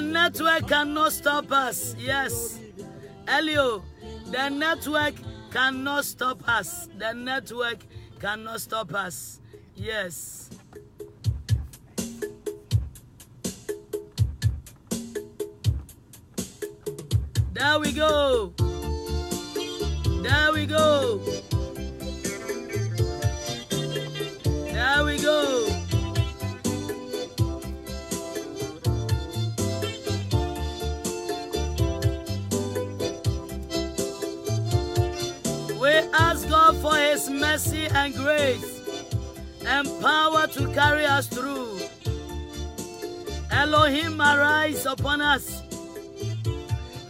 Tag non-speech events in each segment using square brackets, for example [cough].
network cannot stop us. Yes. Elio, the network cannot stop us. The network cannot stop us. Yes. There we go. There we go. There we go. We ask God for His mercy and grace and power to carry us through. Elohim, arise upon us,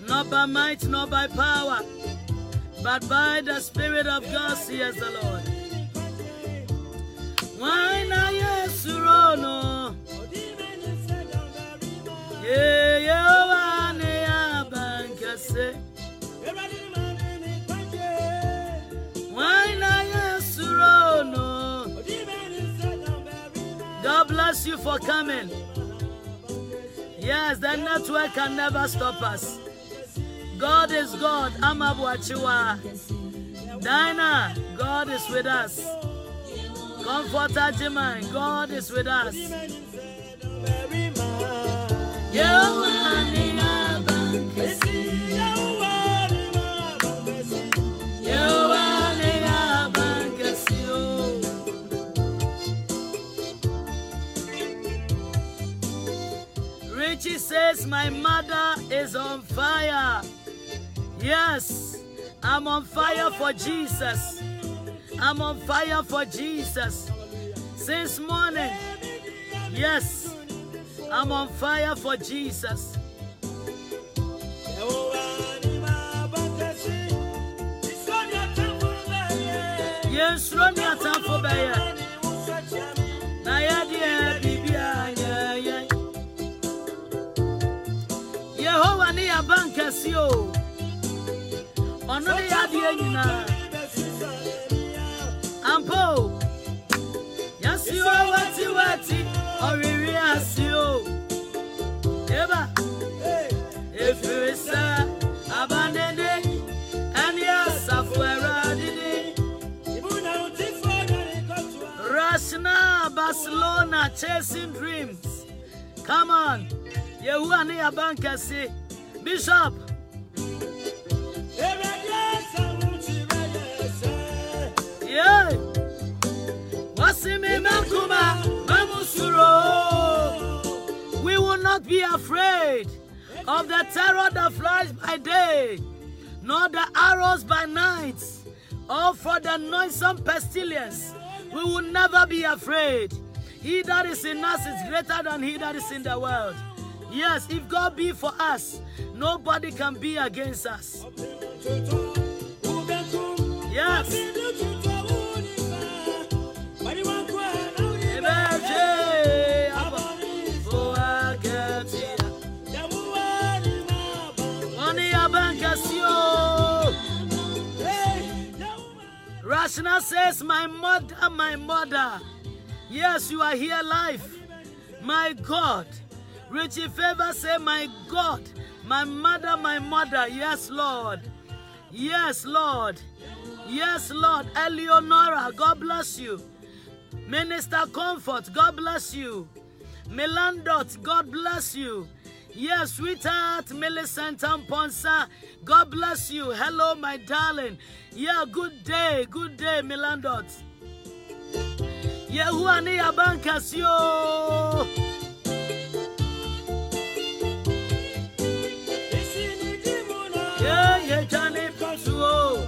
not by might, not by power, but by the Spirit of God, says the Lord. Why na yesuro no? Ye ye wa ne abankase. Why na yesuro no? God bless you for coming. Yes, the network can never stop us. God is God. Amabuachiwa. Dinah, God is with us. Comforter Jiman, God is with us. Yehovah, Yehovah, Yehovah, Bankasio. Richie says, My mother is on fire. Yes, I'm on fire for Jesus. I'm on fire for Jesus. Since morning, yes, I'm on fire for Jesus. Yes, run your time for prayer. Na yɛ deɛ biribiara nyɛ yɛn. Yehowa ne yɛ abankɛse o. Ɔno ne yɛ adeɛ nyinaa. Ampo. Yasi o wati wati oriri asi o. Eba. Efirisa abanene ani asafo eradini. Rasna Barcelona chasing dreams. Come on. Yehuwa ne abankasi. Bishop. Yeah. Wasimi makuma mamusuro. We will not be afraid of the terror that flies by day, nor the arrows by night, or for the noisome pestilence. We will never be afraid. He that is in us is greater than he that is in the world. Yes, if God be for us, nobody can be against us. Yes. Emerge, aba, voa, katia. Oni abankasio. Rashna says, My mother, my mother. Yes, you are here live. My God. Richie Favor say, My God, my mother, my mother. Yes, Lord. Yes, Lord. Yes, Lord. Eleonora, God bless you. Minister Comfort, God bless you. Melandot, God bless you. Yes, sweetheart, Millicent Amponsa, God bless you. Hello, my darling. Yeah, good day, good day, Melandot. Yehuwa ni abankasio. Yeah, yeah, Johnny Ponsuo.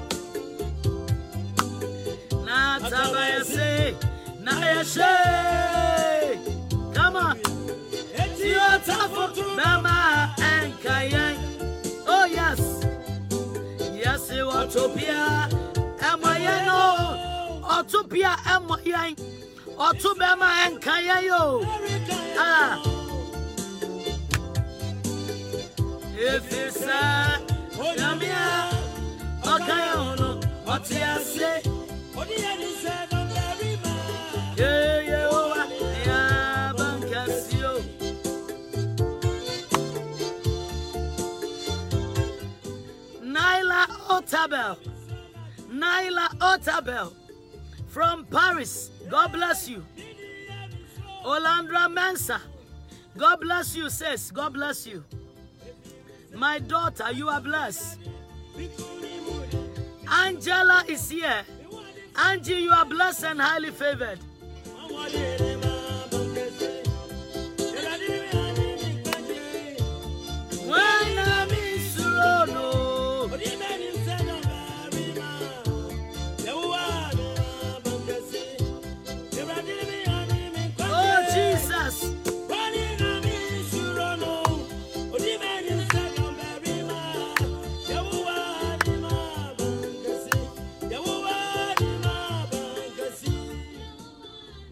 Na tabayase, na yashe. Come on. Eti otafo, mama enkaye. Oh yes, yes Watopia, emoye no, Otopia emoye, Otubema enkaye yo. Ah. If you say, oh, Namia, Okayono, Otiase, yeah, yeah, oh, yeah, bankasio. Otabel. Nyla Otabel from Paris. God bless you. Olandra Mensa. God bless you, sis. God bless you. My daughter, you are blessed. Angela is here. Angie, you are blessed and highly favored. When I'm in Surono, oh Jesus,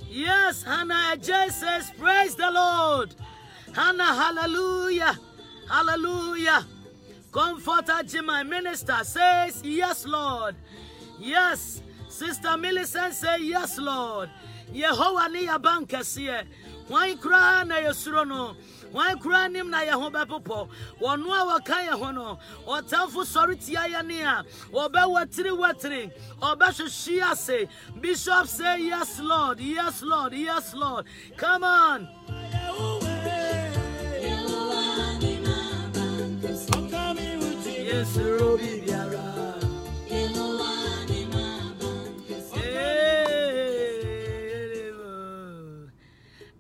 yes, Hannah Jesus, praise the Lord, Hannah, hallelujah, hallelujah. Comforter Jim, my minister, says, Yes, Lord. Yes. Sister Millicent say, Yes, Lord. Yehowa ni yaban kɛseɛ. Wɔn koraa na yɛsuro no. Wɔn koraa nim na yɛho bɛpopɔ. Wɔno a wɔka yɛn ho no, ɔtamfo sɔre tia yɛn ne a, wɔbɛwatiri watiri, ɔbɛhwehwe ase. Bishop say, Yes, Lord. Yes, Lord. Yes, Lord. Come on. Yɛsuro biribiara.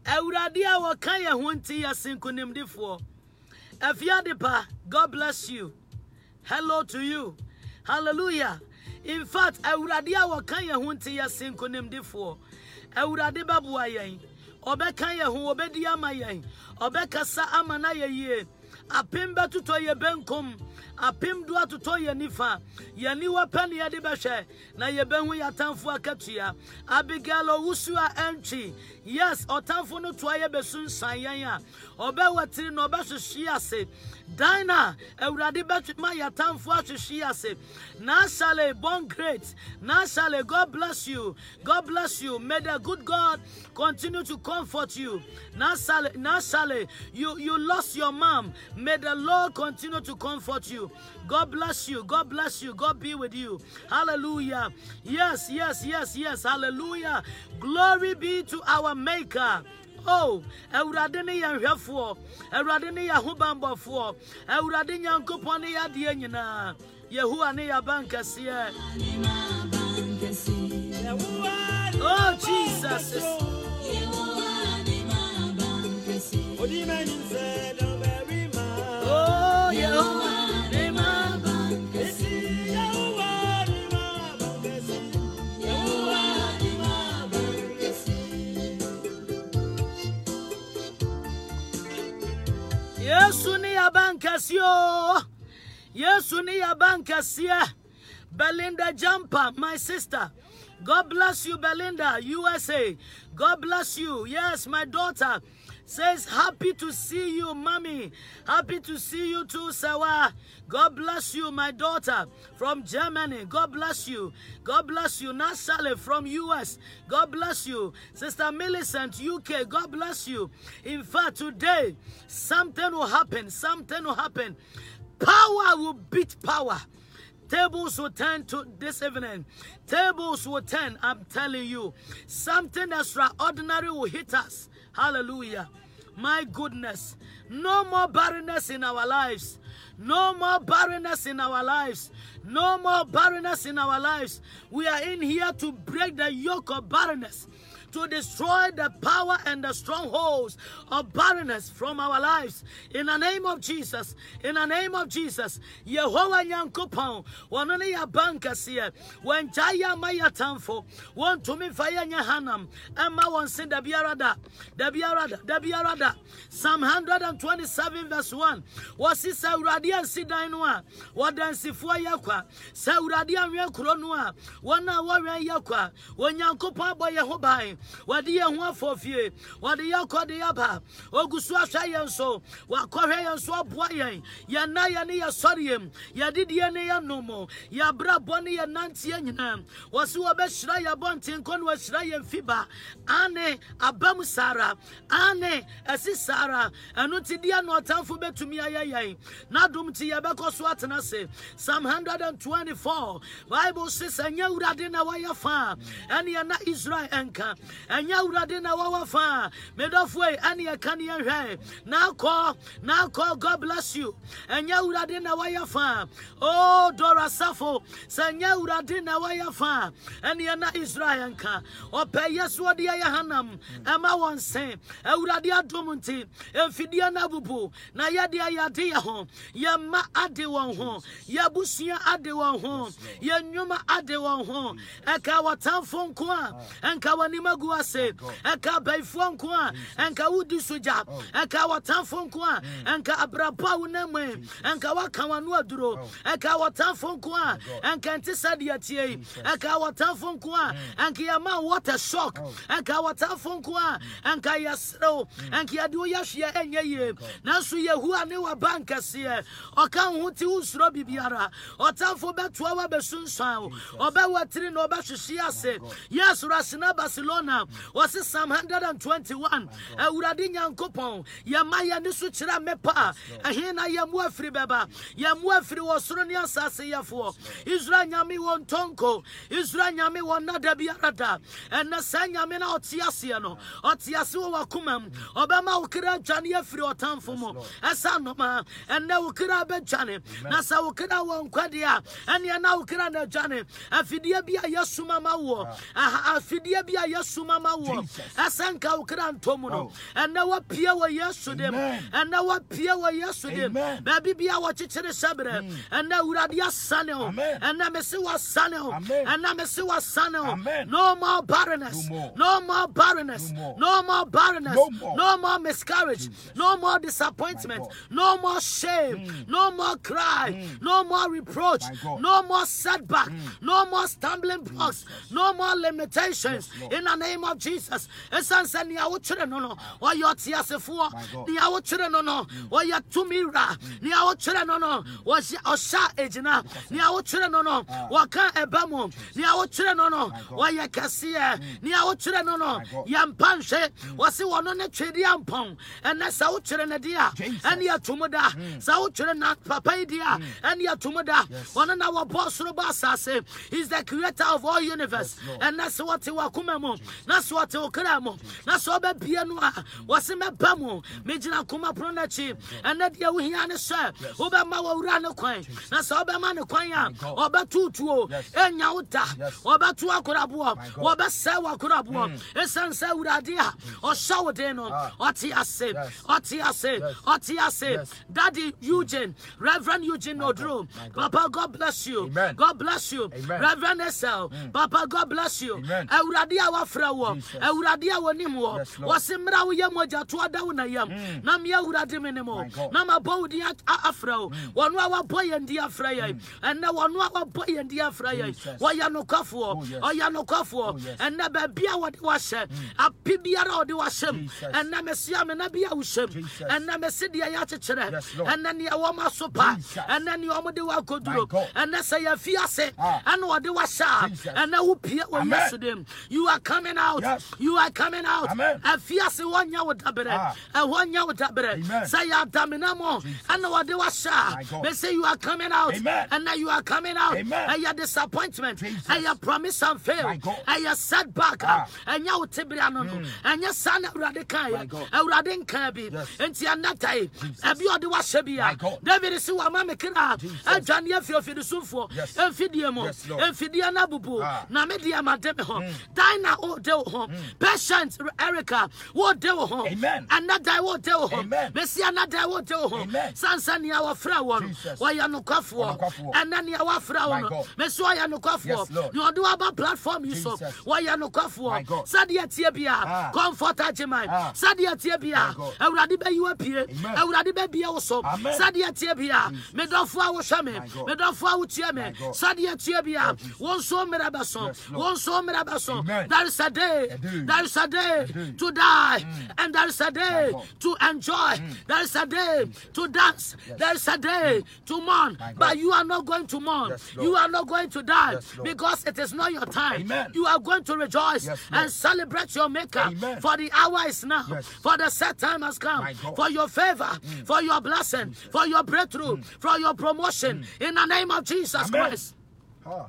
Awurade a wɔka yɛn ho nti yɛ nkonimdifoɔ. Afiade pa, God bless you. Hello to you. Hallelujah. In fact, Awurade a wɔka yɛn ho nti yɛ nkonimdifoɔ. Awurade bɛboa yɛn. Ɔbɛka yɛn ho, ɔbɛdi ama yɛn. Ɔbɛkasa ama na yɛ yie. Apem bɛtotɔ yɛ benkum. Apem do atotɔ yɛ nifa. Yɛn niwa pɛ ne yɛde bɛhwɛ na yɛbɛhu yɛ atamfo akatua. Abigail owusu a ɛntwi. Yes, ɔtamfo no toa yɛ bɛsu nsan yɛn a. Ɔbɛwatiri na ɔbɛhwehwe ase. Dina, Awurade bɛtwe ma yɛ atamfo ahwehwe ase. Nashale, born great. Nashale, God bless you. God bless you. May the good God continue to comfort you. Nashale, Nashale, you, you lost your mom. May the Lord continue to comfort you. God bless you. God bless you. God be with you. Hallelujah. Yes, yes, yes, yes. Hallelujah. Glory be to our Maker. Oh, Awurade ne yɛn hwɛfoɔ, Awurade ne yɛn ahobanbɔfoɔ, Awurade Nyankopɔn ne yɛn adeɛ nyinaa, Yehowa ne yɛn abankɛseɛ. Oh, Jesus. Oh, Yehowa ne ma Yesu ni abankasio. Yesu ni abankasia. Belinda Jumper, my sister. God bless you, Belinda, USA. God bless you. Yes, my daughter says, Happy to see you, mommy. Happy to see you too, Sawa. God bless you, my daughter from Germany. God bless you. God bless you, Nasale from US. God bless you, Sister Millicent, UK. God bless you. In fact, today, something will happen. Something will happen. Power will beat power. Tables will turn to this evening. Tables will turn, I'm telling you. Something extraordinary will hit us. Hallelujah. My goodness. No more barrenness in our lives. No more barrenness in our lives. No more barrenness in our lives. We are in here to break the yoke of barrenness to destroy the power and the strongholds of barrenness from our lives. In the name of Jesus, in the name of Jesus, Yehovah Nyankopon, wanone ya bankasiye, wanjaya maya tamfo, wantumi faya nyahanam, emma wansin dabiarada, dabiarada, dabiarada. Psalm 127 verse 1, wasi sa uradia nsidai noa, wadansifuwa yakwa, sa uradia nwe kuro noa, wana wawe yakwa, wanyankopon abo yehobae, fie wɔde yɛn ho afɔ fie wɔde yɛn kɔ de yɛn ba ogu so ahwɛ yɛn so wakɔhwɛ yɛn so aboa yɛn yɛn nan yɛn ne yɛn sɔre yɛn yɛn didiɛ ne yɛn nom yɛn abrabɔ ne yɛn nanteɛ nyinaa wɔsi wɔbɛhyira yɛn abɔnten kɔ ne wɔahyira yɛn fiba ane abam saa ara ane ɛsi saa ara ɛno ti deɛ na ɔtamfo bɛtumi ayɛ yɛn n'adom ti yɛbɛkɔ so atena ase psalm 124 bible says ɛnyɛ awurade na wayɛ fa a, ɛne ɛna israel ɛnka ɛnyɛ awurade na wawa fa a, medɔfo yi ɛne ɛka ne yɛhwɛ n'akɔ n'akɔ god bless you ɛnyɛ awurade na wayɛ fa a, oh dora safo sɛ ɛnyɛ awurade na wayɛ fa a, ɛne ɛna israel ɛnka ɔpɛ yɛsoɔ de ɛyɛ hanam ɛma wɔn se awurade adom nti mfidie no abubu na yɛde ayɛade yɛ ho yɛn mma ade wɔn ho yɛn abusua ade wɔn ho yɛn nnwuma ade wɔn ho ɛka wɔtamfo nko a ɛnka w'anim agu ase ɛka abayifoɔ nko a ɛnka wodi so gya ɛka wɔtamfo nko a ɛnka abrabɔ a wonam mu yi, ɛnka woaka w'ano aduro ɛka wɔtamfo nko a ɛnka nte sɛdeɛ tie yi ɛka wɔtamfo nko a ɛnka yɛma water shock ɛnka wɔtamfo nko a ɛnka yɛserew ɛnka yɛde wo yɛhweɛ ɛnyɛ yie nanso yɛhua ne waba nkɛseɛ ɔka wo ho te wo nsuro biribiara ɔtamfo bɛtoa wo abɛsunsuan wo ɔbɛwɔ tiri na ɔbɛhwehwe ase yes rasena barcelona wɔse sam 121 awurade nyankopɔn yɛma yɛne so kyerɛ mepa a ɛhe na yɛmmoa firi bɛba yɛmmoa firi wɔ soro ne asase yɛfoɔ israel nyame wɔ ntɔnko israel nyame wɔ nada biara da ɛnɛ saa nyame na ɔte aseɛ no ɔte ase wɔ wakoma mu ɔbɛma wo kra dwane afiri ɔtamfo mu ɛsa noma ɛnɛ wo kra bɛdwane na sɛ wo kra wɔ nkwade a ɛneɛ na wo kra na dwane afideɛ bi a yɛsoma ma woɔ aha- afideɛ bi a yɛsoma ma woɔ ɛsɛ nka wo kra ntɔ mu no ɛnɛ wapie wɔ yesu dem Amen. ɛnɛ wapie wɔ yesu dem Amen. Mm. baabi bia wɔkyekyere sɛberɛ ɛnɛ awurade asane wo Amen. ɛnɛ mese wasane wo Amen. ɛnɛ mese wasane wo Amen. no more barrenness No more. no more barrenness No more. no more barrenness No more. no more miscarriage no more disappointment My God. Mm. no more shame no more cry no more reproach My God. Mm. no more setback no more stumbling blocks no more limitations Yes, Lord. in the name of Jesus ɛsiane sɛ nea wokyerɛ no no wɔyɛ My ɔteasefoɔ God. nea wokyerɛ no no wɔyɛ tumi wura nea wokyerɛ no no wɔhyɛ- ɔhyɛ agyina nea wokyerɛ no no wɔka ɛba mu nea wokyerɛ no no God. wɔyɛ kɛseɛ nea wokyerɛ no no My God. yɛmpa nhwe wɔse wɔno ne twedeɛ mpɔn ɛnɛ sɛ wokyerɛ no de a Jesus. ɛne yɛtom da sɛ wokyerɛ na papa yi de a ɛne yɛtom da ɔno na wɔbɔ soro bɔ asase is the creator of all universe Yes, Lord. ɛnɛ sɛ wɔte wakoma mu na sɛ wɔte wo kra mu na sɛ wɔbɛbie no a wɔse mɛba mu megyina koma pono no akyi ɛnɛ deɛ wohia ne sɛ wobɛma wɔwura ne kwan na sɛ wobɛma ne kwan a God. ɔbɛtootuo Yes. ɛnya wo da Yes. wɔbɛto akoraboɔ My God. Mm. wɔbɛsɛe wakoraboɔ ɛsiane sɛ awurade a ɔhyɛ wo den no Ah. ɔte ase Yes. ɔte ase Yes. ɔte ase Yes. daddy eugene reverend eugene odro My God. papa god bless you Amen. god bless you Amen. Mm. reverend esel papa god bless you Amen. awurade a wafrɛ wɔ Jesus. awurade a wɔnim wɔ Yes, Lord. Mm. wɔse mmra woyɛ mogya toa da wo na yam na meyɛ awurade me ne My mɔ God. Mm. na mabɔ wo din a- a- afrɛ wo wɔno a wabɔ yɛn di afrɛ yɛn ɛnɛ wɔno a wabɔ yɛn di afrɛ yɛn Jesus. wɔyɛ Oh, nokwafoɔ yes. ɔyɛ nokwafoɔ Oh, yes. Mm. ɛnɛ baabi a wɔde wahyɛ ape biara a wɔde wahyɛ m Jesus. ɛnɛ mesia me na bi a wohyɛ m Jesus. ɛnɛ mese deɛ yɛakyekyerɛ Yes, Lord. ɛnɛ nea wɔma so pa Jesus. ɛnɛ nea ɔmode woakɔduro My God. ɛnɛ sɛ yɛafi ase Ah. ɛne wɔde wahyɛ Jesus. a ɛnɛ wopie wɔ Amen. yesu dem you are coming out Yes. you are coming out Amen. afi ase wɔnyɛ wo daberɛ Ah. ɛhɔ nyɛ wo daberɛ Amen. sɛ yɛadamena mɔ ɛne wɔde My wahyɛ a God. mɛsɛ you are coming out Amen. ɛnɛ you are coming out Amen. ɛyɛ disappointment Jesus. ɛyɛ promise and fail My God. ɛyɛ setback Ah. Hmm. ɛnyɛ wo tebere ano no ɛnyɛ saa na awurade My kaeɛ God. awurade nkaa bi Yes. Eh, enti ɛnatae ɛbi a ɔde wahyɛ bi My a God. david se wama Eh, me kra Jesus. adwane afirafiri somfoɔ Yes. ɛmfidie mu Yes, Lord. mfidie no abubu Ah. Eh, Hmm. na me deɛ made me ho dan na wode wo ho patient erica wode wo ho Amen. ɛna dan wode wo ho Amen. mesi ɛna dan wode wo ho Amen. sansa nea wɔfrɛ wɔ no Jesus. wɔyɛ nokwafoɔ Ɔnokwafoɔ. ɛna nea wɔafrɛ My wɔ no God. meso ɔyɛ Yes, nokwafoɔ Lord. nea ɔde wɔaba platform yi so Jesus. wɔyɛ My nokwafoɔ God. sɛdeɛ tie bia Ah. comfort agye man Ah. sɛdeɛ tie bia My God. awurade bɛyi wo apue Amen. awurade bɛbie wo so Amen. sɛdeɛ tie bia medɔfo a wohwɛ me My God. medɔfo a wotie me My God. sɛdeɛ tie bia Jesus. wɔn so mmerɛ bɛso Yes, Lord. wɔn so mmerɛ bɛso Amen. there is a a day. day. There is a day day. Mm. to die. And there is a day God. Mm. to enjoy. There is a day to dance. Yes. Mm. There is a day to mourn. My But God. you are not going to mourn. Yes, Lord. You are not going to die Yes, Lord. because it is not your time. Amen. You are going to rejoice Yes, Lord. and celebrate your Maker. Amen. For the hour is now. Yes. For the set time has come. My God. Mm. For your favor, for your blessing, for your breakthrough, for your promotion. In the name of Jesus Mm. Amen. Christ. Ah,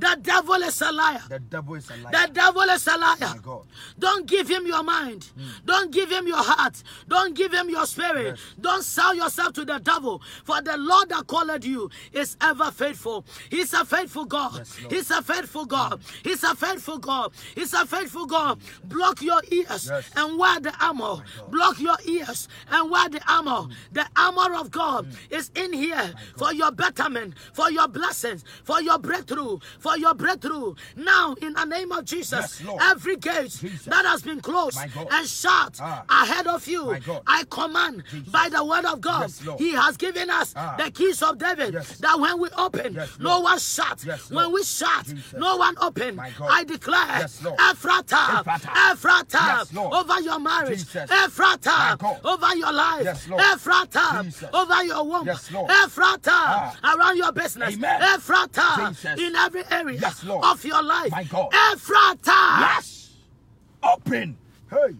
The devil is a liar. the devil is alive. The devil is a liar. My God. Don't give him your mind. Don't give him your heart. Don't give him your spirit. Yes. Don't sell yourself to the devil. For the Lord that called you is ever faithful. He's a faithful God. Yes, Lord. Mm. He's a faithful God. He's a faithful God. He's a faithful God. Block your ears Yes. and wear the armor. Block your ears and wear the Mm. armor. The armor of God is in here for your betterment, for your blessings, for your breakthrough, for your breakthrough. Now, in the name of Jesus, Yes, Lord. every gate Jesus. that has been closed My God. and shut Ah. ahead of you, My God. I command Jesus. by the word of God, Yes, Lord. He has given us Ah. the keys of David Yes. that when we open, Yes, no Lord. one shut. Yes, when Lord. we shut, Jesus. no one open. My God. I declare, Yes, Lord. Ephrata, Ephrata. Ephrata, Yes, Lord. over your marriage, Jesus. My Ephrata, God. over your life, Yes, Lord. Ephrata, Jesus. over your womb, Yes, Lord. Ephrata, Ah. around your business, Amen. Ephrata, Jesus. in every area Yes, Lord. of your life, My God. Ephrata. Yes. Open. Hey.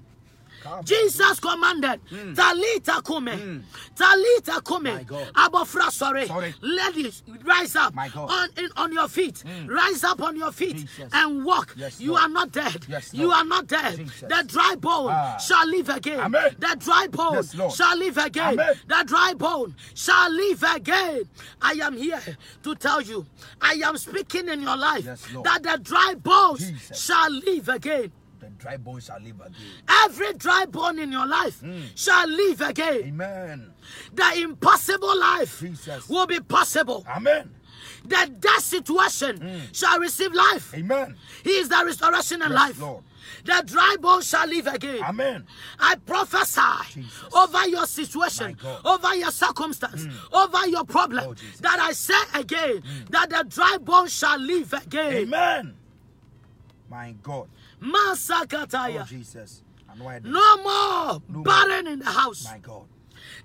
Come. Jesus commanded, Talita kume, Talita kume, Hmm. My God. Abofra sorry, Sorry. ladies, rise up My God. Hmm. on in, on your feet, rise up on your feet Jesus. and walk. Yes, you Lord. are not dead. Yes, you Lord. are not dead. Jesus. The dry bone Ah. shall live again. Amen. The dry bone Yes, Lord. shall live again. Amen. The dry bone shall live again. I am here to tell you, I am speaking in your life Yes, Lord. that the dry bones Jesus. shall live again. The dry bones shall live again. Every dry bone in your life Hmm. shall live again. Amen. The impossible life Hmm. Jesus. Ah. will be possible. Amen. The death situation shall receive life. Hmm. Amen. He is the restoration and Yes, life. Lord. The dry bone shall live again. Amen. I prophesy Jesus. over your situation, My God. Hmm. over your circumstance, over your problem, Oh, Jesus. Hmm. that I say again that the dry bone shall live again. Amen. My God. Oh, Masakataya. Jesus. And why did- no more No more. barren in the house. My God.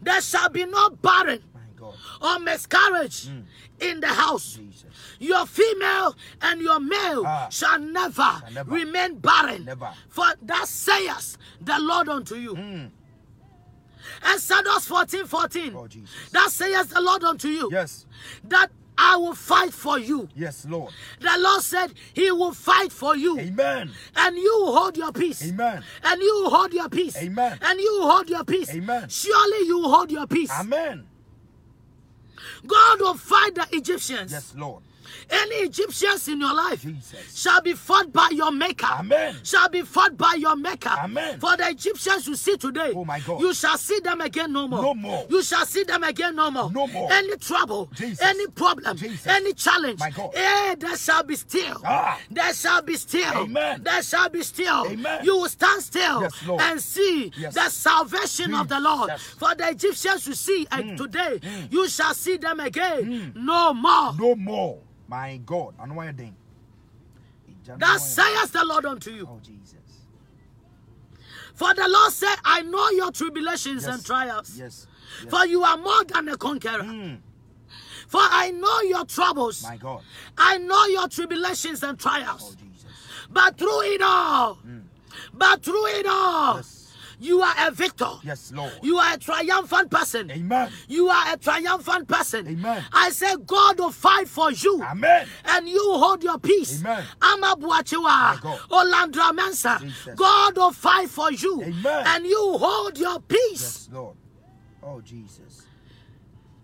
There shall be no barren My God. or miscarriage Mm. in the house. Jesus. Your female and your male Ah. shall, never never. remain barren. Never. For that saith the Lord unto you. Mm. Exodus 14 14. Oh, Jesus. that saith the Lord unto you. Yes. That I will fight for you. Yes, Lord. The Lord said he will fight for you. Amen. And you will hold your peace. Amen. And you will hold your peace. Amen. And you will hold your peace. Amen. Surely you will hold your peace. Amen. God will fight the Egyptians. Yes, Lord. Any Egyptians in your life Jesus. shall be fought by your maker. Amen. Shall be fought by your maker. Amen. For the Egyptians you see today, Oh, my God. you shall see them again no more. No more. You shall see them again no more. No more. Any trouble, Jesus. any problem, Jesus. any challenge. My God. Eh, there shall be still. Ah. There shall be still. Amen. There shall be still. Amen. You will stand still Yes, Lord. and see Yes. the salvation of the Lord. Jesus. Mm. For the Egyptians you see uh, today, you shall see them again no more. No more. My God. And why then? That saith the Lord unto you. Oh, Jesus. For the Lord said, I know your tribulations Yes. and trials. Yes. yes. For you are more than a conqueror. Mm. For I know your troubles. My God. I know your tribulations and trials. Oh, Jesus. Mm. But through it all, but through it all, Yes. you are a victor. Yes, Lord. You are a triumphant person. Amen. You are a triumphant person. Amen. I say God will fight for you. Amen. and you hold your peace. Amen. Amabuachiwa, My God. Olandra Mensa, Jesus. God will fight for you. Amen. And you hold your peace. Yes, Lord. Oh, Jesus.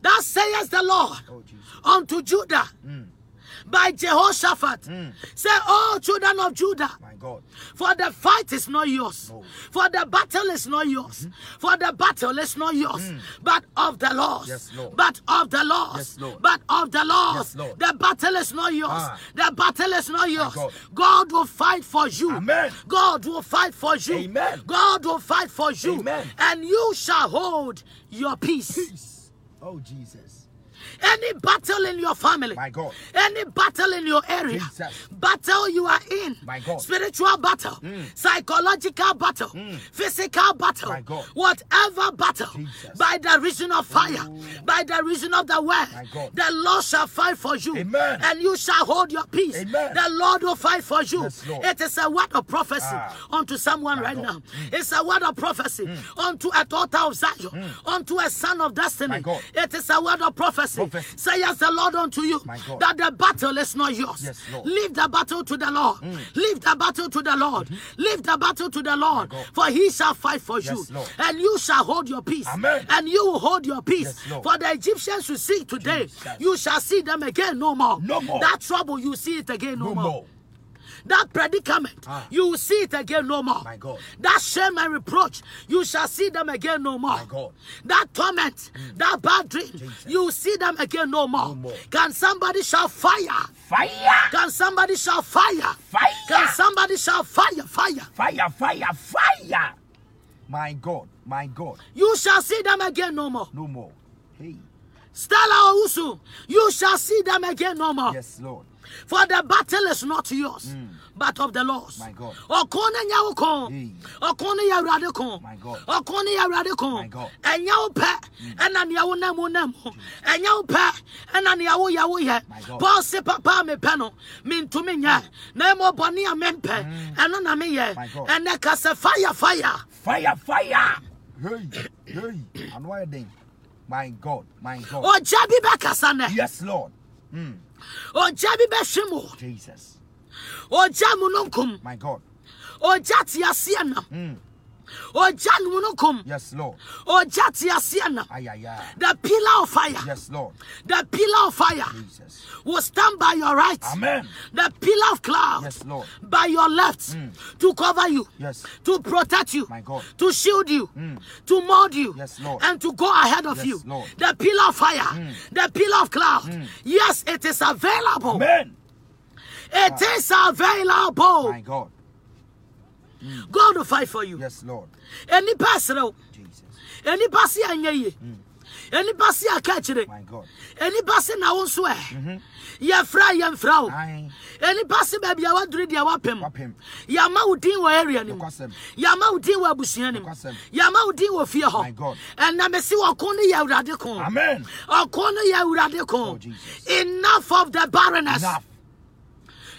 That says the Lord Oh, Jesus. unto Judah Mm. by Jehoshaphat. Mm. Say, all children of Judah, My God. for the fight is not yours. No. Mm-hmm. For the battle is not yours. For the battle is not yours. But of the Lord. Mm. Yes, Lord. But of the Lord. Yes, Lord. But of the Lord. Yes, Lord. The battle is not yours. Ah. The battle is not yours. God. God will fight for you. Amen. God will fight for you. Amen. God will fight for you. Amen. [laughs] And you shall hold your peace. Peace. Oh, Jesus. Any battle in your family, My God. any battle in your area, Jesus. battle you are in, My God. Mm. spiritual battle, psychological battle, physical battle, My God. whatever battle, Jesus. by the reason of fire, by the reason of the My word, God. the Lord shall fight for you, Amen. and you shall hold your peace. Amen. The Lord will fight for you. Yes, Lord. It is a word of prophecy Ah. unto someone right God. Mm. now. It's a word of prophecy unto a daughter of Zion, unto a son of destiny. My God. It is a word of prophecy. Prophecy. Say yes, the Lord unto you My God. that the battle is not yours. Yes, Lord. Mm. Leave the battle to the Lord. Leave the battle to the Lord. Leave the battle to the Lord. Mm-hmm. God. For he shall fight for Yes, you. Lord. And you shall hold your peace. Amen. And you will hold your peace. Yes, Lord. for the Egyptians who see today, Jesus. you shall see them again no more. No more. That trouble, you see it again no, No more more. that predicament, Ah. you will see it again no more. My God. That shame and reproach, you shall see them again no more. My God. Mm. That torment, that bad dream, Jesus. you will see them again no more. No more. Can somebody shout fire? Fire! Can somebody shout fire? Fire! Can somebody shout fire? Fire! Fire, fire, fire! My God, my God, You shall see them again no more. no more. Hey, Stella Ousu, you shall see them again no more. yes, Lord. For the battle is not yours, but of the Lord. Hmm. My God. Ọkùnrin yẹn wò kàn. Hey. Ọkùnrin yẹn Awurade kàn. My God. Ọkùnrin yẹn Awurade My kàn. God. Hmm. Ẹ̀yẹ́ wò pẹ́ ẹ̀na ni ẹ̀wò náà mú náà mú. Ẹ̀yẹ́ wò pẹ́ ẹ̀na ni ẹ̀wò yẹ̀wò yẹ. My God. Hmm. Paul sí papa mi pẹ́ no, mi ntumi nyẹ. Náà mo bọ̀ ní àmì mpẹ́, ẹ̀nu nà mi yẹ. My God. Ẹ̀nẹ́ kẹsẹ̀ fire fire. Fire, fire! Hey, hey, and why then? My God, my God. Ọ̀jẹ̀ bí bẹ́ kasa nẹ̀. Yes, Lord. Mm, Ọ̀jẹ̀ bí bẹ́ ṣí mu. Jesus, Ọ̀jẹ̀ mu nù nkùm. my God. Ọ̀jẹ̀ tí a sí ẹ̀nà. Mm, Ọ̀jẹ̀ mu nù nkùm. yes, Lord. Ọjà te aseɛ nam. Ay, ay, ay. The pillar of fire, Yes, Lord. the pillar of fire Jesus. will stand by your right. Amen. The pillar of cloud Yes, Lord. by your left to cover you, Yes, to protect you, My God. Hmm. to shield you, to mold you, Yes, Lord. and to go ahead of Yes, you. Lord. The pillar of fire, the pillar of cloud. Yes, it is available. Amen. It is available. My God. God will fight for you. Yes, Lord. Any person, Jesus. any person, any person, My God. enipa se na wo nso ɛ yɛfra yɛmfra wo I enipa se baabi a waduru deɛ wrap wapem him. yɛama wo din wɔ area no mu Nokwasɛm. yɛama wo din wɔ abusua no mu Nokwasɛm. yɛama wo din wɔ fie My hɔ God. ɛnam se ɔko no yɛ awurade ko Amen. ɔko no yɛ awurade Oh, ko Jesus. enough of the barrenness Enough.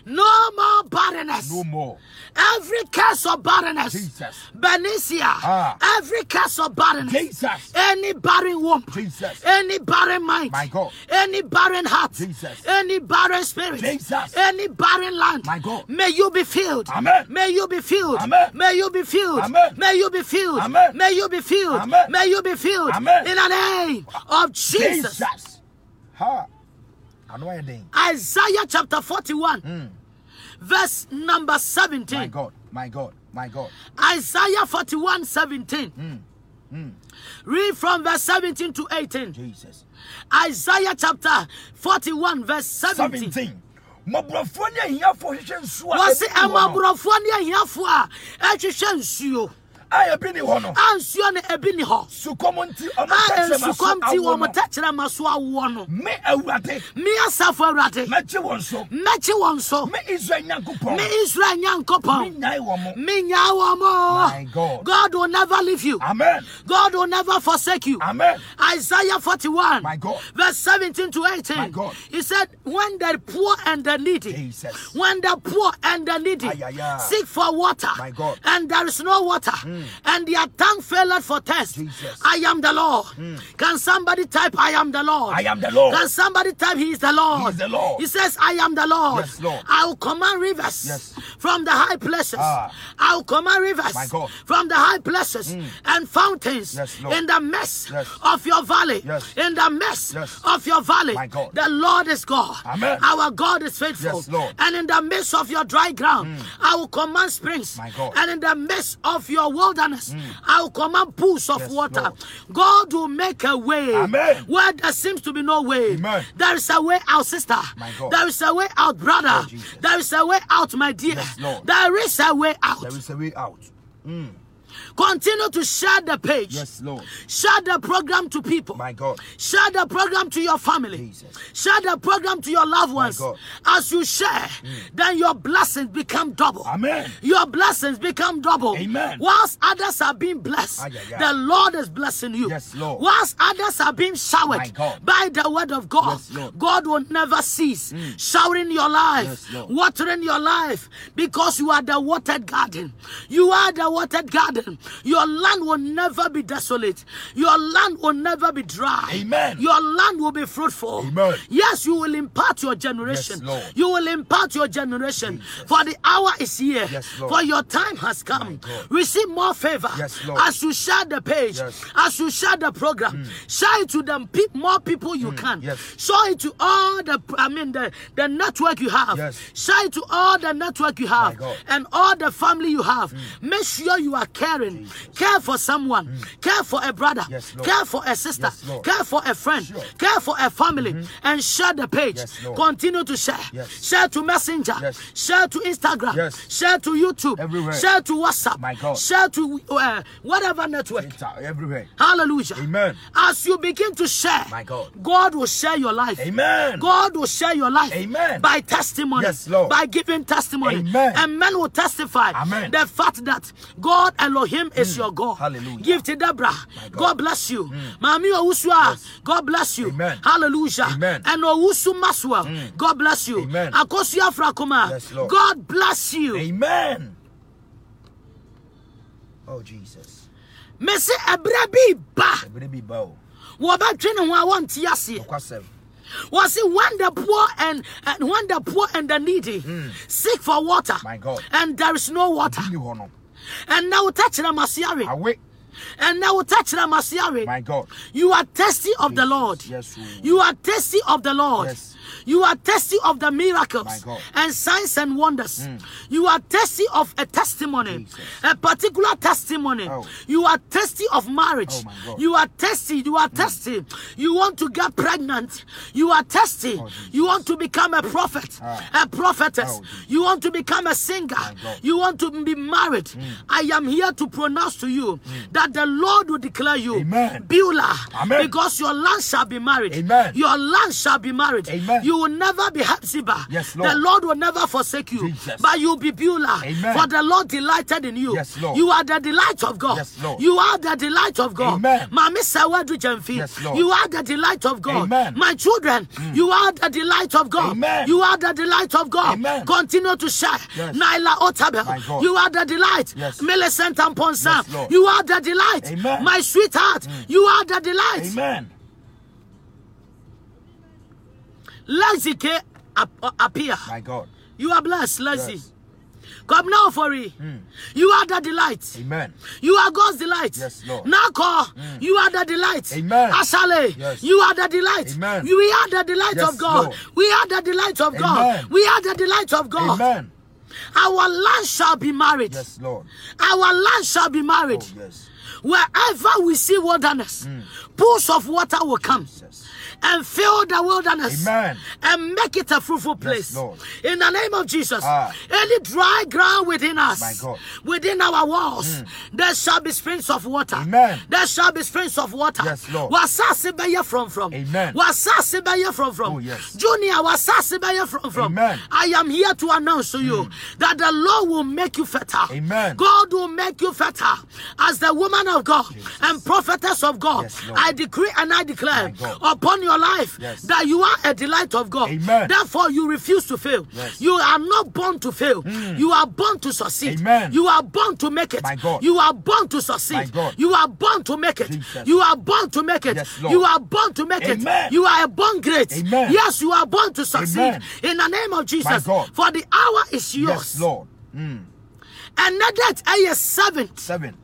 no more barrenness No more. every curse of barrenness Jesus. Benicia, Ah. every curse of barrenness, Jesus. any barren womb, Jesus. any barren mind, My God. any barren heart, Jesus. any barren spirit, Jesus. any barren land, My God. may you be filled, Amen. may you be filled, Amen. may you be filled, Amen. may you be filled, Amen. may you be filled, Amen. may you be filled, Amen. in the name of Jesus. Jesus. Ha. And why then? Isaiah chapter 41, verse number 17. Hmm. My God. My God. My God. Isaiah 41 17. Hmm. Read from verse 17 to 18. Jesus. Isaiah chapter 41, verse 17. 17. Mɔborɔfoɔ ne ahiafoɔ hwehwɛ nsuo a Wɔsi ebi nni hɔ no. ɛmɔborɔfoɔ ne ahiafoɔ a ɛhyehyɛ nsuo a ebi ni hɔ no. a nsuo no ebi ni hɔ Sukɔm nti ɔmo a tɛkyerɛma so nsukɔm ti awo wɔn no. tɛkyerɛma so awoɔ no. Me Awurade, Me asafo awurade mɛkye wɔn so. mɛkyi wɔn so Me Israel Nyankopɔn, me Israel nyankopɔn mennyae wɔn mo. menyaa wɔn My mo. God. God will never leave you. Amen. God will never forsake you. Amen. Isaiah 41, My God. verse 17 to 18. My God. He said, When the poor and the needy, Jesus. when the poor and the needy Ay, ay, ay. seek for water, My God. Hmm. and there is no water, and their tongue faileth for thirst, Jesus. Hmm. I am the Lord. Can somebody type, I am the Lord? I am the Lord. Can somebody type, He is the Lord? He is the Lord. He says, I am the Lord. Yes, Lord. I will command rivers Yes. from the high places. Ah. I will command rivers My God. Mm. from the high places and fountains Yes, Lord. in the midst Yes. of your valley. Yes. In the midst Yes. of your valley. My God. The Lord is God. Amen. Our God is faithful. Yes, Lord. Mm. And in the midst of your dry ground, I will command springs. My God. Mm. And in the midst of your wilderness, I will command pools of Yes, water. Lord. God will make a way Amen. where there seems to be no way. Amen. There is a way out, sister. My God. There is a way out, brother. Oh, Jesus. there is a way out, my dear. Yes, Lord. There is a way out. There is a way out. Continue to share the page. Yes, Lord. Share the program to people. My God. Share the program to your family. Jesus. Share the program to your loved ones. God. Mm. As you share, then your blessings become double. Amen. Your blessings become double. Amen. Whilst others are being blessed, Ay, ay, ay. the Lord is blessing you. Yes, Lord. Whilst others are being My showered God. by the word of God, Yes, Lord. Mm. God will never cease showering your life, Yes, Lord. watering your life, because you are the watered garden. You are the watered garden. Your land will never be desolate. Your land will never be dry. Amen. Your land will be fruitful. Amen. Yes, you will impart your generation. Yes, Lord. you will impart your generation. For the hour is here. Yes, Lord. For your time has come. God. Receive more favor Yes, Lord. as you share the page, Yes. Mm. as you share the program. Share it to the pe- more people you can. yes. Show it to all the I mean the, the network you have. Yes. Share it to all the network you have God. Mm. and all the family you have. Make sure you are caring. Care for someone. Care for a brother. Yes, Lord. Care for a sister. Yes, Lord. Care for a friend. Sure. Mm-hmm. Care for a family. And share the page. Yes, Lord. Continue to share. Yes. Share to Messenger. Yes. Share to Instagram. Yes. Share to YouTube. Everywhere. Share to WhatsApp. My God. Share to uh, whatever network. It's uh, everywhere. Hallelujah. Amen. As you begin to share, My God. God will share your life. Amen. God will share your life. Amen. By testimony. Yes, Lord. By giving testimony. Amen. And men will testify. Amen. Mm. The fact that God Elohim is your God. Hallelujah. Gifted Abra. God. Mm. God bless you. Mami Owusua. God bless you. Amen. Hallelujah. Amen. Mm. And Owusu Maswell. God bless you. Amen. Akosua Frakoma. Yes, Lord. God bless you. Amen. Oh, Jesus. Mese ɛberɛ bi ba Everybody be bow. wɔbɛtwe ne ho a wɔnte aseɛ. Kwasem. Was it when the poor and, and when the poor and the needy seek for water, Hmm. My God. and there is no water, You honor. and now touch the Masiari, Awake. and now touch the Masiari, My God. you are thirsty of the Jesus. Lord. Yes, oh. You are thirsty of the Lord. Yes. You are thirsty of the My miracles God. Mm. and signs and wonders. You are thirsty of a testimony, Jesus. a particular testimony. Oh. You are thirsty of marriage. Oh, my God. Mm. You are thirsty. You are thirsty. You want to get pregnant. You are thirsty. Oh, Jesus. you want to become a prophet, Ah. a prophetess. Oh, Jesus. you want to become a singer. God. Mm. You want to be married. I am here to pronounce to you that the Lord will declare you Amen. Beulah. Amen. Because your land shall be married. Amen. Your land shall be married. Amen. You will never be Hepzibah. Yes, The Lord. Lord will never forsake you. Jesus. But you'll be Beulah. Amen. For the Lord delighted in you. Yes, Lord. You are the delight of God. Yes, Lord. You are the delight of God. Amen. Mami Sawadu Jemfi. Yes, Lord. You are the delight of God. Amen. Hmm. My children, you are the delight of God. Amen. You are the delight of God. Amen. Continue to share. Yes. Naila My Otabel. God. You are the delight. Yes. Millicent Amponsa. Yes, Lord. you are the delight. Amen. My sweetheart, you are the delight. Mm. Amen. Lexi K ap- uh, appear. My God. You are blessed, Lexi. Yes. Mm. Come now for it. You are the delight. Amen. You are God's delight. Yes, Lord. Mm. Nako, you are the delight. Amen. Asale, Yes. you are the delight. Amen. You- We are the delight Yes, of God. Lord. We are the delight of Amen. God. We are the delight of God. Amen. Our land shall be married. Yes, Lord. Our land shall be married. Oh, yes. Wherever we see wilderness, pools of water will come Hmm. Jesus. and fill the wilderness Amen. and make it a fruitful place. Lord. In the name of Jesus, Ah. any dry ground within My us, God. Hmm. within our walls, there shall be springs of water. Amen. There shall be springs of water. Yes, Lord. Wasasi beye from from. Amen. Wasasi beye from from. Oh, yes. Junior, wasasi beye from from. Amen. Hmm. I am here to announce to you that the Lord will make you fertile. Amen. God will make you fertile as the woman of God and prophetess of God. Yes, Lord. I decree and I declare My God. upon your life Yes. that you are a delight of God. Amen. Therefore, you refuse to fail. Yes. Hmm. You are not born to fail. You are born to succeed. Amen. You are born to make it. My God. You are born to succeed. My God. You are born to make it. Jesus. You are born to make it. Yes, Lord. you are born to make Amen. it. You are a born great. Amen. Yes, you are born to succeed. Amen. In the name of Jesus. God. For the hour is yours. Yes, Lord. Hmm. And that date is seventh. Seven.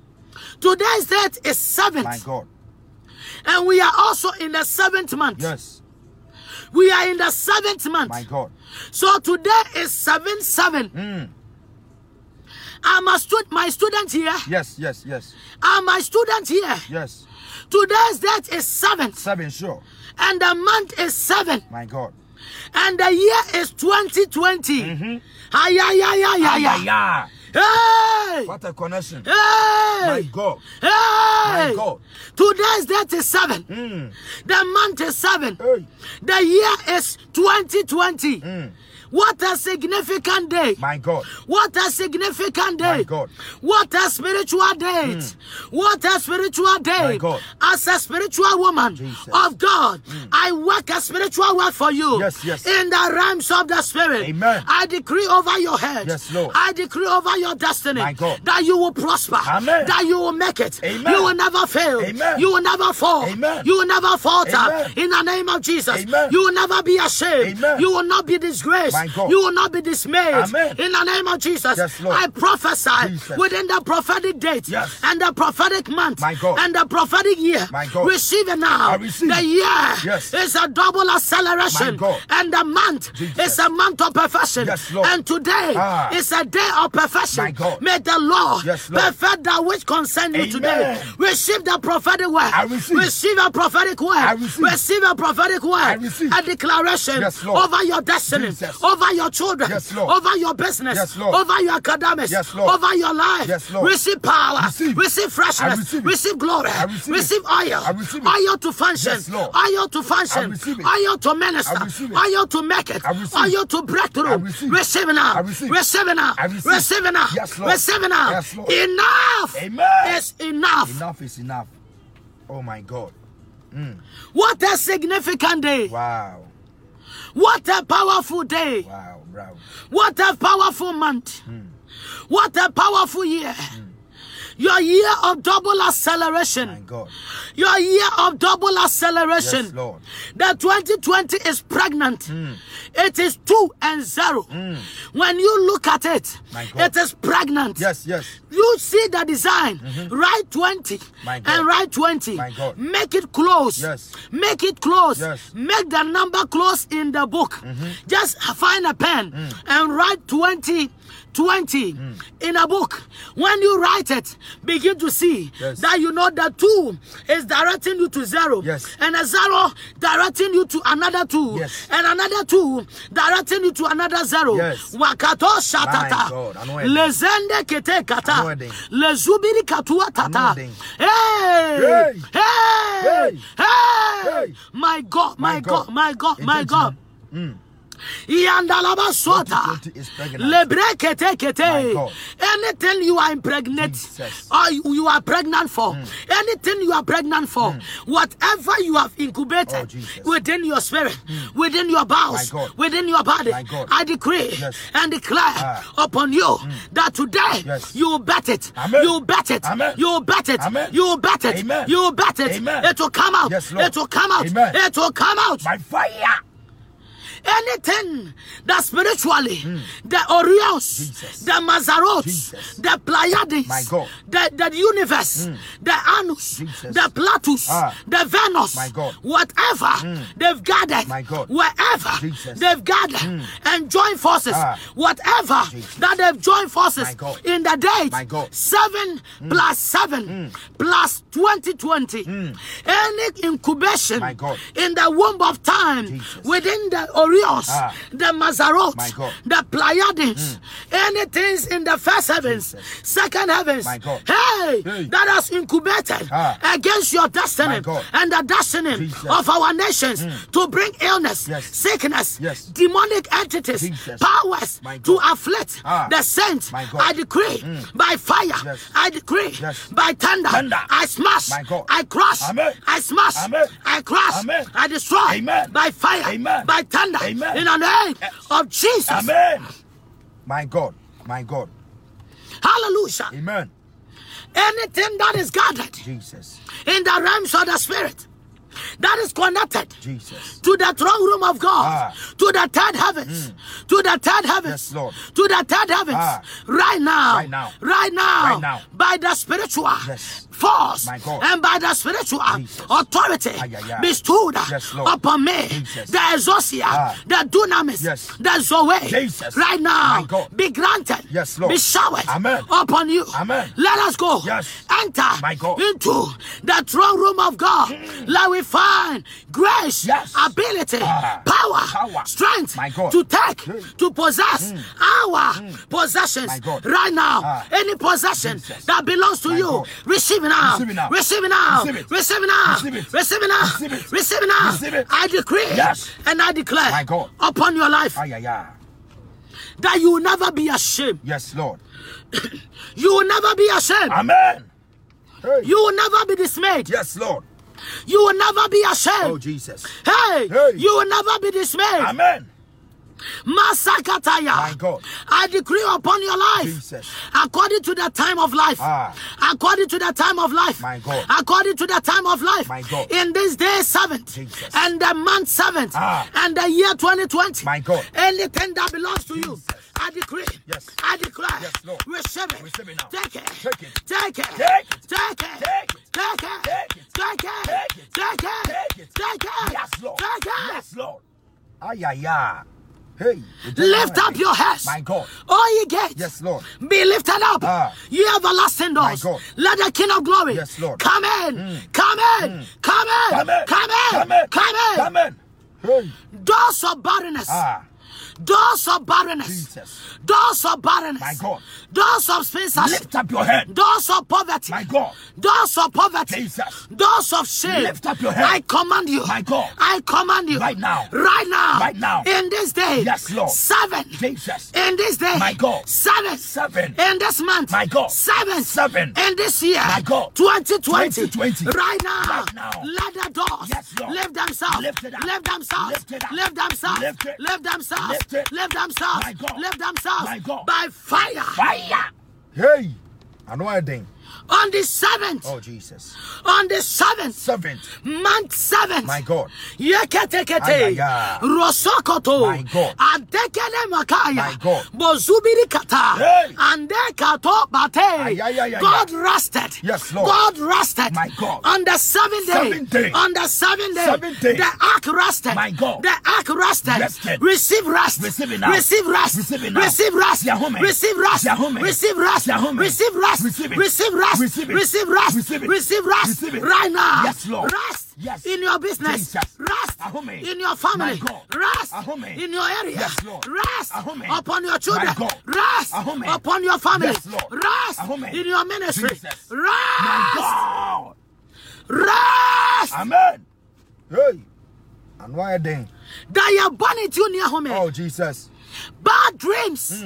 Today's date is seventh. My God. And we are also in the seventh month. Yes. We are in the seventh month. My God. Hmm. So today is 7 7. I'm a stud- my student here. Yes, yes, yes. I'm a student here. Yes. Today's date is 7th, Seven, sure. and the month is 7, My God. Mm-hmm. and the year is 2020. Ay, ay, ay, ay, ay, ay. yeah. Hey! What a connection. My Hey! God. My Hey! God. Today is 37. Mm. The month is 7. Hey. The year is 2020. Mm. What a significant day. My God. What a significant My day. God. Hmm. What a spiritual date. What a spiritual day. My God. As a spiritual woman Jesus. Hmm. of God, I work a spiritual work for you. Yes, yes. In the realms of the spirit. Amen. I decree over your head. Yes, Lord. I decree over your destiny My God. that you will prosper. Amen. That you will make it. Amen. You will never fail. Amen. You will never fall. Amen. You will never falter. Amen. In the name of Jesus. Amen. You will never be ashamed. Amen. You will not be disgraced. My God. You will not be dismayed. Amen. In the name of Jesus, Yes, Lord. I prophesy Jesus. within the prophetic date Yes. and the prophetic month My God. and the prophetic year. My God. Receive it now. I receive. The year Yes. is a double acceleration. My God. And the month Jesus. is a month of perfection. Yes, Lord. And today Ah. is a day of perfection. My God. May the Lord, Yes, Lord. perfect that which concerns you Amen. today. Receive the prophetic word. I receive. Receive a prophetic word. I receive. a prophetic word. I receive. A declaration Yes, Lord. over your destiny. Jesus. Over your children. Yes, Lord. Over your business. Yes, Lord. Over your academics. Yes, Lord. Over your life. Yes, Lord. Receive power. Receive. freshness. I receive it. glory. I receive it. oil. I receive it. Oil to function. Yes, Lord. Oil to function. I receive it. Oil to minister. I receive it. Oil to make it. I receive it. Oil to break through. I receive it. Receive it now. I receive it. Receive it now. I receive it. Receive it now. Yes, Lord. Receive it now. Yes, Lord. Enough Amen. is enough. Enough is enough. Oh my God. What a significant day. Wow. What a powerful day. Wow. Bravo. What a powerful month. Hmm. What a powerful year. Your year of double My acceleration. God. Your year of double acceleration. Yes, Lord. Hmm. That 2020 is pregnant. It is two and zero. When you look at it, My God. it is pregnant. Yes, yes. You see the design. Write 20 Mm-hmm. My God. and write 20. My God. Make it close. Yes. Make it close. Yes. Mm-hmm. Make the number close in the book. Just find a pen Mm. and write 20. 20 in a book. When you write it, begin to see Yes. that you know that two is directing you to zero, Yes. and a zero directing you to another two, Yes. and another two directing you to another zero. Yes. Wakato shatata. God, anointing. Lezende kete kata. Anointing. Lezubiri katua tata. Anointing. Hey! Hey! Hey! Hey! Hey! Hey! My God, my My God, God. my God, Oh my Intentional. God. Yandalaba sota. 2020 is pregnant. Lebre kete My kete. God. Anything you are impregnate Jesus. Mm. or you you are pregnant for, anything you are pregnant for, whatever you have Oh, incubated Jesus. Mm. within your spirit, within your bowels, My God. within your body, My God. I decree Yes. and declare Ah. upon you that today Yes. you will bet it. Amen. You will bet it. Amen. You will bet it. Amen. You will bet it. Amen. You will bet it. Amen. It will come out. Yes, Lord. It will come out. Amen. It will come out By fire. anything that spiritually the Orioles, Hmm. Jesus. the Mazarots, Jesus. the Pleiades, My God. Hmm. the, the universe, the Anus, Jesus. the Platus, Ah. the Venus, My God. Hmm. whatever they've gathered, My God. wherever Jesus. Hmm. they've gathered and joined forces, Ah. whatever Jesus. that they've joined forces My God. in the date, My God. Hmm. 7 plus 7 plus 2020, any incubation Hmm. My God. in the womb of time Jesus. within the Orioles, Ah. the Mazaroth, My God. Mm. the Pleiades, anything in the first heavens, Jesus. second heavens, My God. hey, Hey. that has incubated Ah. against your destiny My God. and the destiny Jesus. Mm. of our nations to bring illness, Yes. sickness, Yes. demonic entities, Jesus. powers My God. to afflict Ah. the saints. My God. Mm. I decree by fire, Yes. I decree Yes. by thunder, Thunder. I smash, My God. I crush, Amen. I smash, Amen. I crush, Amen. I destroy Amen. by fire, Amen. by thunder, Amen. in the name of Jesus. Amen. My God. My God. Hallelujah. Amen. Anything that is gathered Jesus. in the realms of the spirit that is connected Jesus. to the throne room of God, Ah. Hmm. to the third heavens, to the third heavens, Yes, Lord. to the third heavens, Ah. right now, Right now. right now, Right now. by the spiritual Yes. force My God. and by the spiritual Jesus. authority Ay, ay, ay. bestowed Yes, Lord. upon me, Jesus. the exosia, Ah. the dunamis, Yes. the zoe, Jesus. right now, My God. be granted, Yes, Lord. be showered Amen. upon you. Amen. Let us go, Yes. enter My God. Hmm. into the throne room of God. Let we divine grace, Yes. ability, Ah. power, Power. strength My God. to take, Hey. to possess our possessions My God. right now. Ah. Any possession Jesus. that belongs to My you, God. receive it now. Receive it now. Receive it now. Receive it. Receive it now. Receive it. Receive it now. Receive it. Receive it now. Receive it. I decree Yes. and I declare My God. upon your life Ay, ay, ay. that you will never be ashamed. Yes, Lord. You will never be ashamed. Amen. Hey. You will never be dismayed. Yes, Lord. You will never be Oh, ashamed. Jesus. hey, Hey. you will never be dismayed. Amen. My Masakataya. God. I decree upon your life, Jesus. according to the time of life, Ah. according to the time of life, My God. according to the time of life, My God. in this day seventh, Jesus. and the month seventh, Ah. and the year 2020, My God. anything that belongs to you, Jesus. I decree, Yes. I declare, Yes, Lord. receive it, Receive it now. take it, Take it. take it, Take it. take it, Take it. take it, take Take it. it, Take it. take it, Take it. take it, Yes, Lord. take it. Yes, Lord. Ay, ay, ay. Hey. we don't Lift know up anything. your heads. My God. Oh, ye gates. Yes, Lord. Be lifted up. Ah. You everlasting My doors. God. Let the King of glory. Yes, Lord. Mm. Come in. Come in. Come in. Come Come in. in. Come in. Come Come in. Hey. in. Doors of barrenness. Ah. Doors of barrenness. Jesus. Doors of barrenness. My God. Doors of spencership. Lift up your head. Doors of poverty. My God. Doors of poverty. Jesus. Doors of shame. Lift up your head. I command you. My God. I command you. Right now. Right now. Right now. In this day. Yes, Lord. Seven. Jesus. In this day. My God. Seven. Seven. In this month. My God. Seven. Seven. In this year. My God. 2020. 2020. Right now. Right now. Let the doors. Yes, Lord. Lift themselves. Lift it up. Lift themselves. Lift it up. Lift themselves. Lift it. Lift themselves. Lift it. Lift themselves. My God. Lift themselves. My God. By fire. Fire. Hey. I know a thing. On the seventh. Oh, Jesus. On the seventh. Servant. month seventh. My God. Yeketekete. Ay, ay, ay. Rosokoto. My God. Adekele makaya. My God. Bozubiri kata. Hey. Andekato bate. Ay, ay, ay, ay, God ay. rested. Yes, Lord. God rested. My God. On the seventh day. Seventh day. On the seventh day. Seventh day. The ark rested. My God. The ark rested. Rested. Receive rest. Receive it now. Receive rest. Receive it now. Receive rest. Yahome. Receive rest. Yahome. Receive rest. Yahome. Receive rest. Receive it. Receive rest. Receive it. Receive rest. Receive it. Receive rest. Receive it. Right now. Yes, Lord. Rest. Yes. In your business. Jesus. Rest. Ahome. In your family. My God. Rest. Ahome. In your area. Yes, Lord. Rest. Ahome. Upon your children. My God. Rest. Ahome. Upon your family. Yes, Lord. Rest. Ahome. In your ministry. Jesus. Rest. My God. Rest. Amen. Hey. And why then? That you are born into near home. Oh, Jesus. Bad dreams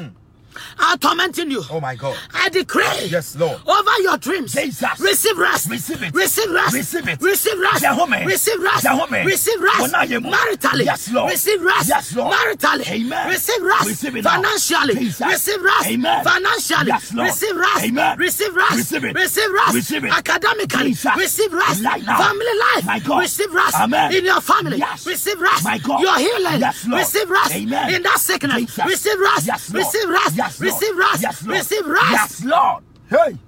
are tormenting you. Oh, my God. I decree. Yes, Lord. Over your dreams. Jesus. Receive rest. Receive it. Receive rest. Receive it. Receive rest. Jehome. Receive rest. Jehome. Receive rest. Onayemu. Maritally. Yes, Lord. Receive rest. Yes, Lord. Maritally. Amen. Receive rest. Receive it now. Financially. Jesus. Receive rest. Amen. Financially. Yes, Lord. Receive rest. Amen. Receive rest. Receive it. Receive rest. Receive it. Academically. Jesus. Receive rest. Right now. Family life. My God. Receive rest. Amen. In your family. Yes. Receive rest. My God. Your healing. Yes, Lord. Receive rest. Amen. In that sickness. Jesus. Receive rest. Yes, Lord. receive rest. Yes, Lord. receive rest. Yes, Lord. receive rest. Yes, Lord. Hey.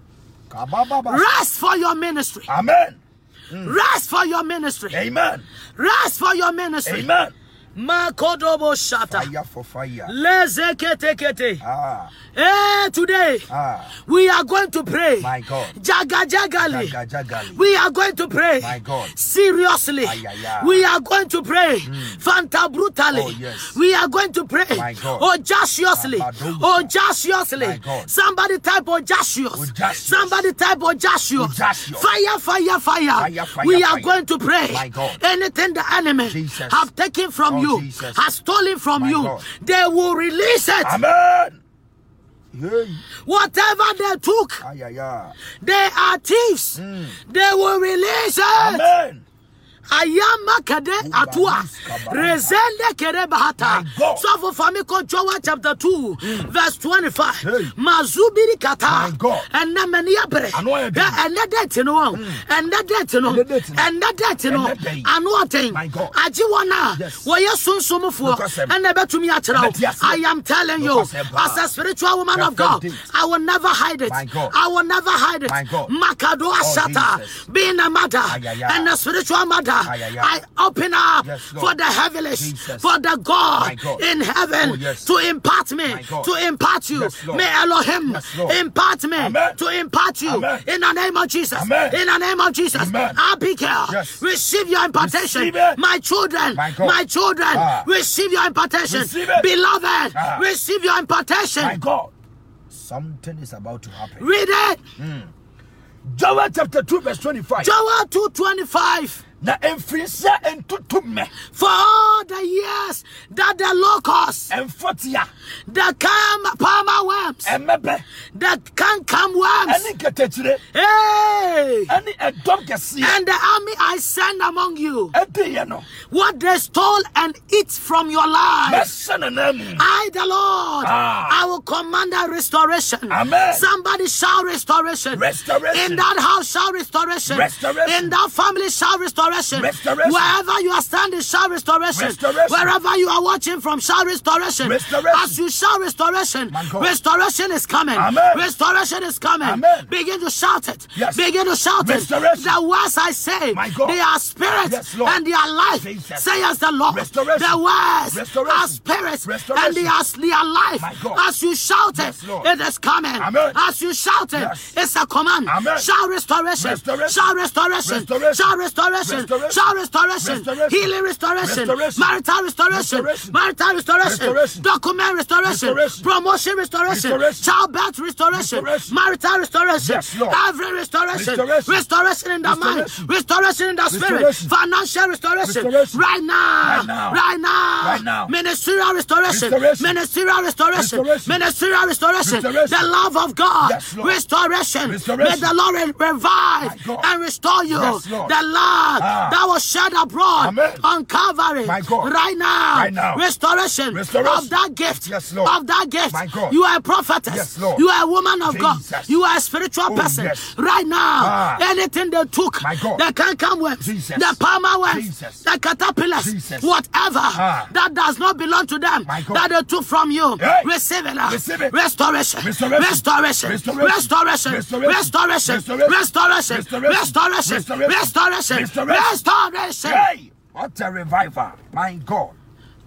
Kabababa. Rest for your ministry. Amen. Rest for your ministry. Mm. Amen. Rest for your ministry. Amen. Makodobo shata. Fire for fire. Lezeketekete. Ah, Hey, today ah. we are going to pray. My God. Jaga jagali. Jaga, jagali. We are going to pray. My God. Seriously. Ay, ay, ay. Mm. We are going to pray. Fanta brutally. Oh, yes. We are going to pray. My God. Oh, justiously. Abadoza. Oh, justiously. My God. Somebody type oh, justious. Audacious. Somebody type oh, justious. Audacious. Fire, fire, fire. Fire, fire, we are fire. going to pray. My God. Anything the enemy Jesus. have taken from Oh, you, Jesus. has stolen from My you, God. they will release it. Amen. Hey. Whatever they took, Ay, ay, ay. they are thieves. Mm. They will release it. Amen. Ayama kade atua. Ubalis kabara. Resende kere bahata. My God. Mm. So for Famiko Joel chapter 2, verse 25. Hey. Mazubiri My kata. God. And namani abre. Anoye bi. And that debt you know. And that debt you know. Ɛnnɛ date Mm. no. And that debt you know. Ɛnnɛ date. And what thing. My God. Ajiwana. Yes. Why you soon so for. Nokwasɛm. And never to me at all. Ɛnnɛ te aseɛ. I am telling you, Nokwasɛm as paa. a spiritual woman of Perfect God, date. I will never hide it. My God. I will never hide it. My God. Makadoa Oh, shata. Jesus. Being a mother Ay, ay, ay. and a spiritual mother ay, ay. I open up Yes, Lord. for the heavens, Jesus. for the My God, God. in heaven Oh, yes. to impart me, My God. to impart you. Yes, Lord. May Elohim Yes, Lord. impart me, Amen. to impart you. Amen. In the name of Jesus. Amen. In the name of Jesus. Amen. Abigail, Yes. receive your impartation. Receive it. My children, My God. children, Ah. receive your impartation. Receive it. Beloved, Ah. receive your impartation. My God, something is about to happen. Read it. Joel chapter 2, verse 25. Joel 225. Na mfirinhyia ntutummɛ For all the years that the locusts, mfɔtia the cam- palmer worms, ɛmɛbɛ the cancum worms, ɛne nkatakyire hey, ɛne ɛdɔm kɛseɛ and the army I send among you, ɛdiiɛ no what they stole and eat from your lives. mɛhyɛ nanan mu I, the Lord, Ah. I will command a restoration. Amen. Somebody shout restoration. Restoration. In that house, shout restoration. Restoration. In that family, shout restoration. Restoration. Wherever you are standing, shout restoration. Restoration. Wherever you are watching from, shout restoration. Restoration. As you shout restoration, My God. restoration is coming. Amen. Restoration is coming. Amen. Begin to shout it. Yes. Begin to shout Restoration. it. The words I say, My God. they are spirit Yes, Lord. and they are life. Jesus. Say as the Lord. Restoration. The words Restoration. are spirits Restoration. and they are, they are life. My God. As you shout it, Yes, Lord. it is coming. Amen. As you shout it, Yes. it's a command. Amen. Shout restoration. Restoration. Shout restoration. Restoration. Shout restoration. Restoration. Shout restoration. Restoration. Healing restoration. Restoration. Marital restoration. Restoration. Marital restoration. Restoration. Document restoration. Restoration. Promotion restoration. Restoration. Childbirth restoration. Restoration. Marital restoration. Yes, Lord. Every restoration. Restoration. Restoration in the Restoration. mind. Restoration in the spirit. Restoration. Financial restoration. Restoration. Right now. Right now. Right now. Right now. Ministerial restoration. Restoration. Ministerial restoration. Restoration. Ministerial restoration. Restoration. The love of God. Yes, Lord. Restoration. Restoration. May the Lord re- revive My God. and restore you. Yes, Lord. The love Ah. that was shed abroad Amen. on Calvary. My God. Right now. Right now. Restoration, Restoration. of that gift. Yes, Lord. Of that gift. My God. You are a prophetess. Yes, Lord. You are a woman of God. Jesus. You are a spiritual Oh, person. yes. Right now. Ah. Anything they took. My God. The canker worms. Jesus. The palmer worms. Jesus. The caterpillars. Jesus. Whatever Ah. that does not belong to them. My God. That they took from you. Hey. Receive it. now. Receive it. Restoration. Restoration. Restoration. Restoration. Restoration. Restoration. Restoration. Restoration. Restoration. Restoration. Restoration. Restoration. Restoration. Hey, what a revival! My God,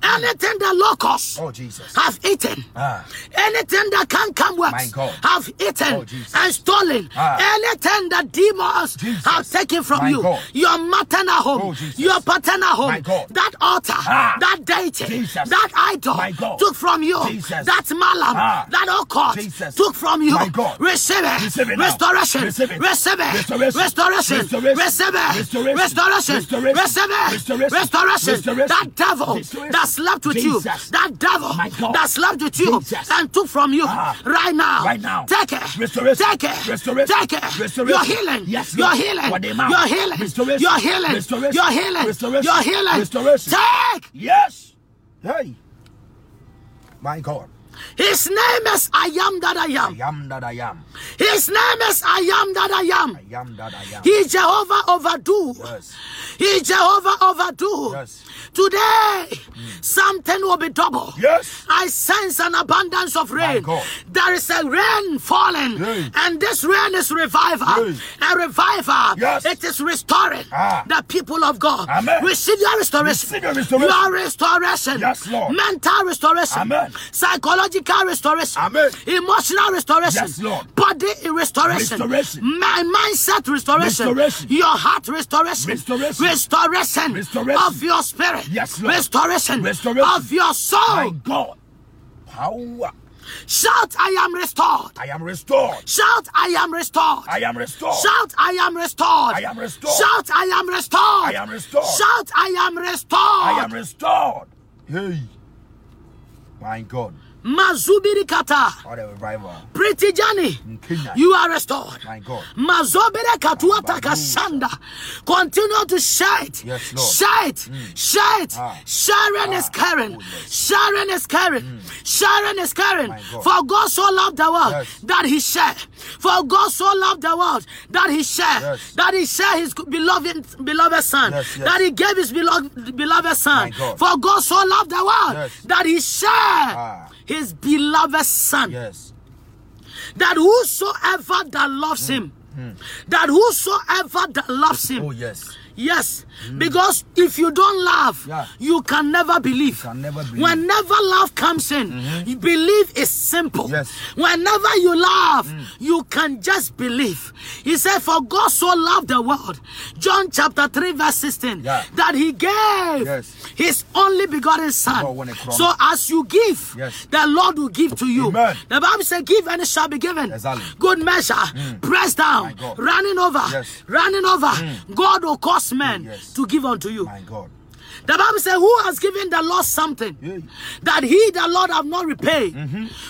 Anything the locusts oh Jesus, have eaten. ah, Anything that can come My works God. have eaten Oh, Jesus. and stolen. Ah. Anything that demons Jesus. have taken from My you, God. your maternal home, Oh, Jesus. your paternal home, My God. that altar, Ah. that deity, Jesus. that idol My God. took from you, Jesus. that malam, Ah. that occult Jesus. took from you. My God. Receive it. Receive it now. Restoration. Receive it. Receive it. Restoration. Restoration. Restoration. Receive it. Restoration. Restoration. Restoration. Receive it. Restoration. Restoration. Restoration. That devil Restoration. that slept with you, Jesus. that devil My God. that slept with you Jesus. and took from you Ah. right now. Right now. Take it. Restoration. Take it. Restoration. Take it. Restoration. You're healing. Yes, You're Lord. healing. What the amount? You're healing. Restoration. You're healing. Restoration. You're healing. Restoration. You're healing. Restoration. Take. yes, hey, my God, His name is I am that I I am. am that I am, His name is I am that I am. I am that I am. He Jehovah overdo. Yes. He Jehovah overdo. Yes. Today, something will be double. Yes. I sense an abundance of My rain. God. There is a rain falling, Yes. and this rain is revival. Yes. A revival. Yes. It is restoring Ah. the people of God. Amen. Receive your restoration. Receive your restoration. Your restoration. Yes, Lord. Mental restoration. Amen. Psychological restoration. Amen. Emotional restoration. Yes, Lord. Body restoration. Restoration. My mindset restoration. Restoration. Your heart restoration. Restoration. Restoration. Restoration. Of your spirit. Yes, Lord. Restoration. Restoration. Of your soul. My God, power, Shout, I am restored. I am restored, Shout, I am restored. I am restored, Shout, I am restored. I am restored. Shout, I am restored. I am restored. Shout, I am restored. I am restored. Hey, my God, Mazubirikata. what a revival Pretty Johnny. in Kenya. You are restored. My God. Mazobere katua Hallelujah. takashanda. Continue to share it. Mm. Yes, Lord. Mm. Share it. Share it. Ah. Sharing is Ah. caring. Oh, yes. Sharing is caring. Sharing is caring. My God. For God so loved the world Yes. that he shared. For God so loved the world that he shared. Yes. That he shared his beloved beloved son. Yes, yes. That he gave his beloved beloved son. My God. For God so loved the world Yes. that he shared Ah. his beloved son Yes. that whosoever that loves him, that whosoever that loves him, Oh, yes. Yes, because if you don't laugh, Yeah. you can never believe. can never believe. Mm-hmm. Whenever love comes in, you believe is simple. Yes. Mm. Whenever you laugh, you can just believe. He said, For God so loved the world, John chapter 3, verse 16, Yeah. that he gave Yes. his only begotten God son. won a crown. So as you give, Yes. the Lord will give to you. Amen. The Bible says, Give and it shall be given. Exactly. Mm. Good measure, pressed My down, God. running over, Yes. Mm. running over. God will cause men Yes. to give unto you. My God. The Bible says, Who has given the Lord something Yeah. that he, the Lord, have not repaid?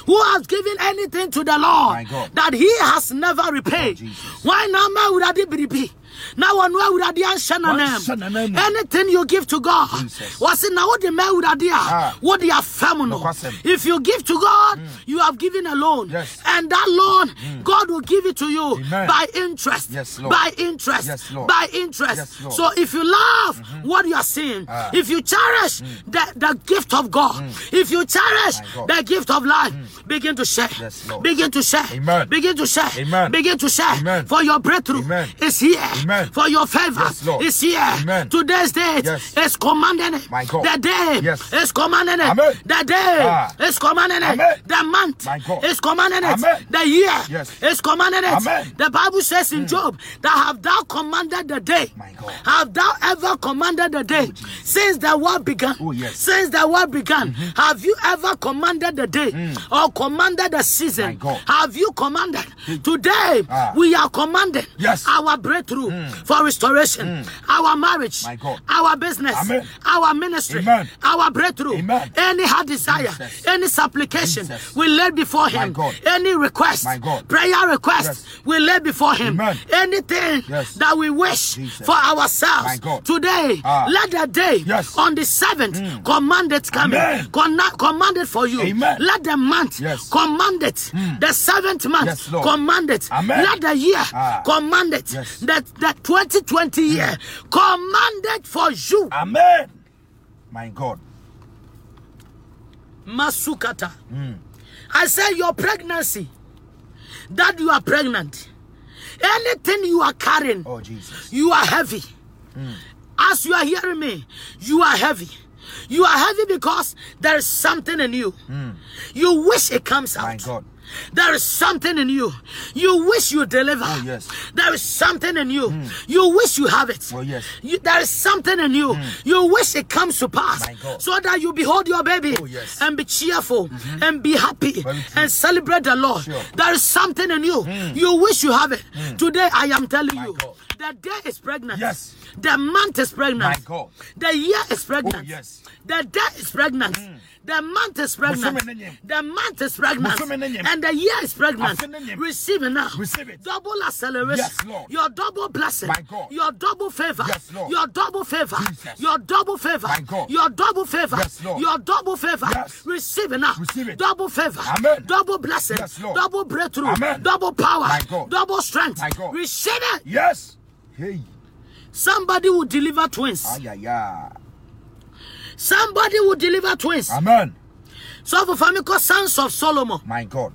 Who has given anything to the Mm-hmm. My Lord God. Oh, that he has never repaid? Jesus. Why now, man, would I be? Now, one way would I be Answer na name. Anything you give to God, Jesus. was it now what the man would I do? Ah. What they are feminine. Nokwasɛm. If you give to God, you have given a loan, Yes. Mm. and that loan, God will give it to you Amen. by interest, Yes, Lord. by interest, Yes, Lord. by interest. Yes, Lord. so if you love what you are seeing, Mm-hmm. Ah. Mm. if you cherish the, the gift of God, if you cherish My God. Mm. the gift of life, begin to share. Yes, Lord. Begin to share. Amen. Begin to share. Amen. Begin to share. Amen. For your breakthrough Amen. is here. Amen. For your favor Yes, Lord. is here. Amen. Today's date Yes. is commanding it. My God. The day Yes. is commanding it. Amen. The day Ah. is commanding it. Amen. The month My God. is commanding it. Amen. The year Yes. is commanding it. Amen. Mm. The Bible says in Job that have thou commanded the day. My God. Have thou ever commanded the day since the world began? Oh, yes. Mm-hmm. Since the world began, have you ever commanded the day or commanded the season? Mm. My God. Have you commanded? Today Ah. we are commanding Yes. Mm. our breakthrough for restoration, our marriage, My God. our business, Amen. our ministry, Amen. our breakthrough, Amen. any hard desire, Jesus. any supplication Jesus. we lay before Him, God. any request, My God. prayer request Yes. we lay before Him, Amen. anything Yes. that we wish Jesus. for ourselves My God. today. Ah. Let the day Yes. Mm. on the seventh command it coming, Amen. Con- command it for you. Amen. Let the month Yes. Mm. command it, the seventh month Yes, Lord. command it, Amen. let the year Ah. command it, Yes. Mm. that that 2020 year command it for you. Ah. Amen. My God. Masukata. Mm. I say your pregnancy, that you are pregnant, anything you are carrying, Oh, Jesus. you are heavy. As you are hearing me, you are heavy. You are heavy because there is something in you. You wish it comes out. Hmm. My God. There is something in you. You wish you deliver. Oh, yes. Hmm. There is something in you. You wish you have it. Oh, yes. Hmm. You- there is something in you. You wish it comes to pass. My God. So that you behold your baby Oh, yes. Mm-hmm. and be cheerful and be happy Very true. and celebrate the Lord. Sure. Hmm. There is something in you. You wish you have it. Today I am telling My you. God. The day is pregnant. Yes. The month is pregnant. My God. The year is pregnant. Oh, yes. Hmm. The day is pregnant. The month is pregnant. Bosome ne nyam. The month is pregnant. Bosome ne nyam. And the year is pregnant. Afe ne nyam. Receive it now. Receive it. Double acceleration. Yes, Lord. Your double blessing. My God. Your double favor. Yes, Lord. Your double favor. Jesus. Your double favor. My God. Your double favor. Yes, Lord. Your double favor. Yes. Receive it now. Receive it. Double favor. Amen. Double blessing. Yes, Lord. Double breakthrough. Amen. Double power. My God. Double strength. My God. Receive it. Yes. Hey. Somebody will deliver twins. Ay, ay, ay. Somebody will deliver twins. Amen. So for family called Sons of Solomon. My God.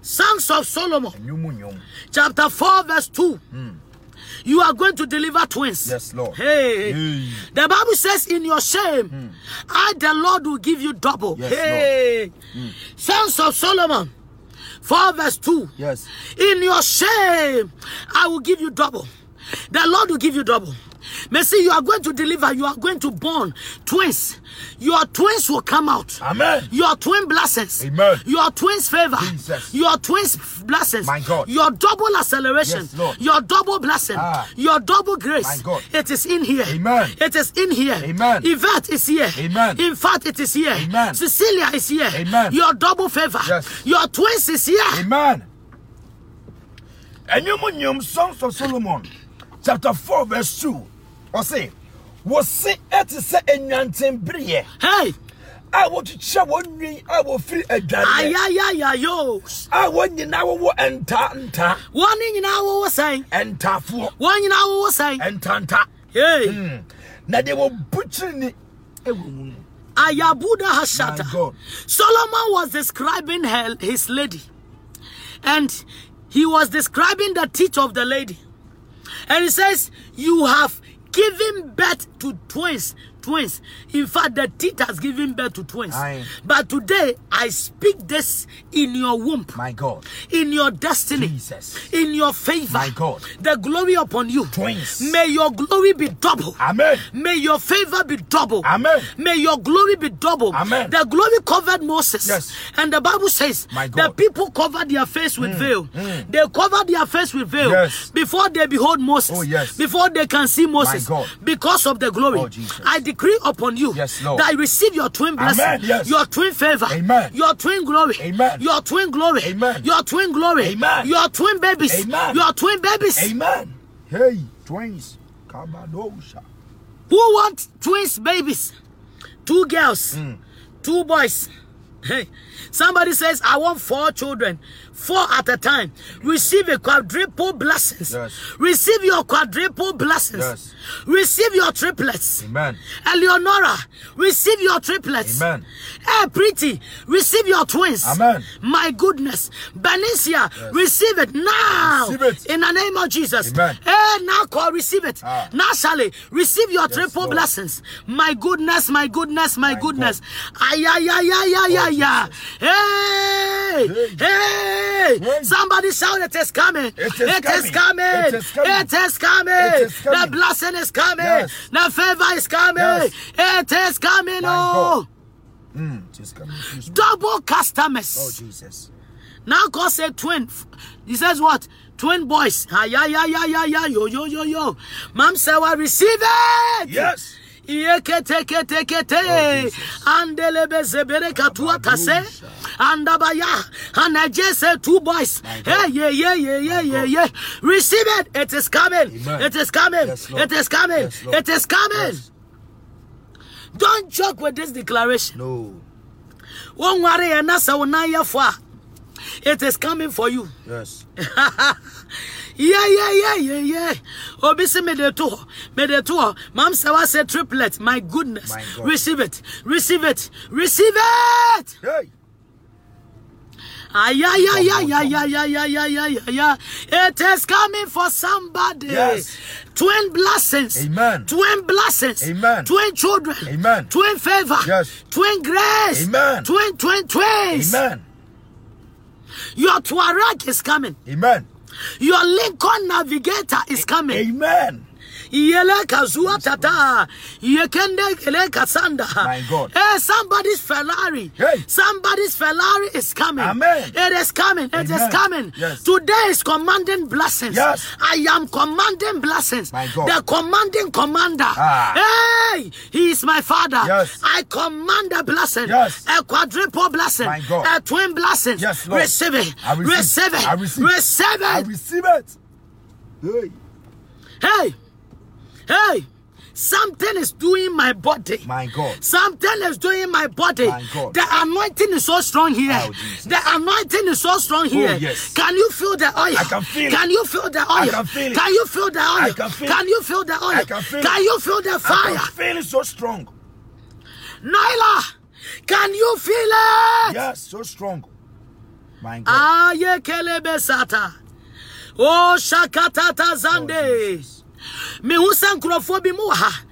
Sons of Solomon, Nyumu, nyumu. chapter 4, verse 2. You are going to deliver twins. Hmm. Yes, Hmm. Lord. Hey. Hey. The Bible says, In your shame, I, the Lord, will give you double. Hmm. Yes, Hmm. hey. Sons of Solomon, 4, verse 2. Yes. In your shame, I will give you double. The Lord will give you double. Mercy, you are going to deliver, you are going to born twins. Your twins will come out. Amen. Your twin blessings. Amen. Your twins favor. Jesus. Your twins blessings. My God. Your double acceleration. Yes, Lord. Your double blessing. Ah. Your double grace. My God. It is in here. Amen. It is in here. Amen. Yvette is here. Amen. In fact, it is here. Amen. Cecilia is here. Amen. Your double favor. Yes. Your twins is here. Amen. Enyumu, nyumu. Songs of Solomon. Chapter 4, verse 2. Or say, wɔse ɛte sɛ anwantenbereɛ Hey. a wɔkyekyɛ wɔn nwi a wɔfiri adwareɛ Ayayayayo. a wɔn nyinaa wɔwɔ ɛntantaa Wɔn nyinaa wɔwɔ sɛn. ɛntaafoɔ Wɔn nyinaa wɔwɔ sɛn. ɛntanta Hey. na deɛ wɔbu kyiri ni ɛwɔ mu no Ayabuda My Hashata. God. Solomon was describing her, his lady, and he was describing the teeth of the lady. And he says, You have giving birth to twins. Twins. In fact, the teeth has given birth to twins. Aye. But today, I speak this in your womb, My God. in your destiny, Jesus. in your favor. My God. The glory upon you. Twins. May your glory be double. Amen. May your favor be double. Amen. May your glory be double. Amen. The glory covered Moses. Yes. And the Bible says My the God. Mm, people covered their face with veil. They covered their face with veil Yes. before they behold Moses. Oh, yes. Before they can see Moses. God. Because of the glory. Oh, Jesus. I decree upon you Yes, Lord. that I receive your twin blessing, Yes. your twin favor, Amen. your twin glory, Amen. your twin glory, Amen. your twin glory, Amen. your twin babies, Amen. your twin babies. Amen. Hey, twins. Kabadosha. Who want twins babies? Two girls, Hmm. two boys. Hey, somebody says, I want four children, four at a time. Receive a quadruple blessings. Yes. Receive your quadruple blessings. Yes. Receive your triplets. Amen. Eleonora, receive your triplets. Amen. Hey, pretty, receive your twins. Amen. My goodness. Benicia, receive it now. Receive it. In the name of Jesus. Amen. Hey, now call, receive it. Ah. Now, Charlie, receive your triple Lord. blessings. My goodness, my goodness, my, My Oh, goodness. Ay, ay, ay, ay, ay, ay, ay. Hey, hey. Hey. Somebody shout, it is coming. It is coming. coming. It It is is coming. coming. It is The coming. blessing is coming. Yes. The favor is coming. Yes. It is coming. My Oh, God. Mm, just come. Excuse me. double Oh, customers. Jesus. Now God said twin. He says what? Twin boys. Ah, yeah, yeah, yeah, yeah, yeah. Yo, yo, yo, yo. Mom said, "I receive it." Yes. Oh, Yeketeketekete. Jesus. Andelebe zebere katua tase. Abadusha. Andabaya. And I just said two boys. My Hey, God. yeah, yeah, yeah, yeah, yeah, God. yeah. Receive it. It is coming. Amen. It is coming. Yes, Lord. It is coming. Yes, Lord. It is coming. Yes. Don't joke with this declaration. No. Won't worry, and that's how It is coming for you. Yes. yeah, yeah, yeah, yeah, yeah. Oh, Obisi made a tour, made a tour. Mom Sawa said triplet. My goodness. My God. receive it, receive it, receive it. Ah, Hey. Ay, ay, ay, ay, ay, ay, ay, ay, ay, ay, ay, ay. It is coming for somebody. Yes. Twin blessings. Amen. Twin blessings. Amen. Twin children. Amen. Twin favor. Yes. Twin grace. Amen. Twin, twin, twins. Amen. Your Tuareg is coming. Amen. Your Lincoln Navigator is coming. Amen. Yele kazua tata. Yekende kele kasanda. My God. Hey, somebody's Ferrari. Hey. Somebody's Ferrari is coming. Amen. It is coming. It is Amen. coming. Yes. Today is commanding blessings. Yes. I am commanding blessings. My God. The commanding commander. Ah. Hey, he is my father. Yes. I command a blessing. Yes. A quadruple blessing. My God. A twin blessing. Yes, Lord. Receive it. I receive. it. I receive. Receive it. I receive it. Hey, Hey. hey, something is doing my body. My God. Something is doing my body. My God. The anointing is so strong here. Oh, Jesus. Oh, the anointing is so strong here. yes. Can you feel the oil? I can feel it. Can you feel the oil? I can feel it. Can you feel the oil? I can feel it. you feel the oil? I can feel it. you feel the I fire? can feel it so strong. Nyla, can you feel it? Yes, so strong. My God. Aye kelebesata. Oh shakatata Oh, zande. Me who san nkurɔfoɔ bi mu wɔ ha.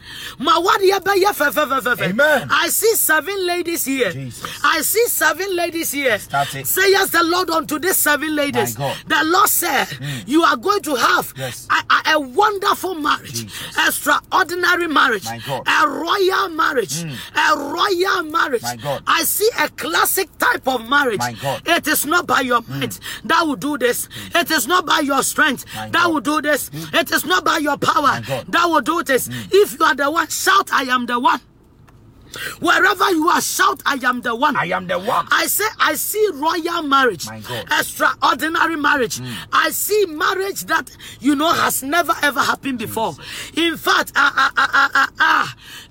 Ma wadeɛ bɛyɛ fɛfɛfɛfɛfɛ. Amen. I see seven ladies here. Jesus. I see seven ladies here. Start it. Say yes, the Lord unto these seven ladies. My God. Mm. The Lord said, you are going to have Yes. a, a, a wonderful marriage, Jesus. extraordinary marriage, My God. Mm. a royal marriage, a royal marriage. My God. I see a classic type of marriage. My God. Mm. It is not by your might that will do this. It is not by your strength My that God. will do this. It is not by your power My God. Mm. that will do this. If you are the one, shout, I am the one. Wherever you are, shout, I am the one. I am the one. I say, I see royal marriage, My God. Mm. extraordinary marriage. I see marriage that you know has never ever happened before. In fact, ah ah ah ah ah,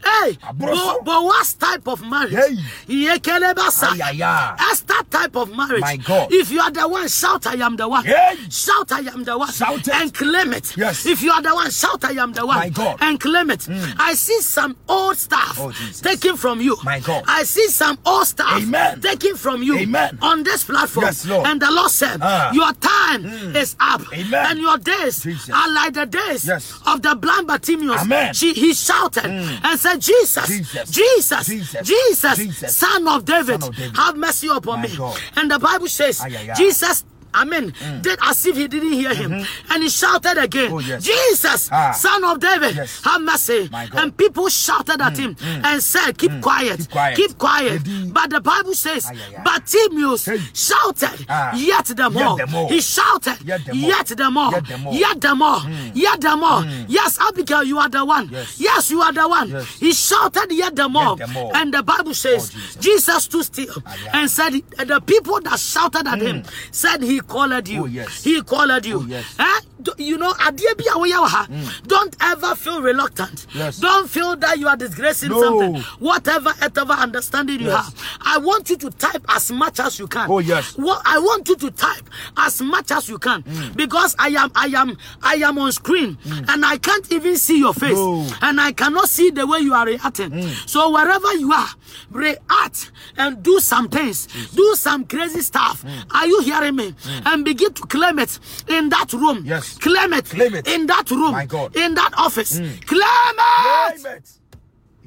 ah. hey, Abroso. but, but what type of marriage? Hey. Yekelebasa. Ay, ay, ay. Esther type of marriage. My God. If you are the one, shout, I am the one. Yeah. Shout, I am the one. Shout it. And claim it. Yes. If you are the one, shout, I am the one. My God. Mm. And claim it. I see some old stuff Oh, Jesus. taken from you. My God. I see some old stuff Amen. taken from you Amen. on this platform. Yes, Lord. And the Lord said, Ah. Your time is up. Amen. And your days Jesus. are like the days Yes. of the blind Bartimaeus. Amen. Mm. She, he shouted and said, Jesus, Jesus. Jesus, Jesus. Jesus, Jesus. Son of David, Son of David. have mercy upon My me. God. And the Bible says, Ay, ay, ay. Jesus. Amen. Did as if he didn't hear him. And he shouted again, Mm-hmm. Oh, yes. Jesus, Ah. son of David, Yes. have mercy. My God. Mm, And people shouted at him and said, Keep quiet, Keep quiet. keep quiet. Indeed. But the Bible says, Ay, ay, ay. Bartimaeus Hey. shouted, Ah. Yet the more. the more. He shouted, Yet the more. Yet the more. Yet the more. Mm. Yet the more. Yet the more. Yes, Abigail, you are the one. Yes. you are the one. Yes. He shouted, Yet the more. the more. And the Bible says, Oh, Jesus. Jesus stood still Aye, aye. and said, and The people that shouted at him said, He called you. Hmm. Oh, yes. He called you. Oh, yes. Hmm. Eh? Do- You know, adeɛ bi a woyɛ wɔ ha, don't ever feel reluctant. Yes. Don't feel that you are disgracing No. something. Whatever, whatever understanding you Yes. have, I want you to type as much as you can. Oh, yes. Hmm. What I want you to type as much as you can because I am, I am, I am on screen and I can't even see your face No. and I cannot see the way you are reacting. Mm. So wherever you are, react and do some things, do some crazy stuff. Mm. Are you hearing me? And begin to claim it in that room. Yes. Claim it. Claim it. In that room. My God. Mm. In that office. Claim it. Claim it.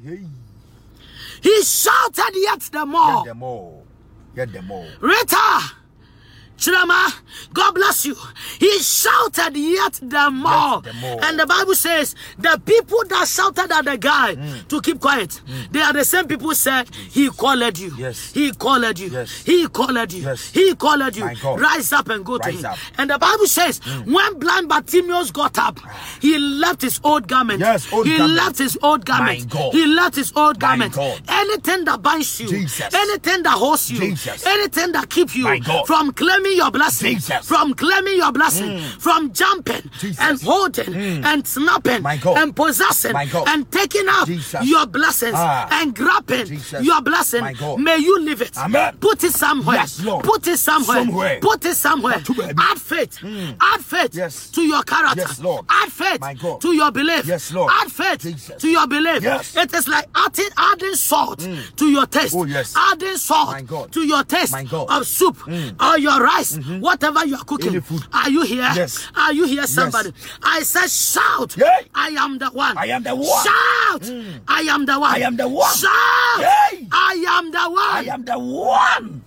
Hey, He shouted yet the Get more. them all. Get them all. Rita. Chirama, God bless you. He shouted yet the more. the more. And the Bible says the people that shouted at the guy Mm. to keep quiet, they are the same people said, He called you. Yes. He called you. Yes. He called you. Yes. He called you. My God. Rise up and go to Rise him. up. Mm. And the Bible says, when blind Bartimaeus got up, he left his old garment. Ah. Yes, old he garment. left his old garment. God. He left his old My garment. God. Anything that binds you, Jesus. anything that holds you, Jesus. anything that keeps you My God. from claiming your blessing, Jesus. Mm. from claiming your blessing, from jumping Jesus. Mm. and holding and snapping My God. and possessing My God. and taking up Jesus. your blessings Ah. and grabbing Jesus. your blessing. My God. May you leave it. Amen. Put it somewhere. Yes, Lord. Put it somewhere. Somewhere. Put it somewhere. Not too bad. Add faith. Add faith Yes. to your character. Yes, Lord. Add faith My God. to your belief. Yes, Lord. Add faith Jesus. to your belief. Yes. Mm. It is like adding, adding salt to your taste. Oh, yes. Adding My salt God. to your taste My God. Mm. Mm-hmm. of soup or your rice, whatever you are Any cooking. food. Are you here? Yes. Are you here, somebody? I said, shout. Yay. I am the one. I am the one. Mm. Shout. I am the one. I am the one. Shout. Yay. I am the one. I am the one.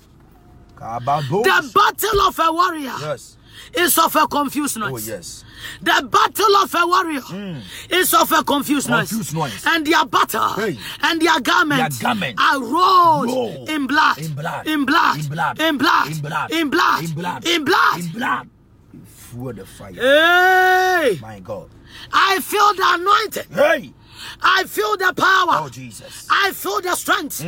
Kababo. the battle of a warrior Yes. is of a confused noise. Oh, yes. The battle of a warrior is of a confused noise. Hmm. Confused noise. And their battle Hey. and their garments Their garment. are rolled Roll. in blood. In blood. In blood. In blood. In blood. In blood. In blood. In blood. In blood. In blood. Fuel the fire. Hey! My God. I feel the anointing. Hey. I feel the power. Oh, Jesus. I feel the strength.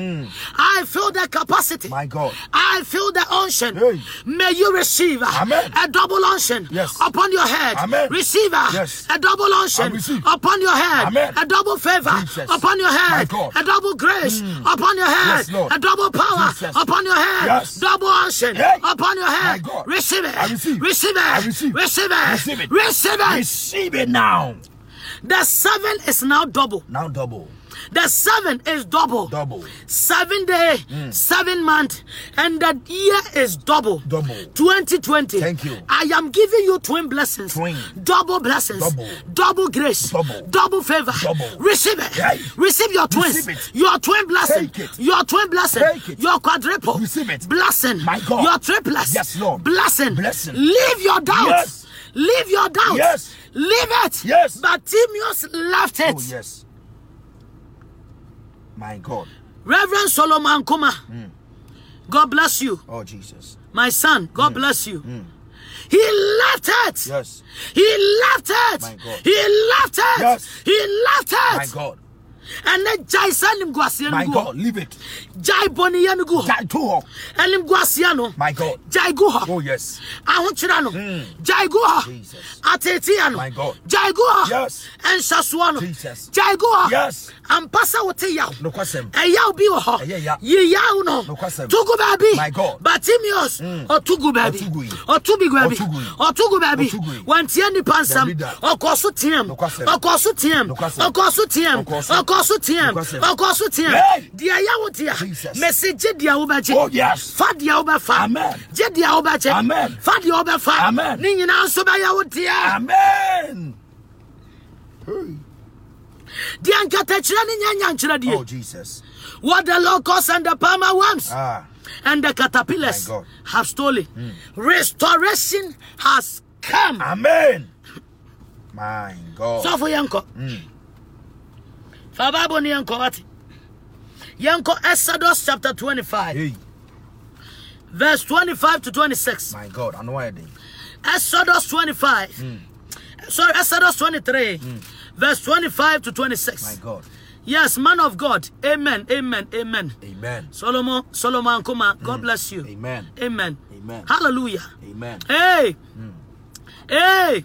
I feel the capacity. My God. I feel the unction. Hey. May you receive uh, Amen. a double unction Yes. upon your head. Amen. Receive uh, Yes. a double I unction receive. upon your head. Amen. A double favor Jesus. upon your My head. God. Mm. A double grace upon your head. Yes, Lord. A double power Jesus. upon your head. Yes. Double unction Hey. upon your My head. God. Receive it. I receive. Receive it. I receive. Receive it. Receive it. Receive it. Receive it now. The seven is now double. Now double. The seven is double Double. Hmm. seven day, seven month, and that year is double. Double. 2020. Thank you. I am giving you twin blessings. Twin. Double blessings. Double. Double grace. Double. Double favor. Double. Receive it. Yay. Receive your twins. Receive it. Your twin blessing. Take it. Your twin blessing. Take it. Your quadruple. Receive it. Blessing. My God. Your triplets. Yes, Lord. Blessing. Blessing. Leave your doubts. Yes. Leave your doubts. Yes. Leave it. Yes. Bartimaeus left it. Oh, yes. My God. Reverend Solomon Kuma, Hmm. God bless you. Oh, Jesus. My son, God bless you. He left it. Hmm. Yes. He left it. My God. He left it. Yes. He left it. My God. ɛne gyae sɛ nimguaseɛ My no gu hɔ God, leave it. gyae bɔneyɛ no gu hɔ That too up. animguaseɛ no My God. gyae gu Oh hɔ yes. ahokyerɛ no Mm. gyae gu hɔ Jesus. ateteɛ no My God. gyae gu hɔ Yes. ɛnhyɛsoɔ no Jesus. gyae gu hɔ Yes. ampa sɛ wote yaw Nokwasɛm. ɛyaw bi wɔ Ɛyɛ hɔ yaw. yi yaw no Nokwasɛm. togu My baabi God. Mm. batimios ɔtogu Ɔtogu baabi yi. ɔtobi baabi Ɔtogu yi. ɔtogu Ɔtogu yi. baabi wantie nipa nsɛm leader. ɔkɔ so team Nokwasɛm. ɔkɔ so team Nokwasɛm. ɔkɔ so team Ɔkɔɔ so. ɔkɔ so team Nokwasɛm. ɔkɔ so team Hey! deɛ yawo tea Jesus. mesi gye deɛ wobɛgye Oh, yes. fa deɛ wobɛfa Amen. gye deɛ wobɛkyɛ Amen. fa deɛ wobɛfa Amen. ne nyinaa nso bɛyɛ wo deɛ Amen. deɛ nkatakyerɛ ne nyɛ nyankyerɛ Oh deɛ Jesus. what the locust and the palmer worms Ah. and the caterpillars Oh My God. Hmm. have stolen restoration has Ah. come Amen. My God. sɔfo yɛnkɔ Hmm. fa bible ne yɛnkɔ wate yɛnkɔ exodus chapter 25 Hey, verse 25 to 26 my God. I know why they. Exodus 25. Hmm. Sorry, Exodus 23. Verse 25 to My 26. God. Yes, man of God. Amen. Amen. Amen. Amen. Solomon, Solomon Kuma, God bless you. Hmm. Amen. Amen. Amen. Hallelujah. Amen. Hey. Hey.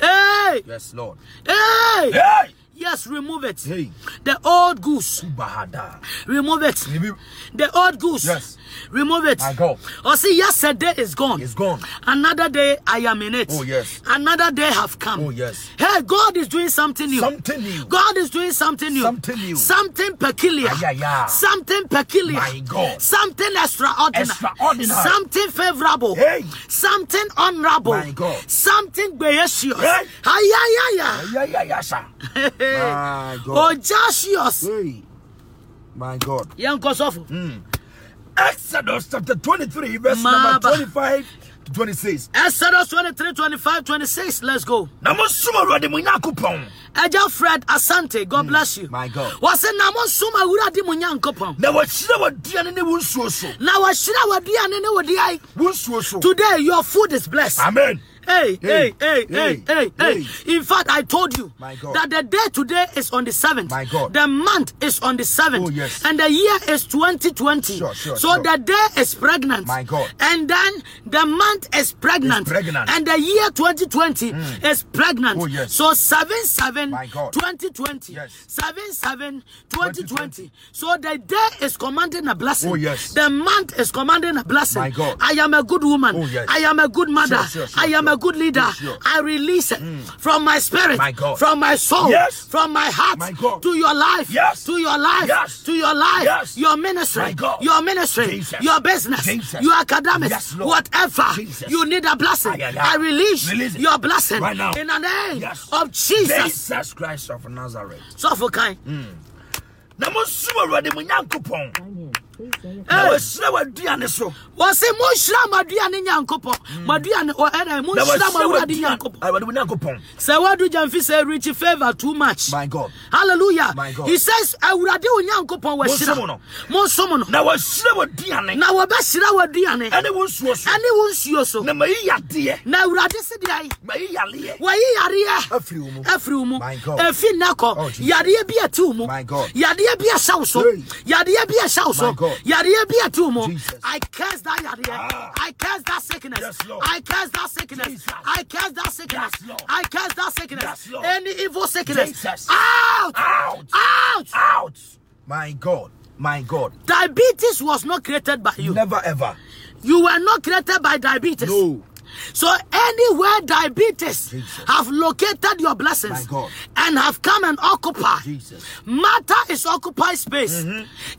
Hey. Yes, Lord. Hey. Hey. Yes, remove it. Hey. The old goose, Bahada. remove it. Maybe The old goose, Yes. remove it. My God. Or see, yesterday is gone. it's gone. Another day I am in it. Oh, yes. Another day have come. Oh, yes. Hey, God is doing something new. Something new. God is doing something new. Something new. Something peculiar. Ay, ay, ay. Something peculiar. My God. Something extraordinary. Extraordinary. Something favorable. Hey. Something honorable. My God. Something gracious. Hey. Ay, ay, ay, ay. Yeah, yeah, yeah, sir. Hey, hey. My Oh, God. Jesus. Hey. My God. Yanko Sofo. Mm. Exodus chapter 23, verse Maba. number 25 to 26. Exodus 23, 25, 26. Let's go. Na monsom Awurade mo Nyankopɔn Agya Fred Asante, God bless you. Mm. my God. Wɔse na monsom awurade mu Nyankopɔn. na wahyira w'aduane ne wo nsuo so. Na wɔahyira w'aduane ne wo deae. Wo nsuo so. Today your food is blessed. Amen. Hey, hey, hey, Hey, hey, hey, hey, hey. hey. In fact, I told you My God. that the day today is on the 7th. My God. The month is on the 7th. Oh, yes. And the year is 2020. Sure, sure, so sure. the day is pregnant. My God. And then the month is pregnant. It's pregnant. And the year 2020 is pregnant. Oh, yes. So 7 7 My God. 2020. Yes. 7 7 2020. So the day is commanding a blessing. Oh, yes. The month is commanding a blessing. My God. I am a good woman. Oh, yes. I am a good mother. Sure, sure, sure, I am a sure. good leader. Sure. I release it from my spirit, Mm. My God. from my soul, Yes. from my heart My God. to your life, Yes. to your life, Yes. to your life, Yes. your ministry, My God. your ministry, Jesus. your business, Jesus. your academics, Yes, Lord. whatever Jesus. you need a blessing. Ay, ay, ay. I release, Release it. your blessing Right now. in the name Yes. of Jesus. Jesus Christ of Nazareth. So for kind. Mm. Na monsom Awurade mo Nyankopɔn na Hey, wahyira w'aduane so. was it Mushra Maduane Nyankopo? Mm. Maduane or Ere Na Mushra wahyira Maduane w'aduane- Nyankopo? Awurade mo Nyankopɔn. Say what do Jamfi say Richie favor too much? My God. Hallelujah. My God. He says, Awurade wo Nyankopɔn Monsom wɔahyira. no. Monsom no. Na wahyira w'aduane Na wɔbɛhyira w'aduane ɛne wo nsuo so. ɛne wo nsuo so. Na mayi yadeɛ. Na Awurade se de ayɛ. Mayi yaleɛ. Wɔyi yareɛ Afiri wo mu. afiri wo mu. My God. Ɛfi nnɛ Oh, kɔ. Jesus. Yareɛ bi ɛte wo mu. My God. Yareɛ bi ɛhyɛ wo so. Hey. Yareɛ bi ɛhyɛ wo so. My God. Yareɛ bi ɛte wo mu. Jesus. I curse that yareɛ. Ah. I curse that sickness. Yes, Lord. I curse that sickness. Jesus. I curse that sickness. Yes, Lord. I curse that sickness. Yes, Lord. Any evil sickness. Jesus. Out. Out. Out. Out. My God. My God. Diabetes was not created by you. Never ever. You were not created by diabetes. No. So anywhere diabetes Jesus. have located your blessings My God. and have come and occupied. Jesus. Mm-hmm. Matter is occupied space.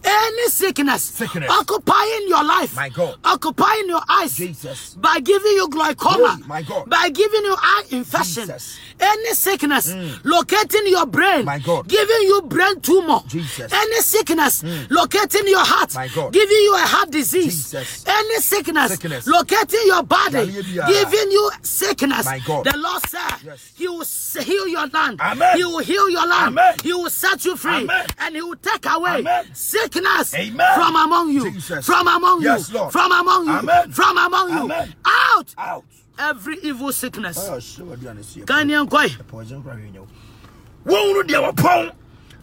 Any sickness, Sickness. occupying your life, My God. occupying your eyes, Jesus. by giving you glaucoma, Hey, my God. by giving you eye infection, Jesus. Mm. any sickness, locating your brain, My God. giving you brain tumor, Jesus. Mm. any sickness, locating your heart, My God. giving you a heart disease, Jesus. any sickness, Sickness. locating your body, Hallelujah. giving you sickness. My God. The Lord said, Yes. He will s- heal your land. Amen. He will heal your land. Amen. He will set you free. Amen. And He will take away Amen. sickness Amen. from among you. Jesus. From among Yes, you. Lord. From among you. Amen. From among you. Amen. Oh. Out Out. every evil sickness. Ah, sure, aduane si. Ghanaian koi. Ɛpɔ, ɛgye nkwa hwee nyɛ wo. Wɔn no deɛ wɔpɔn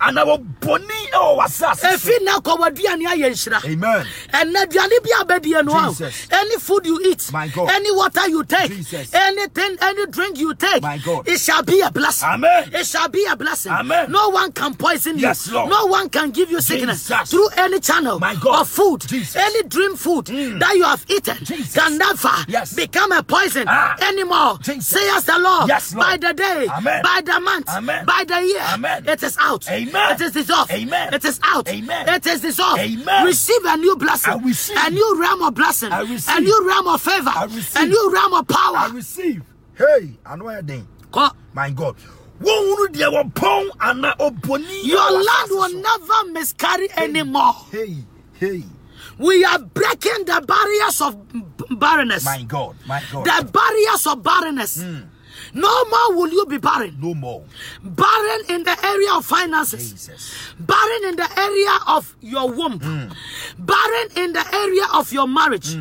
anaa wɔ bɔne ɛwɔ w'asase so efi na kɔ w'aduane ayɛ nhyira amen ɛnɛ aduane bi abɛdie no Jesus. a any food you eat My God. any water you take Jesus. anything any drink you take My God. it shall be a blessing Amen. it shall be a blessing Amen. no one can poison Yes, you Lord. no one can give you sickness Jesus. through any channel My God. of food Jesus. Mm. any dream food that you have eaten Jesus. can never Yes. become a poison Ah. anymore Jesus. says the Lord Yes, Lord. by the day Amen. by the month Amen. by the year Amen. it is out Amen. it is dissolved Amen. it is out Amen. it is dissolved Amen. receive a new blessing I receive. a new realm of blessing I a receive. new realm of favor I receive. a new realm of i power receive hey ano ayɛ den Kɔ. my god wɔhunu deɛ wɔpɔn anaa ɔbɔne ɛwɔ your w'asase land will so. never miscarry anymore hey hey we are breaking the barriers of b- barrenness my god my god Hmm. the barriers of barrenness no more will you be barren no more barren in the area of finances jesus barren in the area of your womb, Hmm. barren in the area of your marriage,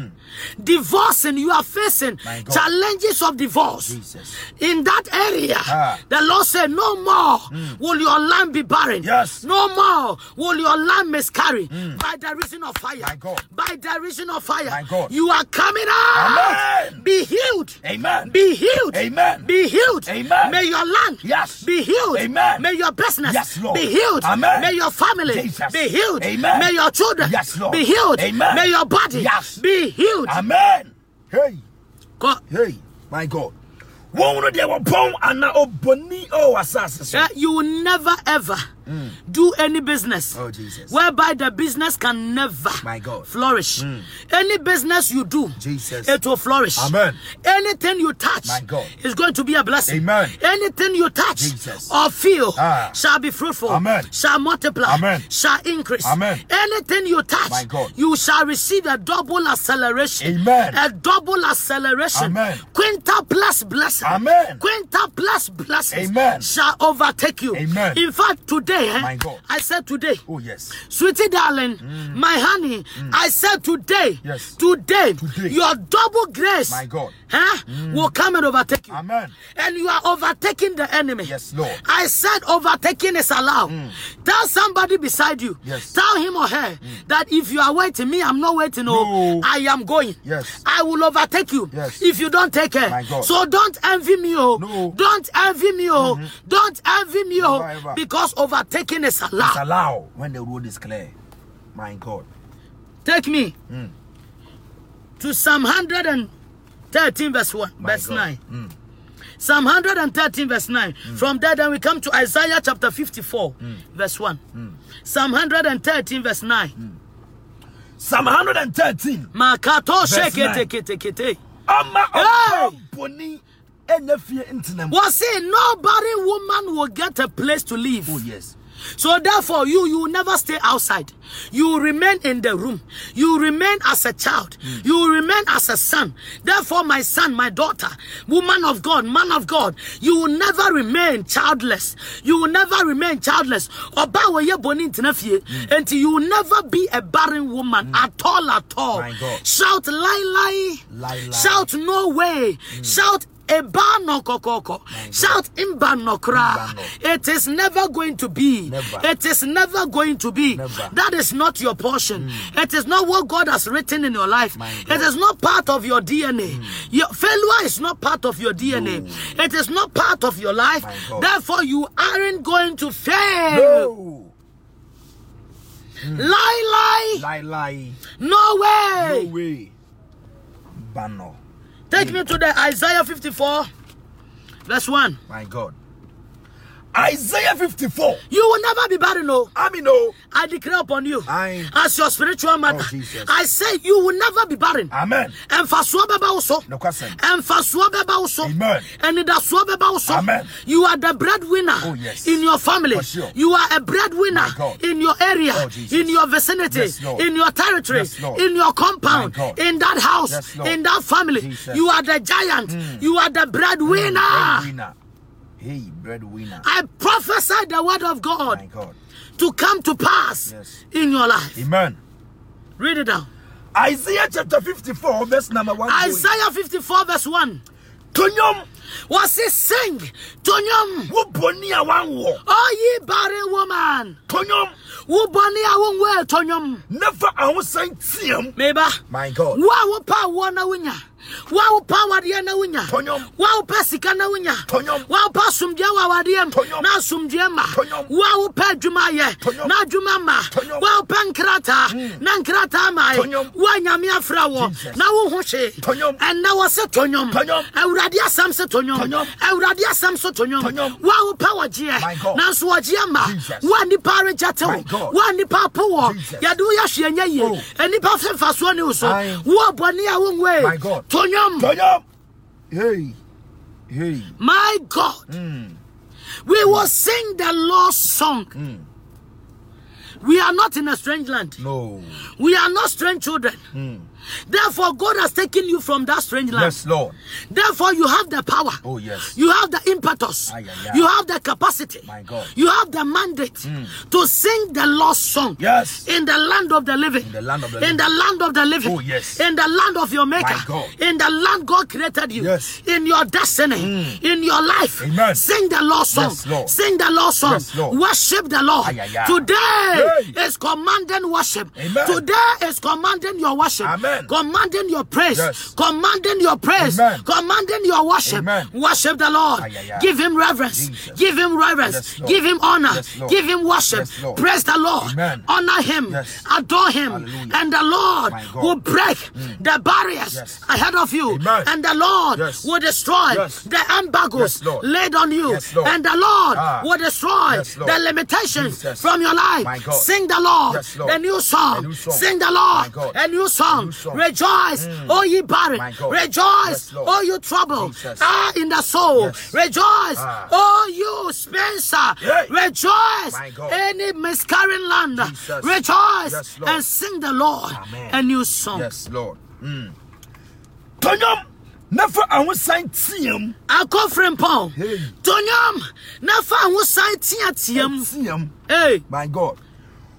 divorcing, you are facing My God. challenges of divorce. Jesus. In that area, Ah. Hmm. the Lord said, No more will your land be barren. Yes. Hmm. No more will your land miscarry by the reason of fire. My God. By the reason of fire. My God. You are coming out. Amen. Be healed. amen Be healed. Amen. Be healed. Amen. May your land Yes. be healed. Amen. May your business Yes, Lord. be healed. Amen. May your family Jesus. be healed. Amen. May your children Yes, Lord. be healed. Amen. May your body Yes. be healed. amen hey Go- hey my god wɔhunu deɛ wɔpɔn anaa ɔbɔne ɛwɔ w'asase so Eh, You will never ever do any business Mm. Oh, Jesus. whereby the business can never My God. Mm. flourish. Any business you do, Jesus. it will flourish. Amen. Anything you touch My God. is going to be a blessing. Amen. Anything you touch Jesus. or feel Ah. shall be fruitful, Amen. shall multiply, Amen. shall increase. Amen. Anything you touch, My God. you shall receive a double acceleration. Amen. A double acceleration. Amen. Quintupless blessing. Amen. Quintupless blessings Amen. shall overtake you. Amen. In fact, today, eh, My God. I said today, oh yes sweetie darling, my honey, I said today, Mm. Yes. today, Today. your double grace My God. Mm. huh, will come and overtake you. amen And you are overtaking the enemy. Yes, Lord. I said overtaking is allowed. Tell somebody beside you. Hmm. Yes. Hmm. Tell him or her that if you are waiting, me, I'm not waiting. Oh, No. I am going. Yes. I will overtake you. Yes. If you don't take care. My God. So don't envy me. Oh. No. Mm-hmm. Don't envy me. Oh. Don't envy me. Oh. Never, ever. Because overtaking is allowed. It's allowed when the road is clear my god Take me Mm. to Psalm 113, verse 1, My verse God. Mm. 9. Psalm 113, verse 9. From there, then we come to Isaiah chapter 54, Mm. verse 1. Psalm 113, verse 9. Mm. psalm 113 Makato Verse sheke 9. teke teke te. ama Hey! ɔbɔne ɛna fie ntenam Was it nobody woman will get a place to live? oh yes So therefore, you you will never stay outside. You will remain in the room. You will remain as a child. Hmm. You will remain as a son. Therefore, my son, my daughter, woman of God, man of God, you will never remain childless. You will never remain childless. Ọba wo ye boni ntina fie, Hmm. enti you will never be a barren woman at all, at all. My God. Shout lie lie. Lie, lie. Shout no way. Hmm. Shout. Eba no kokoko. Shout imba no kra. Imba no. It is never going to be. Never. It is never going to be. Never. Hmm. That is not your portion. It is not what God has written in your life. My God. Hmm. It is not part of your DNA. Your failure is not part of your DNA. It is not part of your life. My God. Therefore, you aren't going to fail. no Lie, lie. lie lie No way. no way banner Take me to the Isaiah 54, verse 1. my god isaiah 54 You will never be barren, no. i mean oh I declare upon you Aye. as your spiritual mother. Oh, Jesus. I say you will never be barren. amen Ɛmfasoɔ bɛba wo so. Nokwasɛm. Ɛmfasoɔ bɛba wo so. Amen. Anidasoɔ bɛba wo so. Amen. You are the breadwinner Oh, yes. in your family. For sure. You are a breadwinner My God. in your area, Oh, Jesus. in your vicinity, Yes, Lord. in your territory, Yes, Lord. in your compound, My God. in that house, Yes, Lord. in that family. Jesus. Mm. You are the giant. You are the breadwinner. breadwinner hey breadwinner I prophesy the word of God my god to come to pass Yes. in your life. amen Read it down. isaiah chapter 54 verse number 1 Isaiah 54, verse 1. Tonyom wɔse sing to nnwom wo bɔni a wanwɔ ɔyi barren woman tɔnyɔm wo bɔne a wonwɔ ɛtɔ nnwom never ahosan tiam meba my god wo a wopa woɔ na wonya wo a wopa awadeɛ na wonya Tonyom. wo a wopa sika na wonya Tonyom. wo a wopa asomdua wɔ awadeɛ mu Tonyom. na asomdua ma Tonyom. wo a wopa adwuma yɛ Tonyom. na adwuma ma Tonyom. Mm. wo a wopa nkrataa na nkrataa ma yɛ Tonyom. wo a nyame afra wɔ Jesus. na woho hwee Tonyom. ɛnna wɔ se tonyom Tonyom. awurade asɛm se tonyom Tonyom. awurade asɛm so tonyom Tonyom. wo a wopa My wɔgyeɛ God. nanso wɔgyeɛ ma Jesus. wo a nnipa regyate My wo God. wo a nnipa apo wɔ Jesus. Oh. yɛde wo yɛ hwee ɛnyɛ yie enipa fi nfasoɔ ni wusu Aye. wo bɔnni a My wonwe God. tonyom tɔnyɔm hey hey my god Mm. we will sing the lord's song Mm. we are not in a strange land no we are not strange children Mm. therefore god has taken you from that strange land yes lord Therefore, you have the power. Oh, yes. You have the impetus. Ay, ay, ay. You have the capacity. My God. Hmm. You have the mandate to sing the Lord's song. Yes. In the land of the living. In the land of the In the land of the living. Oh, yes. In the land of your maker. My God. In the land God created you. Yes. Hmm. In your destiny. In your life. Amen. Sing the Lord's song. Yes, Lord. Sing the Lord's song. Yes, Lord. Worship the Lord. Ay, ay, ay. Today Hey. is commanding worship. Amen. Today is commanding your worship. Amen. Commanding your praise. Yes. Commanding your praise. Amen. Commanding your worship. Amen. Worship the Lord. Ay, ay, ay. Give him reverence. Jesus. Give him reverence. Yes, Lord. Give him honor. Yes, Lord. Give him worship. Yes, Lord. Praise the Lord. Amen. Honor him. Yes. Adore him. Hallelujah. And the Lord My God. Mm. will break the barriers Yes. ahead of you. Amen. And the Lord Yes. will destroy Yes. the embargoes Yes, Lord. laid on you. Yes, Lord. And the Lord Ah. will destroy Yes, Lord. the limitations Jesus. from your life. My God. Sing the Lord. Yes, Lord. A new song. A new song. Sing the My Lord. God. A new song. New song. Mm. Rejoice, oh ye barren. My God. Rejoice, Yes, Lord. oh you trouble. Jesus. Ah, in the soul. Yes. Rejoice, Ah. oh you Spencer. Hey. Rejoice, My God. any miscarrying land. Jesus. Rejoice Yes, Lord. and sing the Lord Amen. a new song. yes lord Mm. tɔnyɔm never ahosan tiam Akofrim Paul. Hey. Tonyam, Nafa, who sign Tiatiam. tiam Hey, my god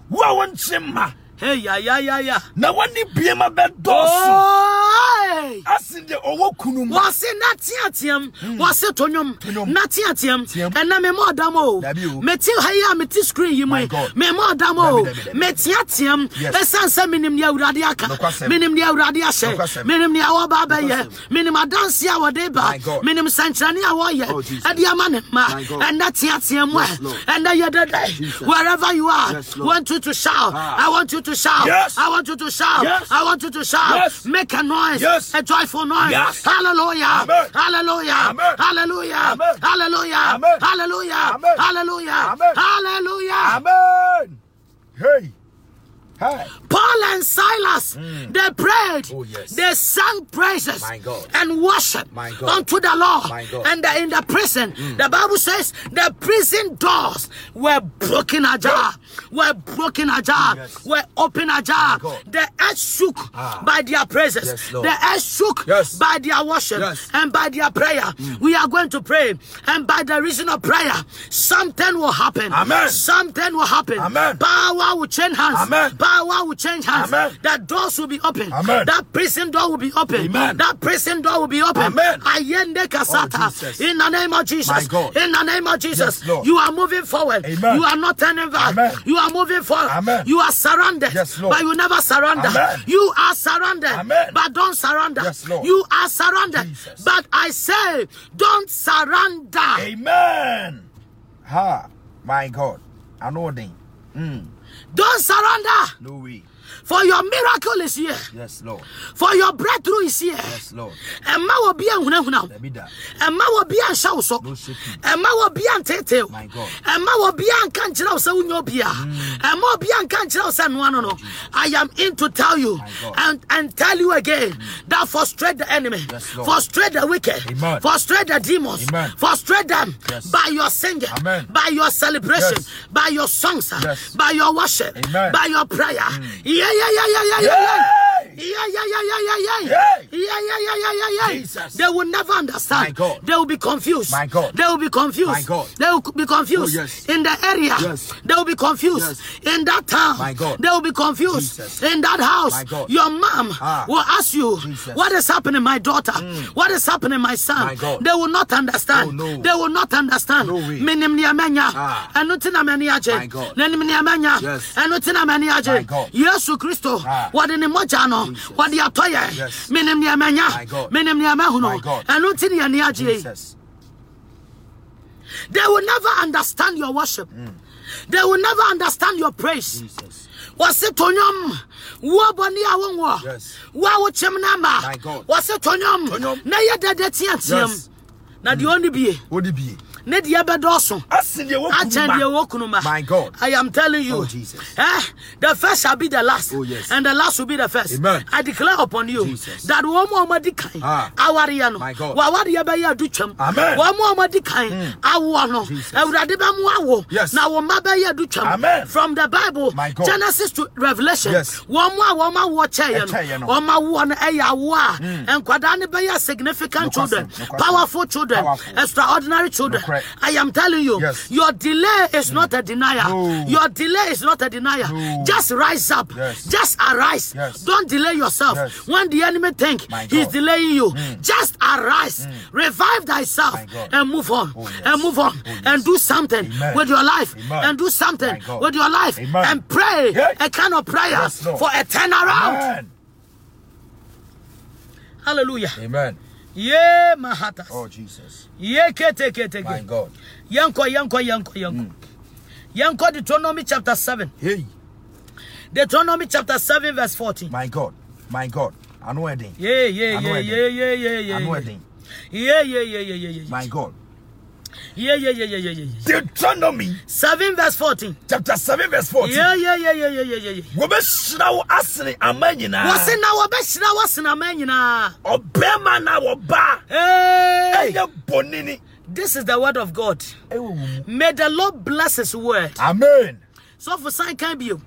wo a wɔnkye ma hey, ya, ya, ya, ya. na wɔne biema bɛdɔɔso Oh, hey. ase deɛ ɔwɔ kunu mu wɔse natea team wɔse to nnwom Tonwom. natea team Hmm. Team. ɛna mema ɔdam o Dabi o. mete ha yi a mete screen yi mu yi My God. mema ɔdam o Dabi, dabi, dabi. metea team Yes. ɛsiane sɛ menim nea awurade aka Nokwasɛm. menim nea awurade ahyɛ Nokwasɛm. menim nea wɔba bɛyɛ Nokwasɛm. menim adanse a wɔde ba My God. menim nsɛnkyerɛne a Oh, wɔyɛ Jesus. ɛde ama ne mma My God. ɛnɛ tea team mu a Yes, Lord. ɛnɛ Jesus. yɛdɛdɛ wherever you are Yes, Lord. want you to shout Ah. I want you to shout Yes. I want you to shout Yes. I want you to shout Yes. make a noise Yes. a joyful noise Yes. Hallelujah. Amen. Hallelujah. Amen. Hallelujah. Amen. Hallelujah. Amen. Hallelujah. Amen. Hallelujah. Amen. Hallelujah. amen hey hi Paul and Silas, they prayed. Oh, yes. They sang praises My God. and worship My God. unto the Lord. My God. Mm. And they in the prison, the Bible says the prison doors were broken ajar, were broken ajar, Yes. were open ajar. My God. The earth shook Ah. by their praises. Yes, Lord. the earth shook Yes. by their worship Yes. Mm. and by their prayer. We are going to pray, and by the reason of prayer, something will happen. Amen. Something will happen. Amen. Power will change hands. Amen. Power will change hands. Amen. That doors will be open. Amen. That prison door will be open. Amen. That prison door will be open. Amen. Ayende Oh, kasata. Jesus. In the name of Jesus. My God. In the name of Jesus. Yes, Lord. You are moving forward. Amen. You are not turning back. Amen. You are moving forward. Amen. You are surrounded. Yes, Lord. But you never surrender. Amen. You are surrounded. Amen. But don't surrender. Yes, Lord. You are surrounded. Jesus. But I say, don't surrender. amen ha my god Mm, anoden Don't surrender. no way For your miracle is here. yes lord For your breakthrough is here. yes lord ɛma wɔ bia nhunahuna wo dabi da ɛma wɔ bia nhyɛ wo so No shaking. ɛma wɔ bia ntete wo My God. Mm. ɛma wɔ bia nka nkyerɛ wo sɛ wonyɛ obia ɛma wɔ bia nka nkyerɛ wo sɛ noa no no i am in to tell you My God. Mm. and, and tell you again that frustrate the enemy Yes, Lord. frustrate the wicked Amen. frustrate the demons Amen. frustrate them Yes. by your singing Amen. by your celebration Yes. by your songs Yes. by your worship Amen. Mm. by your prayer yeah yeah yeah yeah yeah yeah Yay! yeah yeah yeah yeah yeah yeah Yay! yeah, yeah, yeah, yeah, yeah, yeah. Jesus. They will never understand. My God. They will be confused. My God. They will be confused. My God. They will be confused. Oh, yes. In the area. Yes. They will be confused. Yes. In that town. My God. They will be confused. Jesus. In that house. My God. Your mom Ah. will ask you, Jesus. Mm. what is happening, my daughter? What is happening, my son? My God. They will not understand. Oh, no. They will not understand. No way. Minim ni amenya. Ah. Ɛno nti na m'ani agye. My God. N'anim ni amenya. Yes. Ɛno nti na m'ani agye. My God. Yesu Kristo, Ah. wɔde ne mmɔgya no, wɔde atɔ yɛn. Yes. Minim nea My manya. God. Minim nea My mahunu. God. Ɛno nti na yɛn ani agye yi. Jesus. They will never understand your worship. They will never understand your praise. Mm. Jesus. wɔse tonyɔm wo bɔne a wonwɔ Yes. wo a wokyem no My ama God. wɔse tonyɔm Tonyom. na yɛ dɛdɛ teateam Yes. na deɛ ɔne bie Odibi. ne deɛ bɛdɔɔso Asinde wo Akyɛn deɛ kuma. wɔ kunuma. My God. I am telling you. Oh, Jesus. Eh, the first shall be the last. Oh, yes. And the last will be the first. Amen. I declare upon you Jesus. that wɔn a wɔdi kan Ah. awareɛ no My God. wɔawareɛ bɛyɛ adu twam Amen. Hmm. wɔn a wɔdi kan awoɔ no Eh, Jesus. awurade bɛ mu awo Yes. na wɔn mma bɛyɛ adu twam Amen. from the bible My God. genesis to revolution Yes. wɔn a wɔn awoɔ kyɛeɛ Ɛkyɛeɛ no no. Hmm. wɔn awoɔ no e ɛyɛ awoɔ a nkwadaa no bɛyɛ significant Nokwasɛm, children nokwasɛm. powerful children Powerful. extraordinary children Nokorɛ. I am telling you, Yes. Mm. your delay is not a denier. No. Your delay is not a denier. No. Just rise up. Yes. Just arise. Yes. Don't delay yourself. Yes. When the enemy think My he's God. Mm. delaying you, just arise. Revive thyself My God. and move on. Oh, yes. And move on. Oh, yes. And do something Amen. with your life. Amen. And do something My God. with your life. Amen. And pray Yes. a kind of prayer Yes, Lord. for a turnaround. Amen. Hallelujah. Amen. Yeah, Mahatas. Oh Jesus. Yeah, kete kete. My God. Yanko, yanko, yanko, yanko. Hmm. Yanko, Deuteronomy chapter 7. Hey. Deuteronomy chapter 7, verse 14. My God. My God. Ano edin. Yeah, yeah, Ano yeah, edin. yeah, yeah, yeah, yeah. Ano yeah. edin. Yeah, yeah, yeah, yeah, yeah, yeah. My God. Yeah, yeah, yeah, yeah, yeah, yeah. yeah. Deuteronomy 7 verse 14. chapter 7 verse 14. Yeah, yeah, yeah, yeah, yeah, yeah, yeah. yeah. Wɔbɛhyira wo asene ama nyinaa. Wɔse na wɔbɛhyira wɔsena ma nyinaa. Ɔbɛrima na wɔbaa Hey! ɛyɛ bɔnini. This is the word of God. May the Lord bless his word. Amen. So for sign can be you.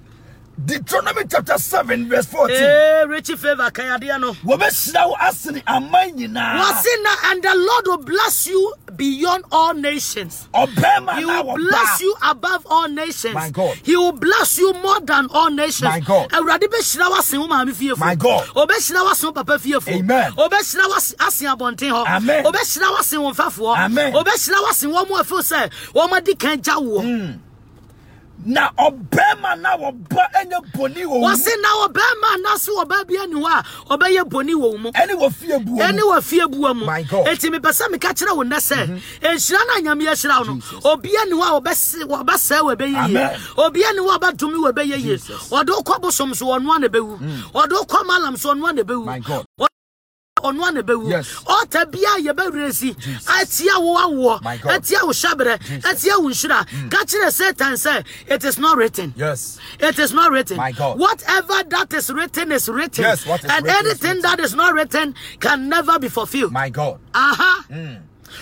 Deuteronomy chapter 7 verse 14. Hey, Richie favor kayadiano. Wɔbɛhyira wo asene ama nyinaa. Wɔse na and the Lord will bless you beyond all nations. Ɔbɛrima He na will bless wɔbaa. you above all nations. My God. He will bless you more than all nations. My God. Awurade bɛhyira w'asen wo maame fiefo. My God. Ɔbɛhyira w'asen wo papa fiefo. Amen. Ɔbɛhyira w'as- asen abɔnten hɔ. Amen. Ɔbɛhyira w'asen wo mfafoɔ. Amen. Ɔbɛhyira w'asen wɔn mu a ɛfo sɛ wɔn adi kan gya Mm. woɔ. Na ɔbɛrima na wɔbaa ɛnyɛ bɔni wɔ wo mu. Wɔse na ɔbɛrima anaso ɔbaa bi ani hɔ a ɔbɛyɛ bɔni wɔ wo mu. Ɛne wɔ fie bu wɔ ɛne mu. wɔ fie bua mu My God. Mhm. enti mepɛ sɛ meka kyerɛ wo nnɛ sɛ nhyira no anyame ahyira wo no Jesus. obia ne hɔ a wɔbɛse- wɔbɛsɛe wo ɛbɛyɛ yie Amen. obia ne hɔ a wɔbɛdome wo ɛbɛyɛ yie Jesus. Mm. ɔde wo kɔ bosom so ɔnoa ne bɛwu ɔde wo kɔ malam so ɔnoa ne My bɛwu God. ɔnoa ne bɛwu Yes. ɔta bia yɛbɛwerɛ si Jesus. atia wo awoɔ My God. Mm. atia wo hyɛberɛ atia wo nhyira ka kyerɛ satan sɛ it is not written Yes. it is not written. My God. Whatever that is written is written. Yes, what is and written is anything written. that is not written can never be fulfilled. My God. Aha.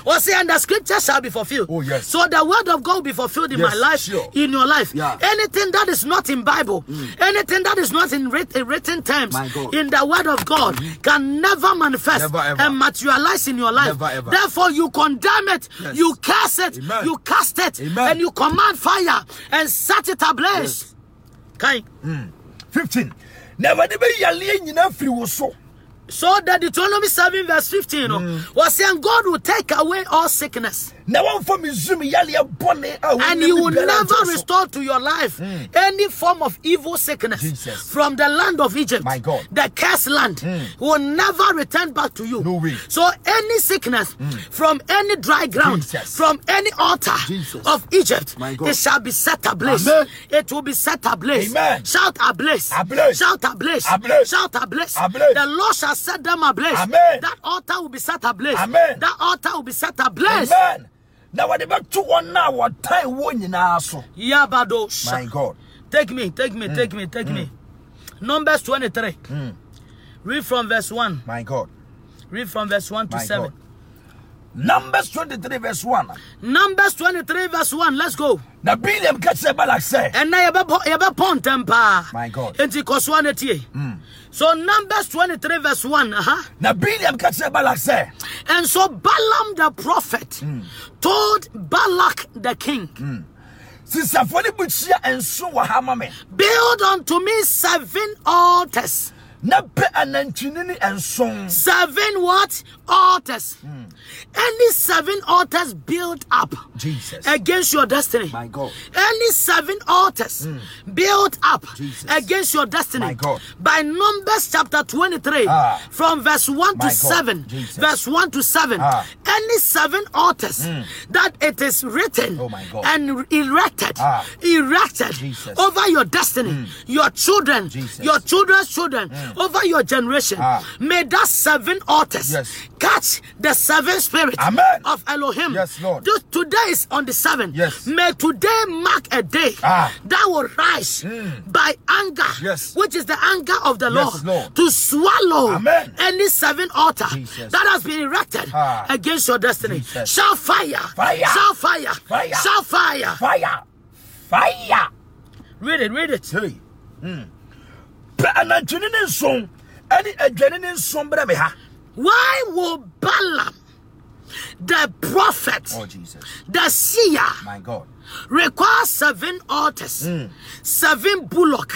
Or say, Uh-huh. and the scripture shall be fulfilled. Hmm. Oh, yes. So the word of God will be fulfilled in Yes, my life, sure. in your life. Yeah. Hmm. Anything that is not in Bible, anything that is not in writ- in written terms, My God. Hmm. in the word of God, can never manifest Never, ever. and materialize in your life. Never, ever. Therefore, you condemn it, Yes. you curse it, Amen. you cast it, Amen. and you command fire and set it ablaze. Yes. Kai. 15. Hmm. Na Awurade bɛyaleɛ nyinaa firi wo so. So that Deuteronomy 7 verse 15 no, Hmm. was saying God will take away all sickness. na wɔmfa mesum yaleɛ bɔne a and wonam he will biara never nto so. restore to your life any form of evil sickness Hmm. Jesus. from the land of Egypt, My God. Hmm. the cursed land, will never return back to you. No way. Hmm. So any sickness from any dry ground, Jesus. from any altar Jesus. of Egypt, My God. it shall be set ablaze. Amen. It will be set ablaze. Amen. Shout ablaze. Ablaze. Shout ablaze. Ablaze. Shout ablaze. Ablaze. The Lord shall set them ablaze. Amen. That altar will be set ablaze. Amen. That altar will be set ablaze. Amen. na wɔde bɛto wɔn a wɔtae wo nyinaa so Yabadosh. my god Take me, take me, take Mm. me, take me. Numbers 23. Read from verse 1. my god Read from verse 1 to my 7. god numbers 23 verse 1 numbers 23 verse 1 let's go na biliam ka kyerɛ balak sɛ ɛnna yɛbɛbɔ yɛbɛpɔ ntɛm paa My God. Mm. enti kɔsoa no tie so numbers 23 verse 1 aha na biliam ka kyerɛ balak sɛ and so balaam the prophet Mm. told balak the king sisafoɔ ne bukyia nso wɔ ha ma me build unto me seven altars na pɛ anantwinini nson seven what altars Mm. any seven altars built up Jesus. against your destiny My God. any seven altars built up Hmm. Jesus. against your destiny My God. by numbers chapter 23 Ah. from verse 1 My to God. 7 Jesus. verse 1 to 7 Ah. Hmm. any seven altars that it is written Oh, my God. and erected Ah. erected Jesus. Hmm. over your destiny your children Jesus. Hmm. your children's children over your generation Ah. May that seven altars Yes. catch the seven spirits Amen. of Elohim. Yes, Lord. This- today is on the seven. Yes. May today mark a day Ah. Hmm. that will rise by anger, Yes. which is the anger of the Yes, Lord. to swallow Amen. any seven altar Jesus. that has been erected Ah. against your destiny. Jesus. Shall fire, Fire. shall fire, Fire. shall fire. fire fire Read it, read it. Hey. Mm. pɛ anantwinini nson ɛne adwanini nson brɛ me ha Why will Balaam, the prophet, Oh, jesus the seer, my god requires seven altars, Hmm. seven bullock,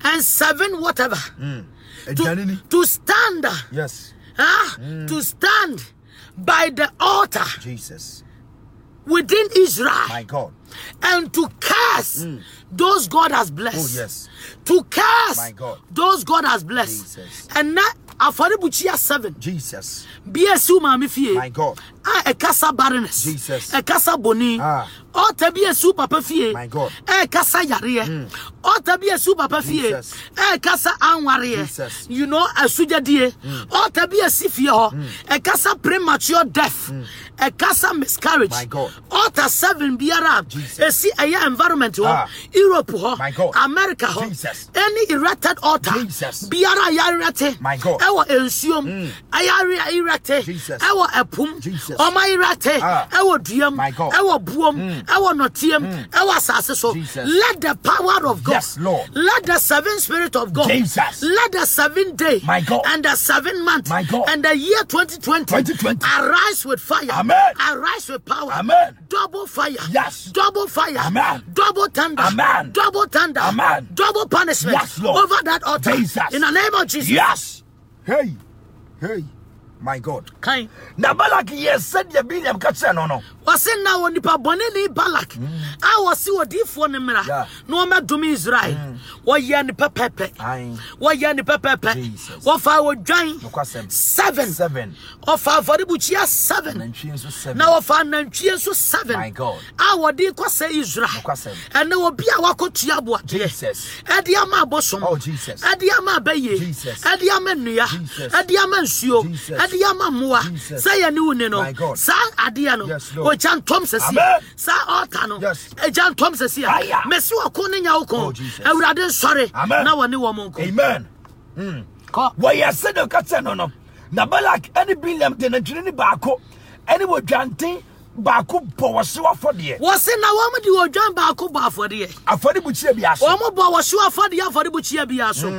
and seven whatever Hmm. to, to stand, yes huh? Ah, Mm. to stand by the altar jesus within Israel my god and to curse those God has oh blessed. yes To curse My God. those God has blessed. Jesus. And now, afɔrebukyia seven jesus biesu maame fie my god a ɛkasa Ah, barrenness Jesus. ɛkasa boni Ah. ɔta bi esu papa fie My God. Hmm. ɛkasa yareɛ ɔta bi esu papa fie Jesus. ɛkasa anwareɛ Jesus. Hmm. you know asugyadie ɔta bi esi fie hɔ ɛkasa premature death ɛkasa Hmm. My miscarriage God. ɔta seven biara Jesus. esi ɛyɛ environment Ah. hɔ europe My hɔ God. america Jesus. hɔ any erected altar Jesus. biara a yɛarete My God. Hmm. ɛwɔ nsuom ayare erete Jesus. ɛwɔ ɛpum Jesus. ɔma erete Ah. ɛwɔ duam My God. Hmm. ɛwɔ buom ɛwɔ nɔteam ɛwɔ asase so Jesus. let the power of god Yes, Lord. let the seven spirit of god Jesus. let the seven day My God. and the seven month My God. and the year 2020, 2020. arise with fire Amen. arise with power Amen. double fire Yes. double fire Amen. double thunder Amen. double thunder Amen. double punishment Yes, Lord. over that altar Jesus. in the name of jesus yes hey hey my god Kain. na balak yɛ sɛdeɛ biliam ka kyerɛ no no wɔse na wɔ nipa bɔne ne balak a wɔse wɔdiifoɔ no Mm. Yeah. mmara Mm. na ɔmɛdome israel wɔyɛ ne pɛpɛpɛ Aye. wɔyɛ ne pɛpɛpɛ Jesus. wɔfa wɔdwan Nokwasɛm. seven seven ɔfa afɔrebukyia seven nantwie nso seven na wɔfa nantwie nso seven My a God. wɔde kɔsɛ israel Nokwasɛm. ɛne obi a wakɔtua aboadeɛ Jesus. ɛde ama abosom Oh, Jesus. ɛde ama abɛyie Jesus. ɛde ama nnua Jesus. ɛde ama nsuo Jesus. ɛde ama mmoa Jesus. sɛ yɛ ne wo ne no My God. saa adeɛ no Yes, Lord. ogya ntɔm sɛsi Amen. saa ɔta no e Yes. agya ntɔm sɛsi Fire. a mɛsi wɔko ne nya wo Oh, ko Jesus. awurade nsɔre Amen. na wɔne wɔ mo nko amen Hmm. kɔ wɔyɛ sɛdeɛ ka kyerɛ no no na balak ne biliam de nantwinini baako ne wɔdwanten baako bɔ wɔhyew afɔdeɛ wɔse na wɔm de wɔdwan baako bɔ afɔdeɛ afɔde bukyia bi ase Omo bo wa sure for the for the buchia biya so.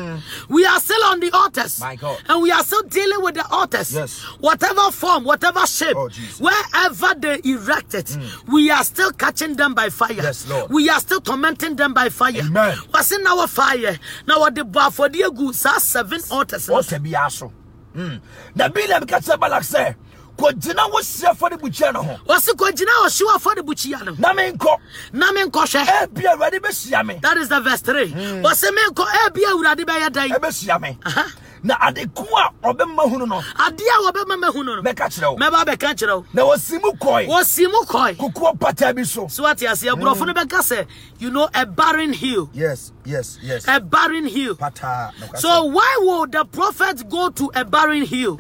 We are still on the altars. Hmm. My God. And we are still dealing with the altars. Yes. Whatever form, whatever shape, Oh, Jesus. Hmm. wherever they erect it, we are still catching them by fire. Yes, Lord. We are still tormenting them by fire. Amen. Was in our fire. Now the bar for the good are seven altars. ɔsɛ biara so Mm. na biliam ka kyerɛ balak sɛ kɔgyina wosie afɔde bukyia no ho Was it going to sure for the buchia? no. na menkɔ Namin koshe. ɛbi awurade bɛhyia me That is the verse three. Hmm. Was eh, a man called Abia Radibaya Day. ɛbɛhyia me Ah. na ade ko a ɔbɛma hunu no Adia Wabama Huno. mɛka kyerɛ wo Meba Bekanchero. na wɔsi mu kɔe wɔsi mu kɔe kokoɔ pata bi so so wate aseɛ aborɔfo no bɛka sɛ you know a barren hill yes yes yes a barren hill pataa na ɔka so sɛ, why would the prophet go to a barren hill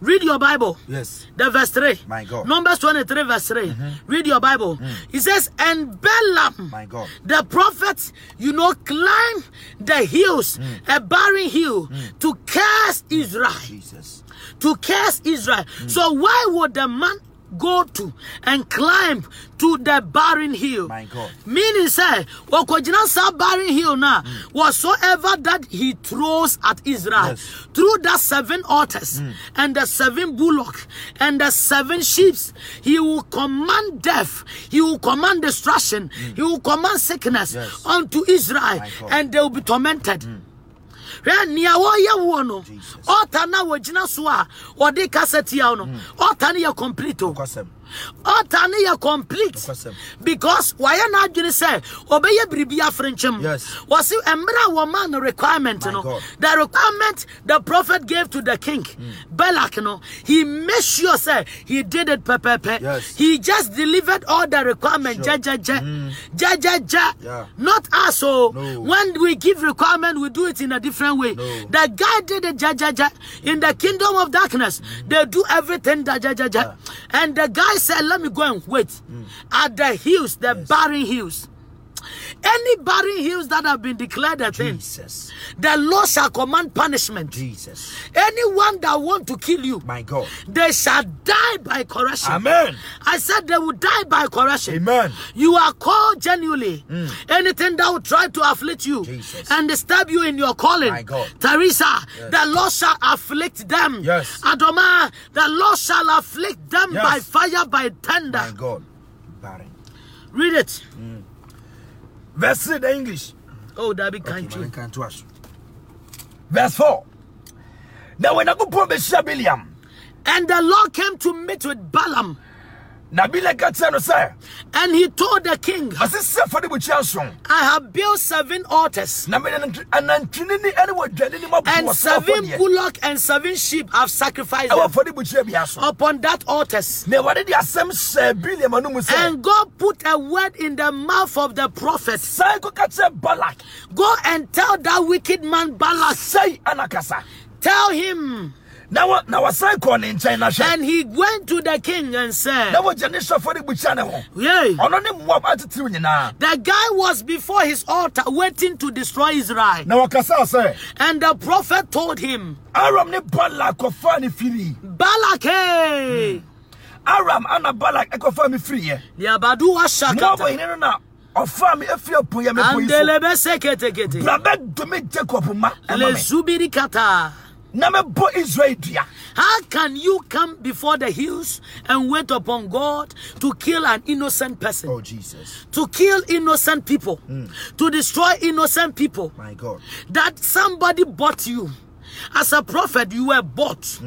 read your bible yes the verse 3 Hmm. My God. Mm-hmm. Hmm. numbers 23 verse 3 read your bible it says and balaam My God. the prophet you know Hmm. climbed the hills a barren hill to curse israel jesus to curse Israel. So why would the man go to and climb to the barren hill? My God. Meaning say, wɔkɔgyina saa barren hill no a whatsoever that he throws at Israel Mm. Yes. Mm. through the seven altars and the seven bullock and the seven sheeps, he will command death, he will command destruction, he will command sickness Mm. Yes. unto Israel, My God. Mm. and they will be tormented. Hwɛ nea wɔyɛ wo no, Jesus. ɔta no a wɔgyina so a wɔde kasa tia wo no, Hmm. ɔta no yɛ complete o. Kwasem. Ɔta no yɛ complete Nokwasɛm. because wɔayɛ no adwene sɛ ɔbɛyɛ biribi afere nkyɛm. Yes. Wɔ se mmerɛ a wɔma no requirement My no, God. Hmm. the requirement the prophet gave to the king, Balak no, he made sure sɛ he did it pɛpɛɛpɛ. Yes. He just delivered all the requirements. Sure. Sure. Hmm. Ja, ja, ja. Ja, ja, ja. Yeah. Not us. So No. when we give requirement, we do it in a different way. No. The guy did it, ja, ja, ja. In the kingdom of darkness, they do everything, ja, ja, ja, ja. And the guy said, let me go and wait Hmm. at the hills, the barren hills. Any barren hills that have been declared a thing, Jesus. the Lord shall command punishment. Jesus. Anyone that want to kill you, My God. they shall die by correction. Amen. I said they will die by correction. Amen. You are called genuinely. Anything that will try to afflict you Hmm. Jesus. and disturb you in your calling, My God. Teresa, the Lord shall afflict them. Yes. Adoma, the Lord shall afflict them Yes. by fire, by My thunder. God. Barren. Read it. Verse 3, the English. Oh, that be Okay, country. maame nka nto aso. Verse 4. Na wɔnyankopɔn bɛhyia Biliam. And the Lord came to meet with Balaam, Na Biliam ka kyerɛ no sɛ, and he told the king, "Masese afɔrebukyia nson, I have built seven altars. na mede nant- anantwinini ne wɔdwanini mabu And wɔ so seven afɔdeɛ bullock and seven sheep have sacrificed ɛwɔ them afɔrebukyia bi aso." upon that altars. Na Awurade de asɛm hyɛɛ Biliam anomu sɛ, Oh. And God put a word in the mouth of the prophet. "San kɔka kyerɛ Balak, Go and tell that wicked man Balak. sɛi ana kasa." Tell him. Na wɔ- na wɔsan kɔɔ ne nkyɛn na hwɛ. And he went to the king and said, Na wɔgya ne hyɛ afɔrebukyia ne ho. Yay. Ɔno ne mmoa atetew nyinaa. The guy was before his altar waiting to destroy Israel. Na wɔkasaa sɛ, And the prophet told him, "Aram ne Balak kɔfaa ne firii." Balak, hey. Aram ana Balak ekɔfa mi firi yɛ. Yabadu Moab washakata. hene no na ɔfa mi efi epo yɛ mi po yi so. Andelebe seketekete. Brabɛ domi Jacob ma ama mi. Elezubirikata. Na mi bɔ Israel dua. How can you come before the hills and wait upon God to kill an innocent Oh, person? Jesus, to kill innocent people, to destroy innocent people. my God. That somebody bought you. As a prophet, you were bought.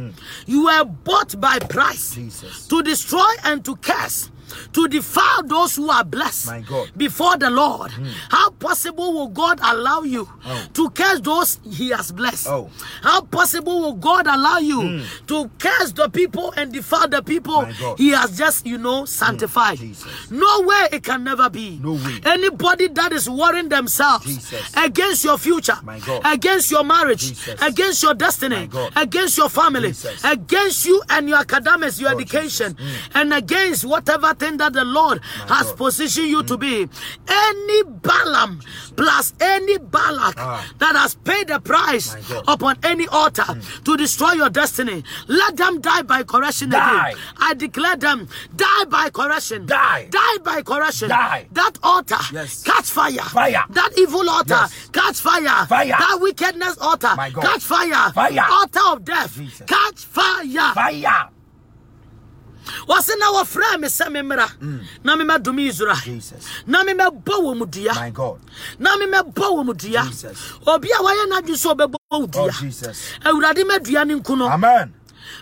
You were bought by price Hmm. Jesus. to destroy and to curse. To defile those who are blessed My God. Hmm. before the Lord. How possible will God allow you Oh. to curse those He has blessed? Oh. Hmm. How possible will God allow you to curse the people and defile the people My God. Hmm. He has just, you know, sanctified? Jesus. No way it can never be. No way. Anybody that is worrying themselves Jesus. against your future, My God. against your marriage, Jesus. against your My destiny, God. against your family, Jesus. against you and your academics, your Oh, education, and against whatever thing that the Lord has God. Mm. positioned you to be. Any Balaam plus any Balak Ah. that has paid the price My God. Mm. upon any altar to destroy your destiny, let them die by correction Die. again. I declare them die by correction. Die. Die by correction. Die. That altar Yes. catch fire. Fire. That evil altar Yes. catch fire. Fire. That wickedness altar My God. catch fire. Fire. Altar of death Jesus. catch fire. Fire. Wɔse na wɔfrɛ me sɛ memmra Mm. na memmɛdome Israel. Jesus, Na memmɛbɔ wɔ mu dua. God. Na memmɛbɔ wɔ mu dua. Jesus. Obi a wayɛ n'adwe sɛ ɔbɛbɔ wo Oh dua. Jesus. Awurade madua ne nku no. Amen.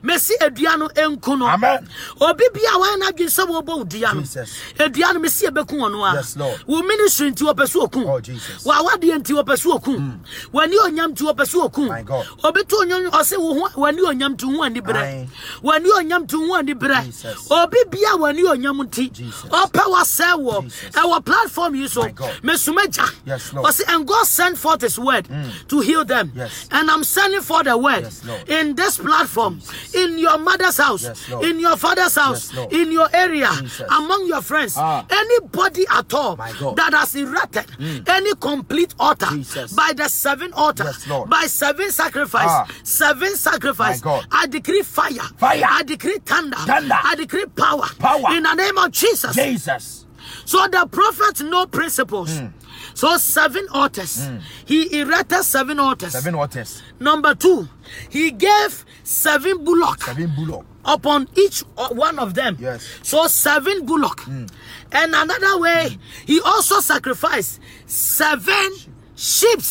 mesi edua no enku no Amen. obi bia wɔn na adwene sɛ wɔbɔ odua no Jesus. edua no mesi ebeku wɔn no a Yes, Lord. wɔn ministry nti wɔpɛ so oku Oh, Jesus. Hmm. wɔn awadeɛ nti wɔpɛ so oku wɔn ani onyam nti wɔpɛ so oku My God. obi to onyam ɔsi wɔn ho wɔn ani onyam nti wɔn ani brɛ Aye. wɔn ani onyam nti wɔn ani brɛ Jesus. obi bia wɔn ani onyam nti Jesus. ɔpɛ wɔsɛ wɔ Jesus. ɛwɔ platform yi so My God. mesumagya Yes, Lord. Hmm. ɔsi and God sent forth His word to heal them Yes. and I'm sending for the word Yes, Lord. in this platform. Jesus. in your mother's house, Yes, Lord. in your father's house, Yes, Lord. in your area, Jesus. among your friends, Ah. anybody at all My God. Mm. that has erected any complete altar Jesus. by the seven altars, Yes, Lord. by seven sacrifice, Ah. seven sacrifice, My God. I decree fire, Fire. I decree thunder, Thunder. I decree power, Power. in the name of Jesus. Jesus. So the prophet know principles. Mm. So seven altars. He erected seven altars. Seven waters. Number two, he gave seven bullock Seven bullock. upon each o- one of them. Yes. Hmm. So seven bullock. And another way, he also sacrificed seven sheep.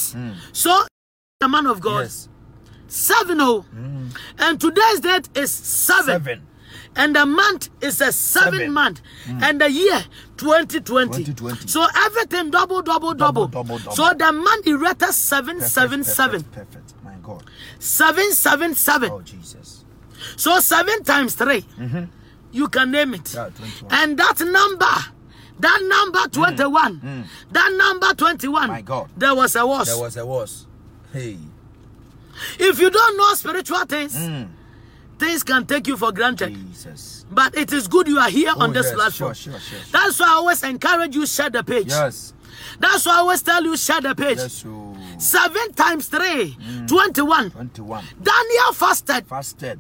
So the man of God, Hmm. Yes. Hmm. seven oh. And today's date is seven. Seven. And the month is a seven, Seven. Hmm. month. And the year 2020. 2020. So everything double, double, double. Double, double, double. So the man erected seven, Perfect, seven, perfect, seven. Perfect. My God. Seven, seven, seven. Oh Jesus. So seven times 3 you can name it. Mm-hmm. Yeah, 21. and that number, that number 21, that number 21, Mm. My God. there was a was. There was a was. Hey. If you don't know spiritual things, Mm. things can take you for granted. Jesus. But it is good you are here on Oh, this yes, platform. sure, sure, sure, sure. That's why I always encourage you share the page. Yes. That's why I always tell you share the page. Yes. Mm. Oh. Seven times three, 21. Twenty-one. Daniel fasted, Fasted.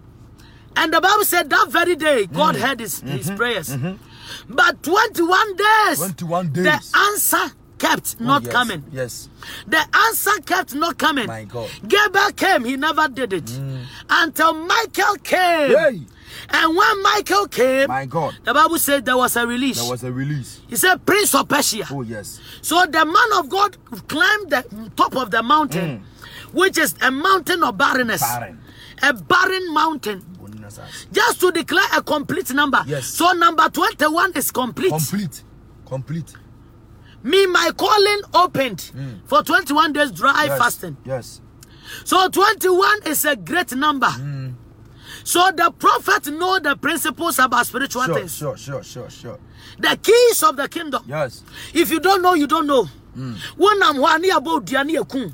and the Bible said that very day Mm. God heard his, his Mm-hmm. prayers. But 21 days, 21 days. the answer kept not Oh, yes. coming. Yes. The answer kept not coming. My God. Mm. Gabriel came, he never did it. Until Michael came. Hey. And when Michael came, My God. the Bible said there was a release. There was a release. He said, Prince of Persia. Oh yes. So the man of God climbed the top of the mountain, which is a mountain of barrenness, Mm. Barren. a barren mountain, Goodness us. just to declare a complete number. Yes. So number 21 is complete. Complete. Complete. Me, my calling opened for 21 days dry Mm. Yes. fasting. Yes. So 21 is a great number. Mm. So the prophet know the principles about spiritual Sure, things, sure, sure, sure, sure. the keys of the kingdom. Yes. If you don't know, you don't know. Mm. wonam hɔ a ne yɛbɔ odua ne yɛku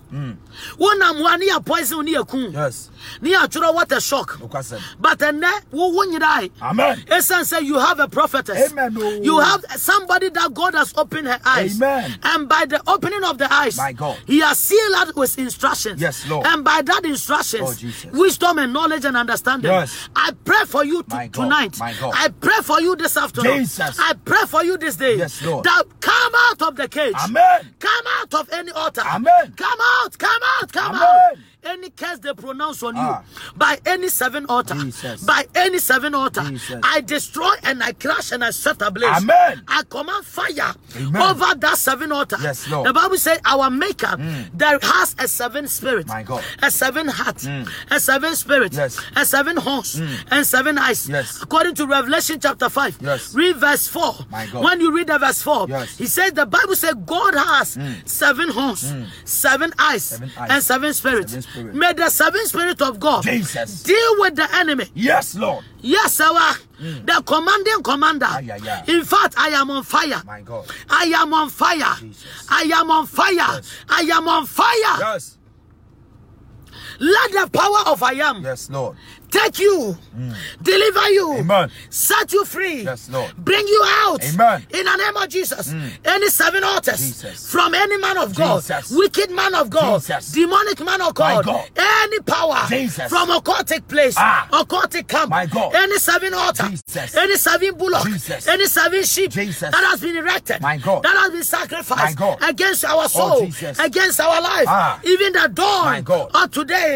wonam hɔ a ne yɛ poison ne yɛku Yes. ne yɛatwerɛ what a shock Okwasem. but ɛnɛ wowo Ah. nyerae Amen. ɛsiane sɛ you have a prophetess Amen, oh. you have somebody that god has opened her eyes Amen. and by the opening of the eyes My God. he has sealed us with instructions Yes, Lord. and by that instructions Oh, Jesus. wisdom and knowledge and understanding Yes. i pray for you to- My God, tonight my God. i pray for you this afternoon Jesus. i pray for you this day Yes, Lord. that come out of the cage Amen. come out of any altar Amen. come out come out come Amen. out any curse they pronounce on Ah. you by any seven altar Jesus. by any seven altar Jesus. i destroy and i crash and i set ablaze Amen. i command fire Amen. over that seven altar Yes, Lord. Hmm. the bible says our maker there has a seven spirit My God. Hmm. a seven heart a seven spirit Yes. Hmm. and seven horns and seven eyes Yes. according to revelation chapter 5 Yes. read verse 4 My God. when you read the verse 4 Yes. Hmm. he says the bible says god has seven horns seven eyes Seven eyes. and seven spirits Seven spirit. may the seven spirit of god Jesus. deal with the enemy Yes, Lord. yes sir the commanding commander Hmm. Ay, ay, ay. in fact i am on fire My God. i am on fire Jesus. i am on fire i am on fire Yes. let the power of i am Yes, Lord. take you, deliver you, Amen. set you free, Yes, Lord. bring you out, Amen. Mm. in the name of Jesus. Any seven altars Jesus. from any man of God, Jesus. wicked man of God, Jesus. demonic man of My God, God. any power Jesus. from occultic place, Ah. occultic camp, My God. any seven altar, Jesus. any seven bullock, Jesus. any seven sheep Jesus. that has been erected, My God. that has been sacrificed My God. Oh, against our soul, Jesus. against our life, Ah. even the My dawn God. Mm. of today,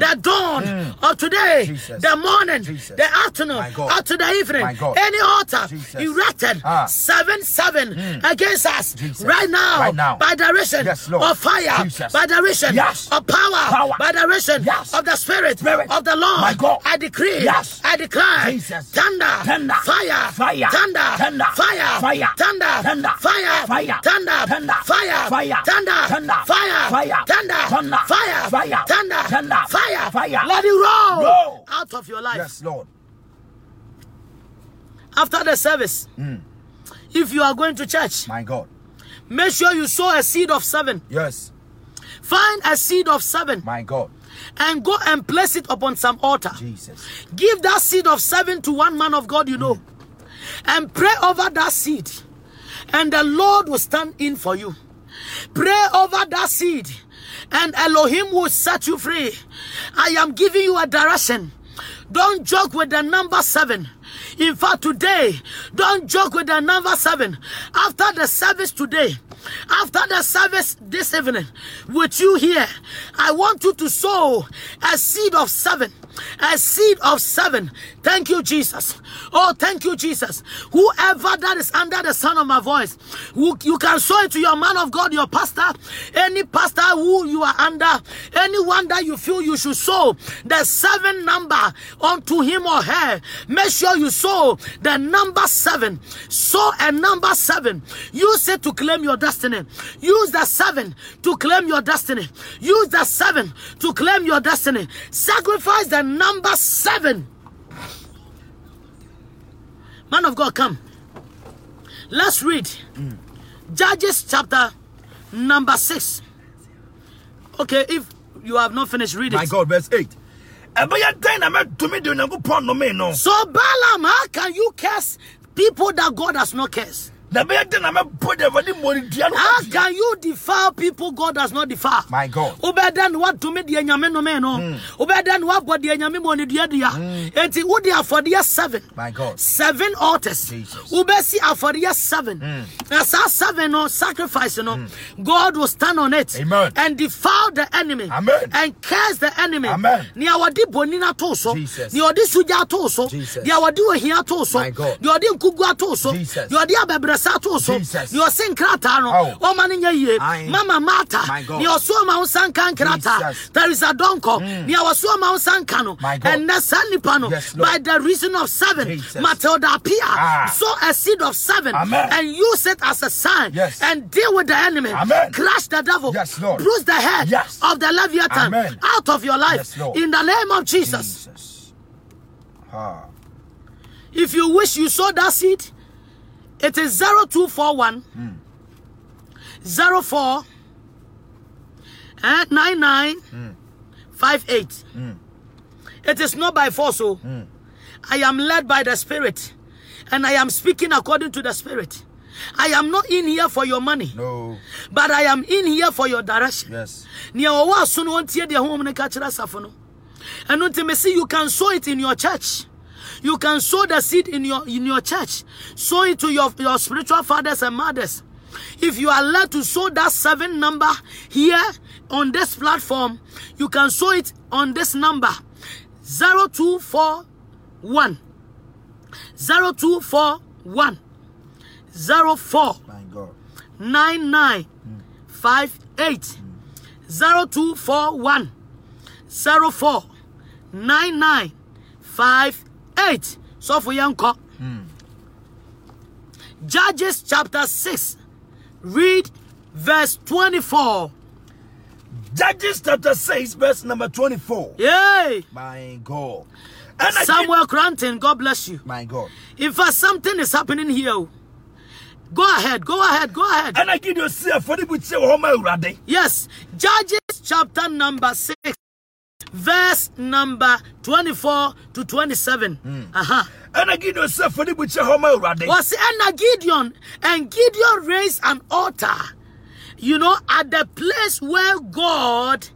the dawn of today, Jesus. the morning, Jesus. the afternoon, My God. up to the evening, My God. any altar Jesus. erected Ah. Hmm. seven seven against us Jesus. right now, Right now. by direction Yes, Lord. of fire, Jesus. by direction Yes. of power, Power. by direction Yes. of the spirit, Spirit. of the Lord. My God. I decree, Yes. I declare, Jesus. thunder, Thunder. fire, Fire. thunder, Thunder. fire, Fire. thunder, Thunder. fire, Fire. thunder, Thunder. fire, Fire. thunder, fire, Thunder. Fire. thunder, Thunder. fire, Fire. thunder, Thunder. fire, Fire. Let it roll, Roll. out of your life. Yes, Lord. after the service, if you are going to church, My God. make sure you sow a seed of seven. Yes. Find a seed of seven My God. and go and place it upon some altar. Jesus. Give that seed of seven to one man of God you know and pray over that seed, and the Lord will stand in for you. Pray over that seed, and Elohim will set you free. I am giving you a direction. Don't joke with the number seven. In fact, today, don't joke with the number seven. After the service today, after the service this evening, with you here, I want you to sow a seed of seven. A seed of seven. Thank you, Jesus. Oh, thank you, Jesus. Whoever that is under the sound of my voice, who you can sow it to your man of God, your pastor, any pastor who you are under, anyone that you feel you should sow the seven number unto him or her. Make sure you sow the number seven. Sow a number seven. Use it to claim your destiny. Use the seven to claim your destiny. Use the seven to claim your destiny. Sacrifice the number seven. Man of God, come. Let's read Judges chapter number six. Okay, if you have not finished, read it. My God, verse 8. ɛbɛyɛ dɛn na mɛtumi de onyankopɔn nnome no So Balaam, how can you curse people that God has not cursed? na ɛbɛyɛ dɛn na mɛbɔ de awurade mmɔredua no How can you defile people God has not defiled? My God. Hmm. Obeda no what to me the enyame no me no. Obeda no what the enyame mo ne dia dia. Enti wo dia for dia 7. My God. Seven altars. Jesus. Hmm. Ubesi aforia seven. Na saa seven no sacrifice no. God will stand on it Amen. and defile the enemy Amen. and curse the enemy. Amen. Ni awadi boni na to so. Ni Jesus. awadi suja to so. Ni Jesus. awadi ohia to so. My God. Ni awadi nkugu ato so. Ni Jesus. awadi abebresa to so. Jesus. Ni osin krata no. Oh. Oma ni nyeye. Aye. Mama Martha. My God. Ni osoma unsankan Jesus. Hmm. krata. There is a donko. Ni awasoma unsankan no. My God. And sanipano Yes, Lord. by the reason of seven. Jesus. Matilda appear. Ah. Sow a seed of seven Amen. and use it as a sign Yes. and deal with the enemy. Amen. Crush the devil. Yes, Lord. Bruise the head Yes. of the Leviathan Amen. out of your life. Yes, Lord. In the name of Jesus. Jesus. Ah. If you wish you sow that seed, it is 0241 04 and 9958. It is not by force, oh. I am led by the Spirit and I am speaking according to the Spirit. I am not in here for your money, No. but I am in here for your direction. Yes. Nea ɔwɔ aso no ɔntie deɛ honhom no ka kyerɛ asafo no ɛno nti mese you can sow it in your church you can sow the seed in your in your church sow it to your, your spiritual fathers and mothers if you are led to sow that seven number here on this platform you can sow it on this number 0241 0241 04 My God. 9958 0241 04 9958 so for yanko judges chapter 6 read verse 24 Judges chapter 6, verse number 24. yay My God. And I did- samuel cranton god bless you My God. in fact something is happening here oh. go ahead go ahead go ahead And I give you see a funny but say, Oh my Rade. Yes, Judges chapter number 6, verse number 24 to 27. Uh-huh. And I give you see a funny but say, Oh my Rade. Was Anna Gideon, and Gideon raised an altar, you know, at the place where God,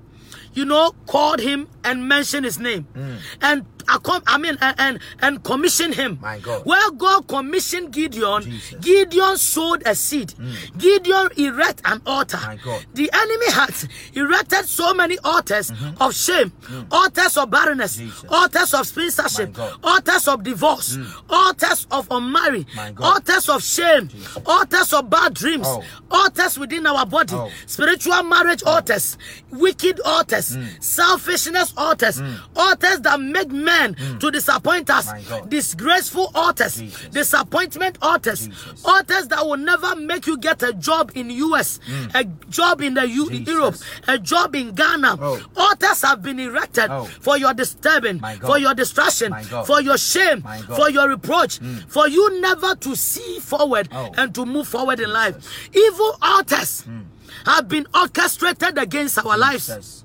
you know, called him and mentioned his name. Hmm. And I com- I mean, and, and and commissioned him. My God. Where God commissioned Gideon, Jesus. Hmm. Gideon sowed a seed. Gideon erect an altar. My God. The enemy had erected so many altars of shame, altars of barrenness, Mm-hmm. Hmm. Jesus. altars of sponsorship, My God. Hmm. altars of divorce, altars of unmarried, My God. altars of shame, altars of bad dreams, Oh. altars within our body, Oh. spiritual marriage altars, wicked altars, Mm. selfishness altars, altars that make men to disappoint us, Mm. My God. disgraceful altars, Jesus. disappointment altars, Jesus. altars that will never make you get a job in US, a job in the U- Mm. Jesus. Europe, a job in Ghana. Oh. Altars have been erected Oh. for your disturbing, My God. for your distraction, My God. for your shame, My God. for your reproach, for you never to see forward Hmm. Oh. Hmm. and to move forward in life. Evil altars have been orchestrated against our lives. Jesus.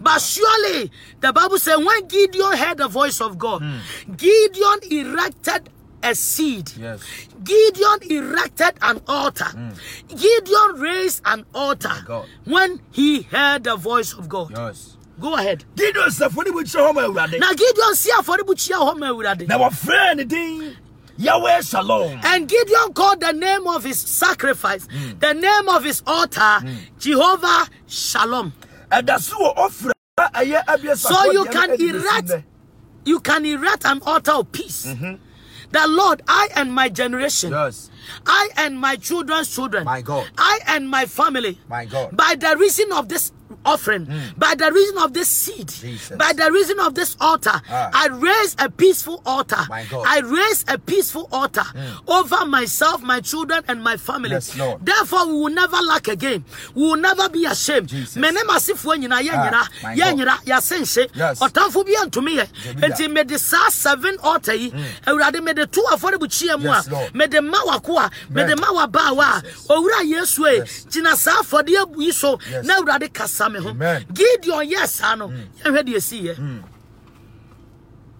But surely the Bible says when Gideon heard the voice of God, Hmm. Gideon erected a seed. Yes. Gideon erected an altar. Gideon raised an altar Hmm. God. when he heard the voice of God. Yes. Go ahead. Gideon sɛfo ne wokyerɛ hɔ ma awurade Now Gideon see afɔrebukyia hɔ ma Awurade. na wɔfrɛ ne din yahweh shalom And Gideon called the name of his sacrifice, the name of his altar, Jehovah Shalom. ɛda so wɔ ɔfra a ɛyɛ abiasafo So you deɛ no can adi besi erect- nnɛ. You can erect an altar of peace. The Lord, I and my generation, yes I and my children's children, My God. I and my family, My God. Mm. by the reason of this offering, by the reason of this seed, Jesus. by the reason of this altar, Ah. I raise a peaceful altar. My God. Mm. I raise a peaceful altar over myself, my children, and my family. Yes, Lord. Therefore, we will never lack again. We will never be ashamed. Jesus. Me ne m'asefoɔ nyinaa, yɛn Ah, nyinaa, my yɛn God. nyinaa, yɛase nhyɛ. Yes. Ɔtamfo bi antumi yɛ. Dabi da. Enti mede saa seven altar yi, Awurade, mede to afɔrebukyia mu Mm. Yes, a, Lord. mede ma w'akoa, mede Amen. ma w'abaawa a, owura Yesu e, Yes. gyina saa afɔdeɛ yi so Yes. na Awurade kasa me ho. Amen. Hmm. Gideon yɛɛ saa no, yɛnhwɛ deɛ ɛsiiɛ.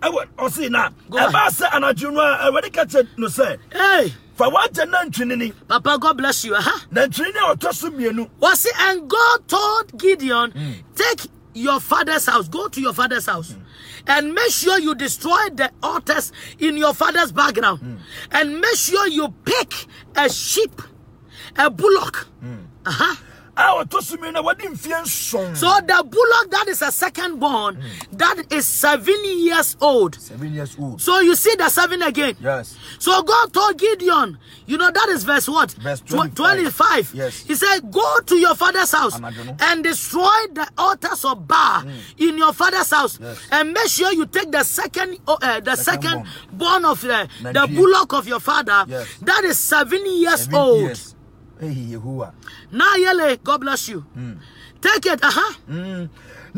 ɛwɔ ɔse na Go ahead. ɛbaa sɛ anadwo no a awurade ka kyerɛ no sɛ Hey, fa woagya na ntwenini Papa, God bless you. Aha. na ntwenini a ɔtɔ so mmienu Was it? And God told Gideon, Hmm. take your father's house, go to your father's house, and make sure you destroy the altars in your father's background, Hmm. and make sure you pick a sheep, a bullock. Hmm. Uh-huh. a ɔtɔ so mmienu na wɔde mfie nson So the bullock that is a second born, Hmm. that is seven years old. seven years old So you see the seven again. yes So God told Gideon, you know, that is verse what? Verse Tw- 25. 25. Yes. He said, Go to your father's house Amadunu. and destroy the altars of Baal in your father's house. Hmm. Yes. And make sure you take the second oh, uh, the second, Second born. of uh, the Nineteen. bullock of your father. Yes. That is seven years Seven old. years. Hey, Yehowa. Now, Yele, God bless you. Hmm. Take it. Uh huh. ne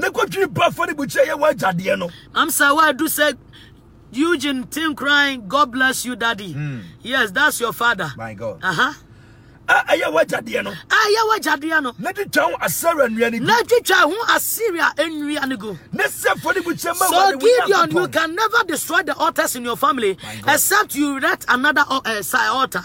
kɔdwiri ba fa ne bukyɛ yɛ wagyadeɛ no I'm sorry, I do say, Eugene, Tim crying, God bless you, daddy. Yes, that's your father. my god Uh huh. a ɛyɛ wagyadeɛ no Ah, yeah, what ne twitwa ho asara nnua no bi na twitwa ho assyria nnua no gu ne sɛ fa ne bukyɛ ma so Awurade gideon you wo Nyankopɔn. can never destroy the altars in your family My God. Hmm. except you erect another al- uh, si- altar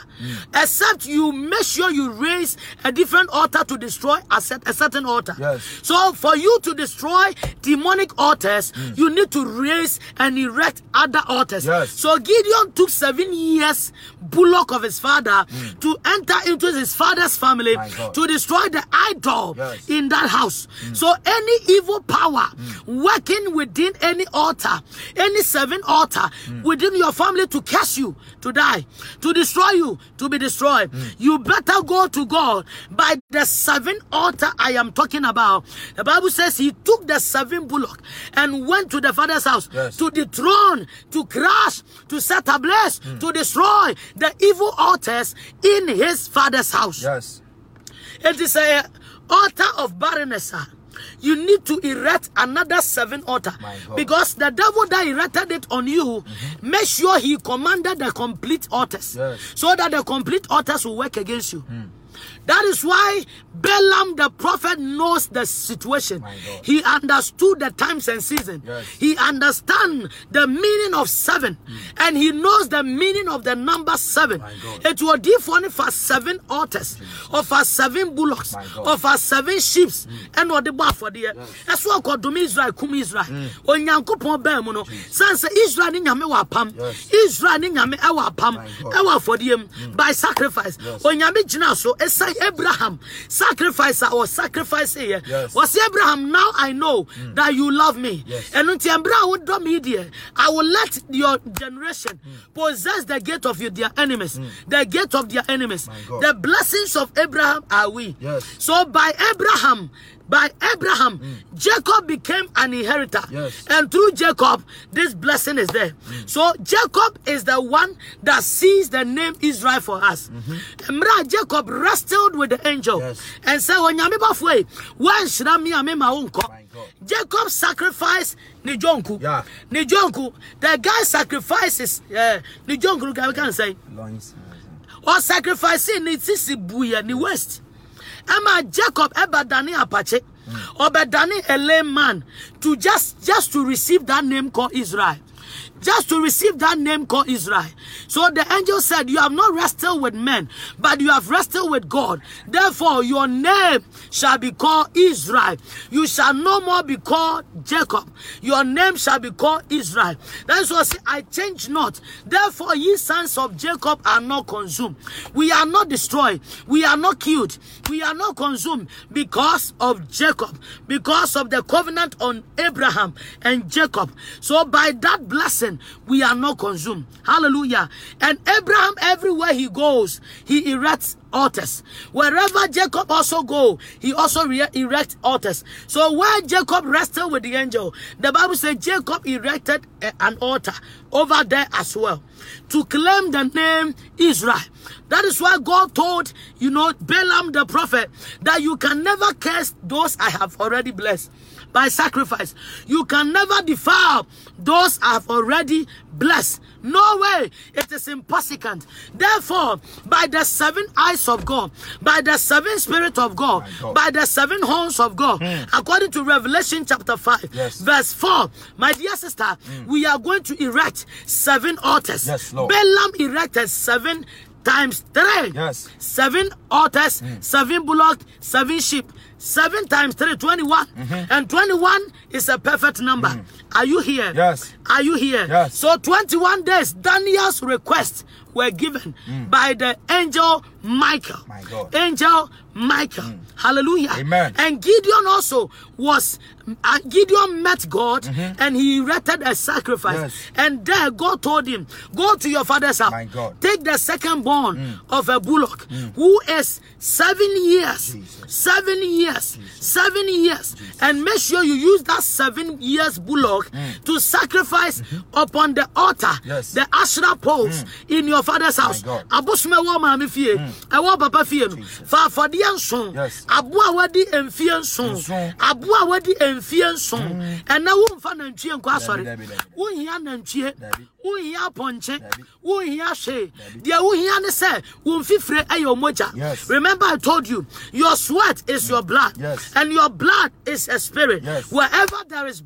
except you make sure you raise a different altar to destroy a, set, a certain altar Yes. so for you to destroy demonic altars you need to raise and erect other altars Hmm. Yes. so gideon took seven years bullock of his father to enter into his father's family Hmm. My God. to destroy the idol Yes. Mm. in that house. So any evil power working within any altar, any seven altar Mm. within your family to curse you, to die, to destroy you, to be destroyed, Mm. you better go to God by the seven altar I am talking about. The Bible says he took the seven bullock and went to the father's house Yes. to dethrone, to crush, to set ablaze, Mm. to destroy the evil altars in his father's house. yes It is a altar of barrenness. ah. You need to erect another seven altar My God. Mm-hmm. because the devil that erected it on you, make sure he commanded the complete altars Yes. Hmm. so that the complete altars will work against you. That is why Balaam the prophet knows the situation. My God. He understood the times and season. Yes. He understands the meaning of seven, and he knows the meaning of the number seven. Hmm. My God. Hmm. It will different for seven altars, or for seven bullocks, My God. Hmm. or for seven sheep, and what the bar for the That's what God do me Israel, come Israel. Hmm. When Yankupon Bemuno, Sansa Israel in Yame Wapam, Yes. Israel in Yame Awapam, My God. Hmm. Awa for them by sacrifice. Yes. When Yame Ginaso, Esai Abraham, sacrifice or sacrifice here. Yes. Was Abraham, now I know that you love me. Hmm. Yes. And until Abraham would do me there, I will let your generation Hmm. possess the gate of your, their enemies, the gate of their enemies. My God. The blessings of Abraham are we. Yes. Hmm. So by Abraham, by Abraham, Jacob became an inheritor. Yes. Hmm. And through Jacob, this blessing is there. So Jacob is the one that sees the name Israel for us. Mm-hmm. Mra Jacob wrestled with the angel Yes. and said, Onyamibafwe, why should I me ame my own My God. Jacob sacrificed Nijonku. Yeah. Nijonku, the guy sacrifices uh, Nijonku, we can say loins or sacrificing ni sisi buya ni west. Emma Jacob eba dani apache. Obedani, a lame man, to just just to receive that name called Israel. Just to receive that name called Israel. So the angel said, You have not wrestled with men, but you have wrestled with God. Therefore, your name shall be called Israel. You shall no more be called Jacob. Your name shall be called Israel. That's what I say, I change not. Therefore, ye sons of Jacob are not consumed. We are not destroyed. We are not killed. We are not consumed because of Jacob, because of the covenant on Abraham and Jacob. So by that blessing, we are not consumed. Hallelujah. And Abraham, everywhere he goes, he erects altars. Wherever Jacob also go, he also re- erect altars. So where Jacob wrestled with the angel, the Bible says Jacob erected a- an altar over there as well to claim the name Israel. That is why God told, you know, Balaam the prophet that you can never curse those I have already blessed by sacrifice. You can never defile those I have already blessed. No way. It is impossible. Therefore, by the seven eyes of God, by the seven spirit of God, My God. by the seven horns of God, according to Revelation chapter 5, Hmm. Yes. Hmm. verse 4, my dear sister, we are going to erect seven altars. Yes, Lord. Balaam erected seven times three. Yes. Hmm. Seven altars, seven bullocks, seven sheep. Seven times three, 21. Mm-hmm. And 21 is a perfect number. Are you here? Hmm. Yes. Are you here? Yes. So 21 days, Daniel's request were given Hmm. by the angel Michael. My God. Mm. Angel Michael. Hallelujah. Amen. And Gideon also was, uh, Gideon met God and he erected a sacrifice. Mm-hmm. Yes. And there God told him, Go to your father's house. My God. Mm. Take the second born of a bullock who is seven years, Jesus. seven years, seven years, and make sure you use that seven years bullock to sacrifice upon the altar, Mm. Mm-hmm. Yes. Mm. the Asherah poles in your father's house. God. Abosome wɔ maame fie, ɛwɔ papa fie no, Hmm. Jesus. faafadeɛ nson, Yes. aboa a wadi mfie nson, Nson. Hmm. aboa a wadi mfie nson, ɛnna womfa nantwie nkɔ Dabi, asɔre, dabi, dabi. wonhia nantwie, Dabi. wohia pɔnkye Dabi. wohia hwee deɛ wohia ne sɛ wo mfifire ɛyɛ wo mogya Yes. Hmm. remember i told you your sweat is your blood Yes. and your blood is a spirit Yes. wherever there is